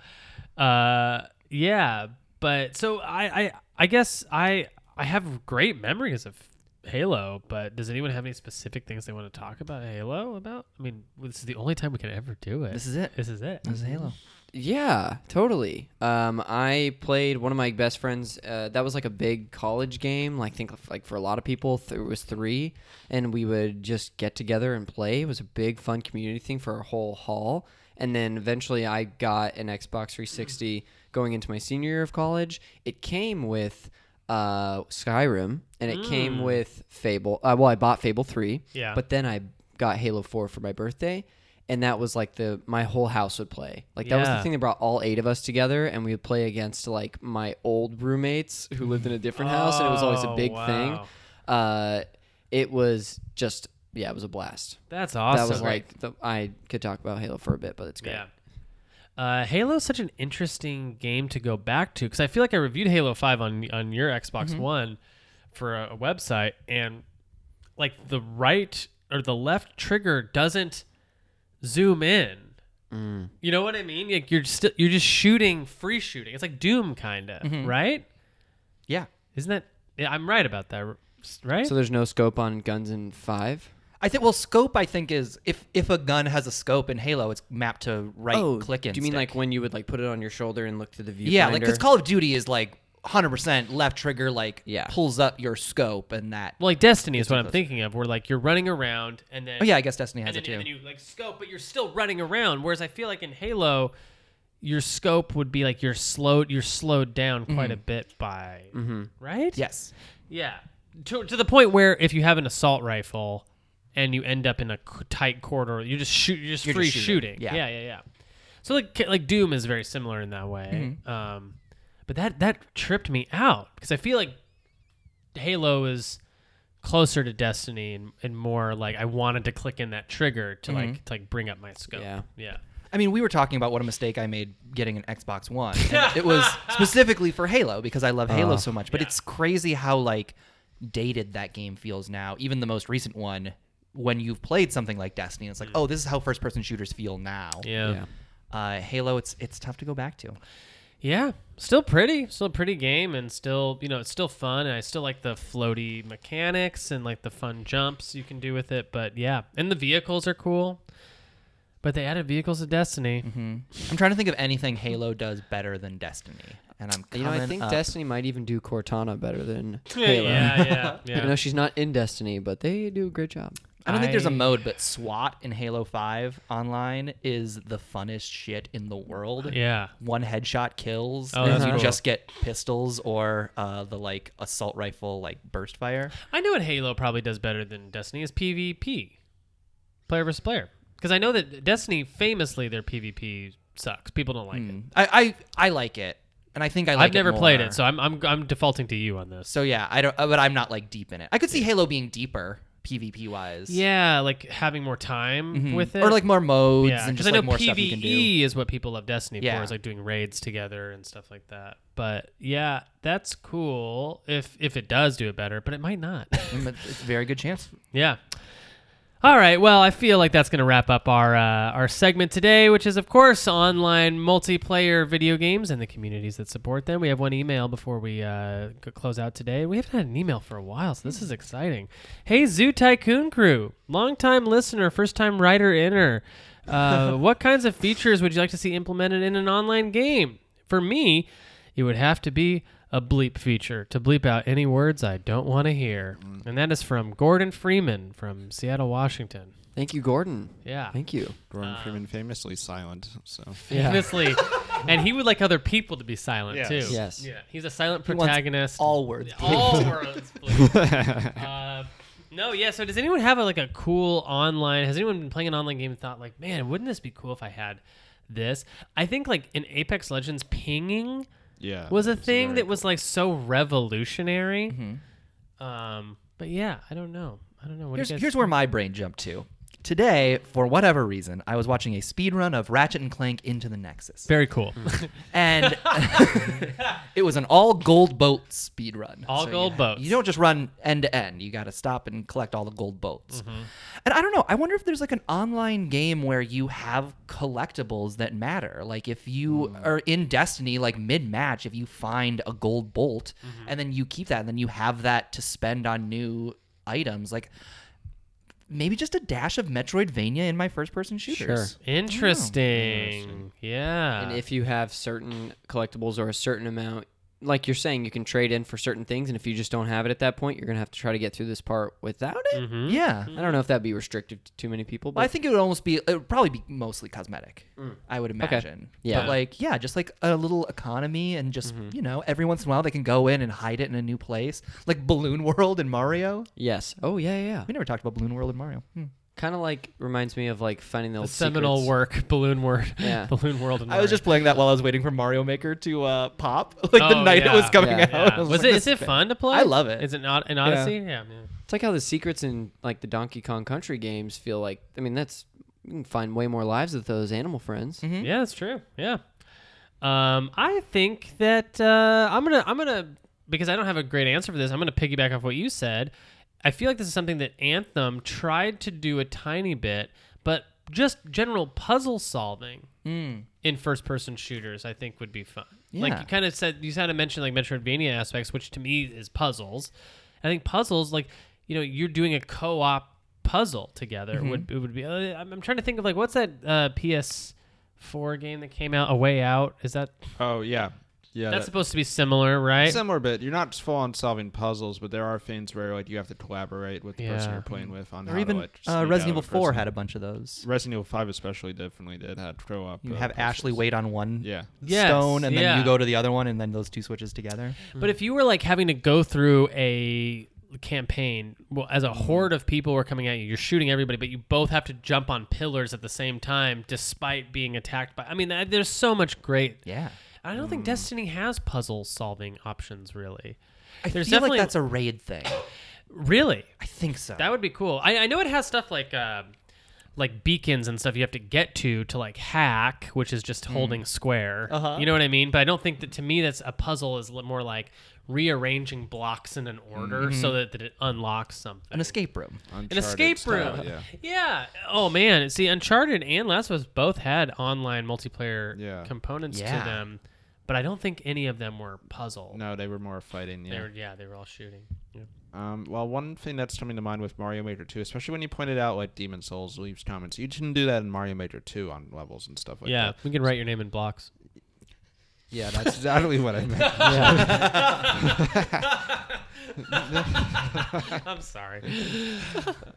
[SPEAKER 1] Uh, yeah. But so I, I, I guess I, I have great memories of Halo. But does anyone have any specific things they want to talk about Halo? About? I mean, this is the only time we can ever do it.
[SPEAKER 6] This is it.
[SPEAKER 1] This is it.
[SPEAKER 6] Halo.
[SPEAKER 5] Yeah, totally. Um, I played one of my best friends. Uh, that was like a big college game. Like, I think like for a lot of people, th- it was three, and we would just get together and play. It was a big fun community thing for our whole hall. And then eventually, I got an Xbox 360 going into my senior year of college. It came with uh, Skyrim, and it came with Fable. Uh, well, I bought Fable three.
[SPEAKER 1] Yeah.
[SPEAKER 5] But then I got Halo four for my birthday. And that was like the my whole house would play. Like that was the
[SPEAKER 1] Yeah.
[SPEAKER 5] thing they brought all eight of us together and we would play against like my old roommates who lived in a different house and it was always a
[SPEAKER 1] Oh,
[SPEAKER 5] big thing
[SPEAKER 1] wow.
[SPEAKER 5] uh, it was just yeah it was a blast
[SPEAKER 1] That's awesome.
[SPEAKER 5] that was like the, i could talk about halo for a bit but it's great
[SPEAKER 1] Yeah. Uh, Halo is such an interesting game to go back to because I feel like I reviewed Halo Five on on your Xbox One for a, a website, and like the right or the left trigger doesn't zoom in. You know what I mean? Like you're still you're just shooting, free shooting. It's like Doom, kind of, right?
[SPEAKER 6] Yeah.
[SPEAKER 1] Isn't that? Yeah, I'm right about that, right?
[SPEAKER 5] so there's no scope on guns in five
[SPEAKER 6] I think well scope I think is if if a gun has a scope in Halo it's mapped to right click and
[SPEAKER 5] Oh, do you mean
[SPEAKER 6] stick.
[SPEAKER 5] like when you would like put it on your shoulder and look to the view
[SPEAKER 6] yeah like because Call of Duty is like hundred percent left trigger like
[SPEAKER 5] Yeah.
[SPEAKER 6] pulls up your scope and that
[SPEAKER 1] well, like Destiny is what I'm thinking of, where like you're running around and then
[SPEAKER 6] oh yeah I guess Destiny has
[SPEAKER 1] and
[SPEAKER 6] it
[SPEAKER 1] then,
[SPEAKER 6] too
[SPEAKER 1] and then you like scope, but you're still running around. Whereas I feel like in Halo, your scope would be like you're slowed, you're slowed down
[SPEAKER 6] Mm-hmm.
[SPEAKER 1] quite a bit by right.
[SPEAKER 6] yes
[SPEAKER 1] yeah. To to the point where if you have an assault rifle and you end up in a c- tight corridor, you just shoot, you're just free
[SPEAKER 6] shooting.
[SPEAKER 1] shooting.
[SPEAKER 6] Yeah.
[SPEAKER 1] yeah, yeah, yeah. So like ca- like Doom is very similar in that way. Um, But that that tripped me out because I feel like Halo is closer to Destiny and, and more like I wanted to click in that trigger to like to like bring up my scope.
[SPEAKER 5] Yeah.
[SPEAKER 1] Yeah.
[SPEAKER 6] I mean, we were talking about what a mistake I made getting an Xbox One. And it was specifically for Halo because I love
[SPEAKER 5] Uh,
[SPEAKER 6] Halo so much. But it's crazy how like dated that game feels now. Even the most recent one, when you've played something like Destiny, it's like, oh, this is how first-person shooters feel now.
[SPEAKER 1] Mm. Yeah. Yeah.
[SPEAKER 6] Uh, Halo, it's it's tough to go back to.
[SPEAKER 1] Still pretty. Still a pretty game and still, you know, it's still fun and I still like the floaty mechanics and like the fun jumps you can do with it, but yeah. And the vehicles are cool. But they added vehicles to Destiny.
[SPEAKER 6] Mm-hmm. I'm trying to think of anything Halo does better than Destiny, and I'm
[SPEAKER 5] You know, I
[SPEAKER 6] coming
[SPEAKER 5] think
[SPEAKER 6] up-
[SPEAKER 5] Destiny might even do Cortana better than
[SPEAKER 1] Yeah,
[SPEAKER 5] Halo.
[SPEAKER 1] yeah, yeah.
[SPEAKER 5] I know she's not in Destiny, but they do a great job.
[SPEAKER 6] I don't think there's
[SPEAKER 1] I-
[SPEAKER 6] a mode, but SWAT in Halo 5 online is the funnest shit in the world.
[SPEAKER 1] Yeah.
[SPEAKER 6] One headshot kills.
[SPEAKER 1] Oh,
[SPEAKER 6] and
[SPEAKER 1] that's
[SPEAKER 6] you
[SPEAKER 1] cool.
[SPEAKER 6] just get pistols or uh, the like assault rifle like burst fire.
[SPEAKER 1] I know what Halo probably does better than Destiny is PvP, player versus player, because I know that Destiny famously their PvP sucks. People don't like it.
[SPEAKER 6] I, I I like it, and I think Hmm. I like.
[SPEAKER 1] I've never played
[SPEAKER 6] more.
[SPEAKER 1] it, so I'm, I'm I'm defaulting to you on this.
[SPEAKER 6] so yeah, I don't. uh, But I'm not like deep in it. I could see Halo being deeper PvP wise.
[SPEAKER 1] Yeah, like having more time with it,
[SPEAKER 6] Or like more modes
[SPEAKER 1] yeah,
[SPEAKER 6] and
[SPEAKER 1] because
[SPEAKER 6] just
[SPEAKER 1] I know E
[SPEAKER 6] like more
[SPEAKER 1] PVE
[SPEAKER 6] stuff you can do.
[SPEAKER 1] is what people love Destiny
[SPEAKER 6] Yeah.
[SPEAKER 1] for, is like doing raids together and stuff like that. But yeah, that's cool if if it does do it better, but it might not.
[SPEAKER 6] Mm, It's it's a very good chance.
[SPEAKER 1] Yeah. All right. Well, I feel like that's going to wrap up our uh, our segment today, which is, of course, online multiplayer video games and the communities that support them. We have one email before we uh, c- close out today. We haven't had an email for a while, so this is exciting. Hey, Zoo Tycoon Crew, longtime listener, first time writer inner. Uh, what kinds of features would you like to see implemented in an online game? For me, it would have to be a bleep feature to bleep out any words I don't want to hear. And that is from Gordon Freeman from Seattle, Washington.
[SPEAKER 5] Thank you, Gordon.
[SPEAKER 1] Yeah.
[SPEAKER 5] Thank you.
[SPEAKER 2] Gordon Freeman famously silent. So
[SPEAKER 1] Famously. and he would like other people to be silent too.
[SPEAKER 5] Yes.
[SPEAKER 1] Yeah. He's a silent
[SPEAKER 6] wants
[SPEAKER 1] protagonist.
[SPEAKER 6] All words.
[SPEAKER 1] All words, please. uh, no, yeah. So does anyone have a, like a cool online? Has anyone been playing an online game and thought like, man, wouldn't this be cool if I had this? I think like in Apex Legends, pinging
[SPEAKER 2] yeah,
[SPEAKER 1] was a
[SPEAKER 2] it's
[SPEAKER 1] thing
[SPEAKER 2] very
[SPEAKER 1] that was like so revolutionary. Um, but yeah, I don't know. I don't know. What do you
[SPEAKER 6] Mm-hmm. Here's,
[SPEAKER 1] guys-
[SPEAKER 6] here's where my brain jumped to. Today, for whatever reason, I was watching a speed run of Ratchet and Clank Into the Nexus.
[SPEAKER 1] very cool.
[SPEAKER 6] And it was an all gold boat speed run.
[SPEAKER 1] All
[SPEAKER 6] you
[SPEAKER 1] gold
[SPEAKER 6] ha-
[SPEAKER 1] boats.
[SPEAKER 6] You don't just run end to end. You got to stop and collect all the gold boats.
[SPEAKER 1] Mm-hmm.
[SPEAKER 6] And I don't know. I wonder if there's like an online game where you have collectibles that matter. Like if you
[SPEAKER 1] Mm.
[SPEAKER 6] are in Destiny, like mid match, if you find a gold bolt
[SPEAKER 1] Mm-hmm.
[SPEAKER 6] and then you keep that and then you have that to spend on new items, like maybe just a dash of Metroidvania in my first person shooters.
[SPEAKER 1] Interesting. Yeah.
[SPEAKER 5] And if you have certain collectibles or a certain amount, like you're saying, you can trade in for certain things, and if you just don't have it at that point, you're gonna have to try to get through this part without it.
[SPEAKER 1] Mm-hmm.
[SPEAKER 6] Yeah.
[SPEAKER 5] I don't know if that'd be restrictive to too many people, but
[SPEAKER 6] Well, I think it would almost be. It would probably be mostly cosmetic. I would imagine.
[SPEAKER 5] Yeah.
[SPEAKER 6] But like, yeah, just like a little economy, and just you know, every once in a while they can go in and hide it in a new place, like Balloon World in Mario.
[SPEAKER 5] yes. Oh yeah, yeah.
[SPEAKER 6] We never talked about Balloon World in Mario. Hmm.
[SPEAKER 5] Kind of like reminds me of like finding the,
[SPEAKER 1] the
[SPEAKER 5] old
[SPEAKER 1] seminal
[SPEAKER 5] secrets.
[SPEAKER 1] work, Balloon Word.
[SPEAKER 5] Yeah.
[SPEAKER 1] Balloon World. And
[SPEAKER 6] I was
[SPEAKER 1] Mario.
[SPEAKER 6] just playing that while I was waiting for Mario Maker to uh, pop, like
[SPEAKER 1] Oh,
[SPEAKER 6] the night
[SPEAKER 1] yeah.
[SPEAKER 6] it was coming
[SPEAKER 5] Yeah.
[SPEAKER 6] out.
[SPEAKER 1] Yeah.
[SPEAKER 6] I
[SPEAKER 1] Was,
[SPEAKER 6] like,
[SPEAKER 1] it?
[SPEAKER 6] this
[SPEAKER 1] Is it
[SPEAKER 6] fa-
[SPEAKER 1] fun to play?
[SPEAKER 6] I love it.
[SPEAKER 1] Is it not an Odyssey? Yeah. yeah.
[SPEAKER 5] It's like how the secrets in like the Donkey Kong Country games feel like. I mean, that's you can find way more lives with those animal friends.
[SPEAKER 1] Yeah, that's true. Yeah. Um, I think that uh, I'm gonna I'm gonna because I don't have a great answer for this. I'm gonna piggyback off what you said. I feel like this is something that Anthem tried to do a tiny bit, but just general puzzle solving in first person shooters, I think would be fun. Like
[SPEAKER 6] Yeah.
[SPEAKER 1] you kind of said, you kind of mentioned like Metroidvania aspects, which to me is puzzles. I think puzzles, like you know, you're doing a co op puzzle together.
[SPEAKER 6] Mm-hmm.
[SPEAKER 1] Would it would be? Uh, I'm, I'm trying to think of like what's that uh, PS4 game that came out? A Way Out. Is that
[SPEAKER 2] Oh yeah, yeah.
[SPEAKER 6] Uh,
[SPEAKER 1] that's
[SPEAKER 2] that-
[SPEAKER 1] supposed to be similar, right?
[SPEAKER 2] similar bit. You're not full on solving puzzles, but there are things where like you have to collaborate with the person
[SPEAKER 1] Yeah.
[SPEAKER 2] you're playing with on
[SPEAKER 6] Or
[SPEAKER 2] how
[SPEAKER 6] even
[SPEAKER 2] to like, sneak
[SPEAKER 6] uh,
[SPEAKER 2] out
[SPEAKER 6] Resident Evil
[SPEAKER 2] of a person.
[SPEAKER 6] Four had a bunch of those.
[SPEAKER 2] Resident Evil Five especially definitely did had throw up.
[SPEAKER 6] You
[SPEAKER 2] uh,
[SPEAKER 6] have Ashley
[SPEAKER 2] puzzles.
[SPEAKER 6] wait on one
[SPEAKER 2] Yeah.
[SPEAKER 1] Yes,
[SPEAKER 6] stone, and then
[SPEAKER 1] yeah.
[SPEAKER 6] you go to the other one, and then those two switches together.
[SPEAKER 1] But if you were like having to go through a campaign well, as
[SPEAKER 6] Mm.
[SPEAKER 1] a horde of people were coming at you, you're shooting everybody, but you both have to jump on pillars at the same time, despite being attacked by. I mean, th- there's so much great.
[SPEAKER 6] Yeah. Mm.
[SPEAKER 1] I don't think Destiny has puzzle solving options really.
[SPEAKER 6] I
[SPEAKER 1] There's
[SPEAKER 6] feel
[SPEAKER 1] definitely-
[SPEAKER 6] like that's a raid thing.
[SPEAKER 1] Really?
[SPEAKER 6] I think so.
[SPEAKER 1] That would be cool. I, I know it has stuff like uh, like beacons and stuff you have to get to to like hack, which is just holding square.
[SPEAKER 6] Uh-huh.
[SPEAKER 1] You know what I mean? But I don't think that to me that's a puzzle is li- more like rearranging blocks in an order so that, that it unlocks something.
[SPEAKER 6] an escape room.
[SPEAKER 1] An escape room.
[SPEAKER 2] yeah.
[SPEAKER 1] Yeah. Oh man. See, Uncharted and Last of Us both had online multiplayer
[SPEAKER 2] Yeah.
[SPEAKER 1] components
[SPEAKER 6] Yeah.
[SPEAKER 1] to them, but I don't think any of them were puzzle.
[SPEAKER 2] No, they were more fighting.
[SPEAKER 1] They
[SPEAKER 2] Yeah.
[SPEAKER 1] were yeah, they were all shooting. Yeah.
[SPEAKER 2] Um, well, one thing that's coming to mind with Mario Maker 2, especially when you pointed out like Demon Souls leaves comments, you shouldn't do that in Mario Maker 2 on levels and stuff like
[SPEAKER 1] yeah,
[SPEAKER 2] that.
[SPEAKER 1] we can write your name in blocks.
[SPEAKER 2] Yeah, that's exactly what I meant.
[SPEAKER 1] I'm sorry.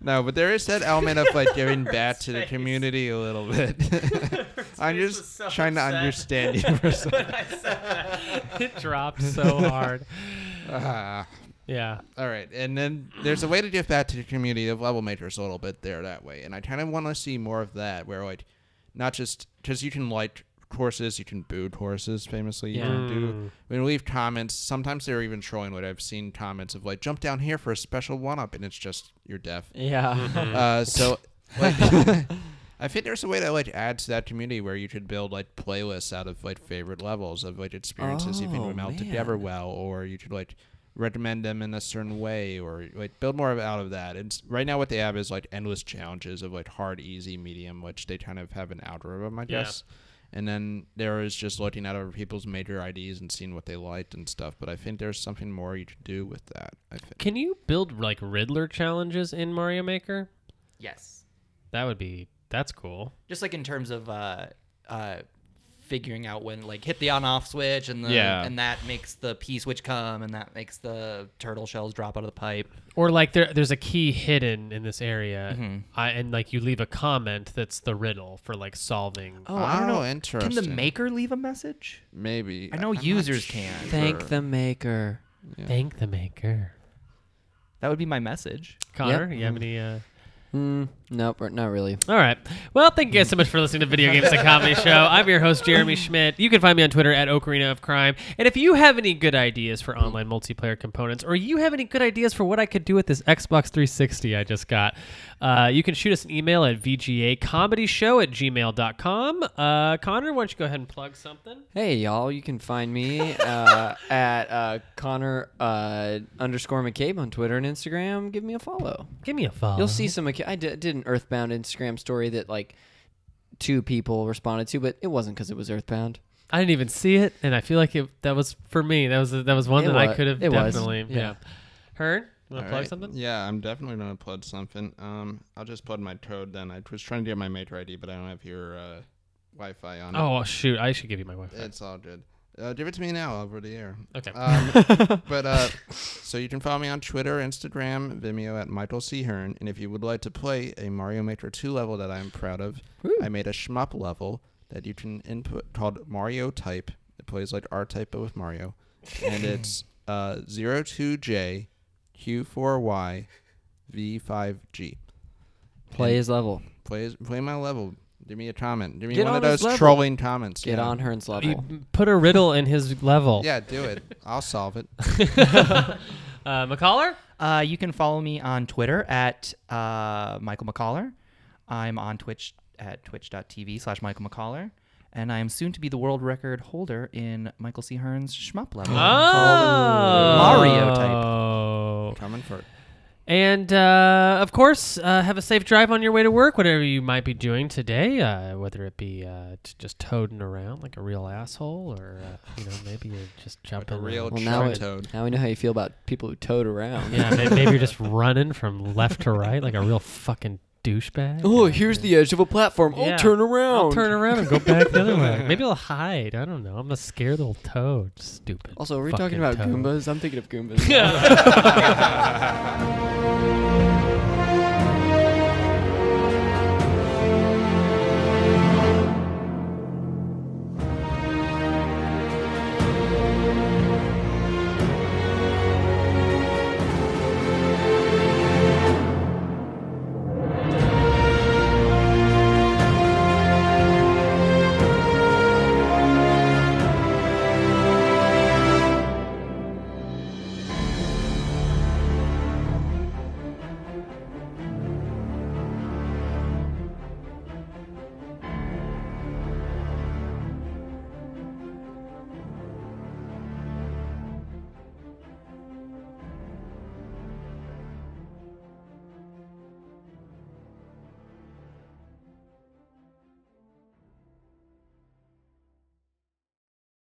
[SPEAKER 2] No, but there is that element of like giving back to the community a little bit. I'm
[SPEAKER 1] face
[SPEAKER 2] just
[SPEAKER 1] was so
[SPEAKER 2] trying
[SPEAKER 1] upset.
[SPEAKER 2] to understand you for a second.
[SPEAKER 1] it dropped so hard.
[SPEAKER 2] Ah.
[SPEAKER 1] Yeah.
[SPEAKER 2] All right, and then there's a way to give back to the community of level makers a little bit there that way, and I kind of want to see more of that, where like, not just because you can like courses, you can boo courses famously. You can do when you leave comments. Sometimes they're even trolling. What I've seen comments of like, jump down here for a special one up, and it's just you're deaf.
[SPEAKER 5] Yeah.
[SPEAKER 6] Mm-hmm.
[SPEAKER 2] Uh, so like, I think there's a way to like add to that community where you could build like playlists out of like favorite levels of like experiences you think
[SPEAKER 5] Oh,
[SPEAKER 2] would meld together well, or you could like recommend them in a certain way, or like build more of, out of that. It's right now what they have is like endless challenges of like hard, easy, medium, which they kind of have an algorithm, I
[SPEAKER 1] Yeah.
[SPEAKER 2] guess. And then there is just looking at other people's major IDs and seeing what they liked and stuff. But I think there's something more you could do with that. I think.
[SPEAKER 1] Can you build like Riddler challenges in Mario Maker?
[SPEAKER 6] Yes.
[SPEAKER 1] That would be that's cool.
[SPEAKER 6] Just like in terms of uh, uh, figuring out when, like, hit the on-off switch, and the,
[SPEAKER 2] Yeah.
[SPEAKER 6] and that makes the P switch come, and that makes the turtle shells drop out of the pipe.
[SPEAKER 1] Or like there, there's a key hidden in this area,
[SPEAKER 2] Mm-hmm.
[SPEAKER 1] I, and like you leave a comment that's the riddle for like solving.
[SPEAKER 6] Oh, I don't
[SPEAKER 2] Oh,
[SPEAKER 6] know. Can the
[SPEAKER 2] interesting.
[SPEAKER 6] maker leave a message?
[SPEAKER 2] Maybe
[SPEAKER 6] I know
[SPEAKER 2] I'm not
[SPEAKER 6] users can.
[SPEAKER 5] Thank the maker.
[SPEAKER 1] Thank the maker,
[SPEAKER 6] That would be my message.
[SPEAKER 1] Connor. You
[SPEAKER 2] Mm-hmm.
[SPEAKER 1] have any? Uh...
[SPEAKER 5] Mm, nope, r- not really.
[SPEAKER 1] All right. Well, thank you guys so much for listening to Video Games and Comedy Show. I'm your host, Jeremy Schmidt. You can find me on Twitter at Ocarina of Crime. And if you have any good ideas for online multiplayer components, or you have any good ideas for what I could do with this Xbox 360 I just got, uh, you can shoot us an email at vgacomedyshow at gmail.com. Uh, Connor, why don't you go ahead and plug something?
[SPEAKER 5] Hey y'all, you can find me uh, at uh, Connor uh, underscore McCabe on Twitter and Instagram. Give me a follow.
[SPEAKER 1] Give me a follow.
[SPEAKER 5] You'll see some. Mc- I di- did an Earthbound Instagram story that like two people responded to, but it wasn't because it was Earthbound.
[SPEAKER 1] I didn't even see it, and I feel like it, that was for me. That was that was one
[SPEAKER 5] It
[SPEAKER 1] that
[SPEAKER 5] wa-
[SPEAKER 1] I could have
[SPEAKER 5] it was,
[SPEAKER 1] definitely.
[SPEAKER 5] yeah.
[SPEAKER 1] yeah. Hearn, you want to
[SPEAKER 2] All
[SPEAKER 1] plug
[SPEAKER 2] right.
[SPEAKER 1] something?
[SPEAKER 2] Yeah, I'm definitely gonna plug something. Um, I'll just plug my code then. I was trying to get my maker ID, but I don't have your uh, Wi-Fi on.
[SPEAKER 1] Oh, shoot. I should give you my wife.
[SPEAKER 2] it. it's all good. Uh, give it to me now over the air.
[SPEAKER 1] Okay.
[SPEAKER 2] Um, but uh, so you can follow me on Twitter, Instagram, Vimeo at Michael C. Hearn, and if you would like to play a Mario Maker 2 level that I'm proud of, I made a shmup level that you can input called Mario Type. It plays like R Type but with Mario, and it's uh 02J Q4Y V5G.
[SPEAKER 5] Play his level.
[SPEAKER 2] Play play my level. Give me a comment. Give me
[SPEAKER 5] Get
[SPEAKER 2] one of
[SPEAKER 5] on his
[SPEAKER 2] those
[SPEAKER 5] level.
[SPEAKER 2] trolling comments.
[SPEAKER 5] Get
[SPEAKER 2] yeah.
[SPEAKER 5] on Hearn's level.
[SPEAKER 1] You put a riddle in his level.
[SPEAKER 2] Yeah, do it. I'll solve it.
[SPEAKER 1] Uh, McCollar?
[SPEAKER 6] Uh, you can follow me on Twitter at uh, Michael McCollar. I'm on Twitch at twitch.tv slash Michael McCollar. And I am soon to be the world record holder in Michael C. Hearn's shmup level.
[SPEAKER 1] Oh.
[SPEAKER 6] Mario
[SPEAKER 1] type.
[SPEAKER 2] Coming for it.
[SPEAKER 1] Oh. And uh, of course, uh, have a safe drive on your way to work, whatever you might be doing today, uh, whether it be uh, t- just toading around like a real asshole, or uh, you know, maybe you're just jumping
[SPEAKER 2] a real
[SPEAKER 1] around.
[SPEAKER 5] Well, now,
[SPEAKER 2] Shark
[SPEAKER 5] it,
[SPEAKER 2] Toad.
[SPEAKER 5] now we know how you feel about people who toad around.
[SPEAKER 1] yeah, maybe, maybe you're just running from left to right like a real fucking douchebag.
[SPEAKER 5] Oh, here's the edge of a platform.
[SPEAKER 1] Yeah.
[SPEAKER 5] I'll turn around.
[SPEAKER 1] I'll turn around and go back the other way. Maybe I'll hide. I don't know. I'm a scared little toad. Stupid.
[SPEAKER 5] Also, are we
[SPEAKER 1] fucking
[SPEAKER 5] talking about
[SPEAKER 1] toad.
[SPEAKER 5] Goombas? I'm thinking of Goombas.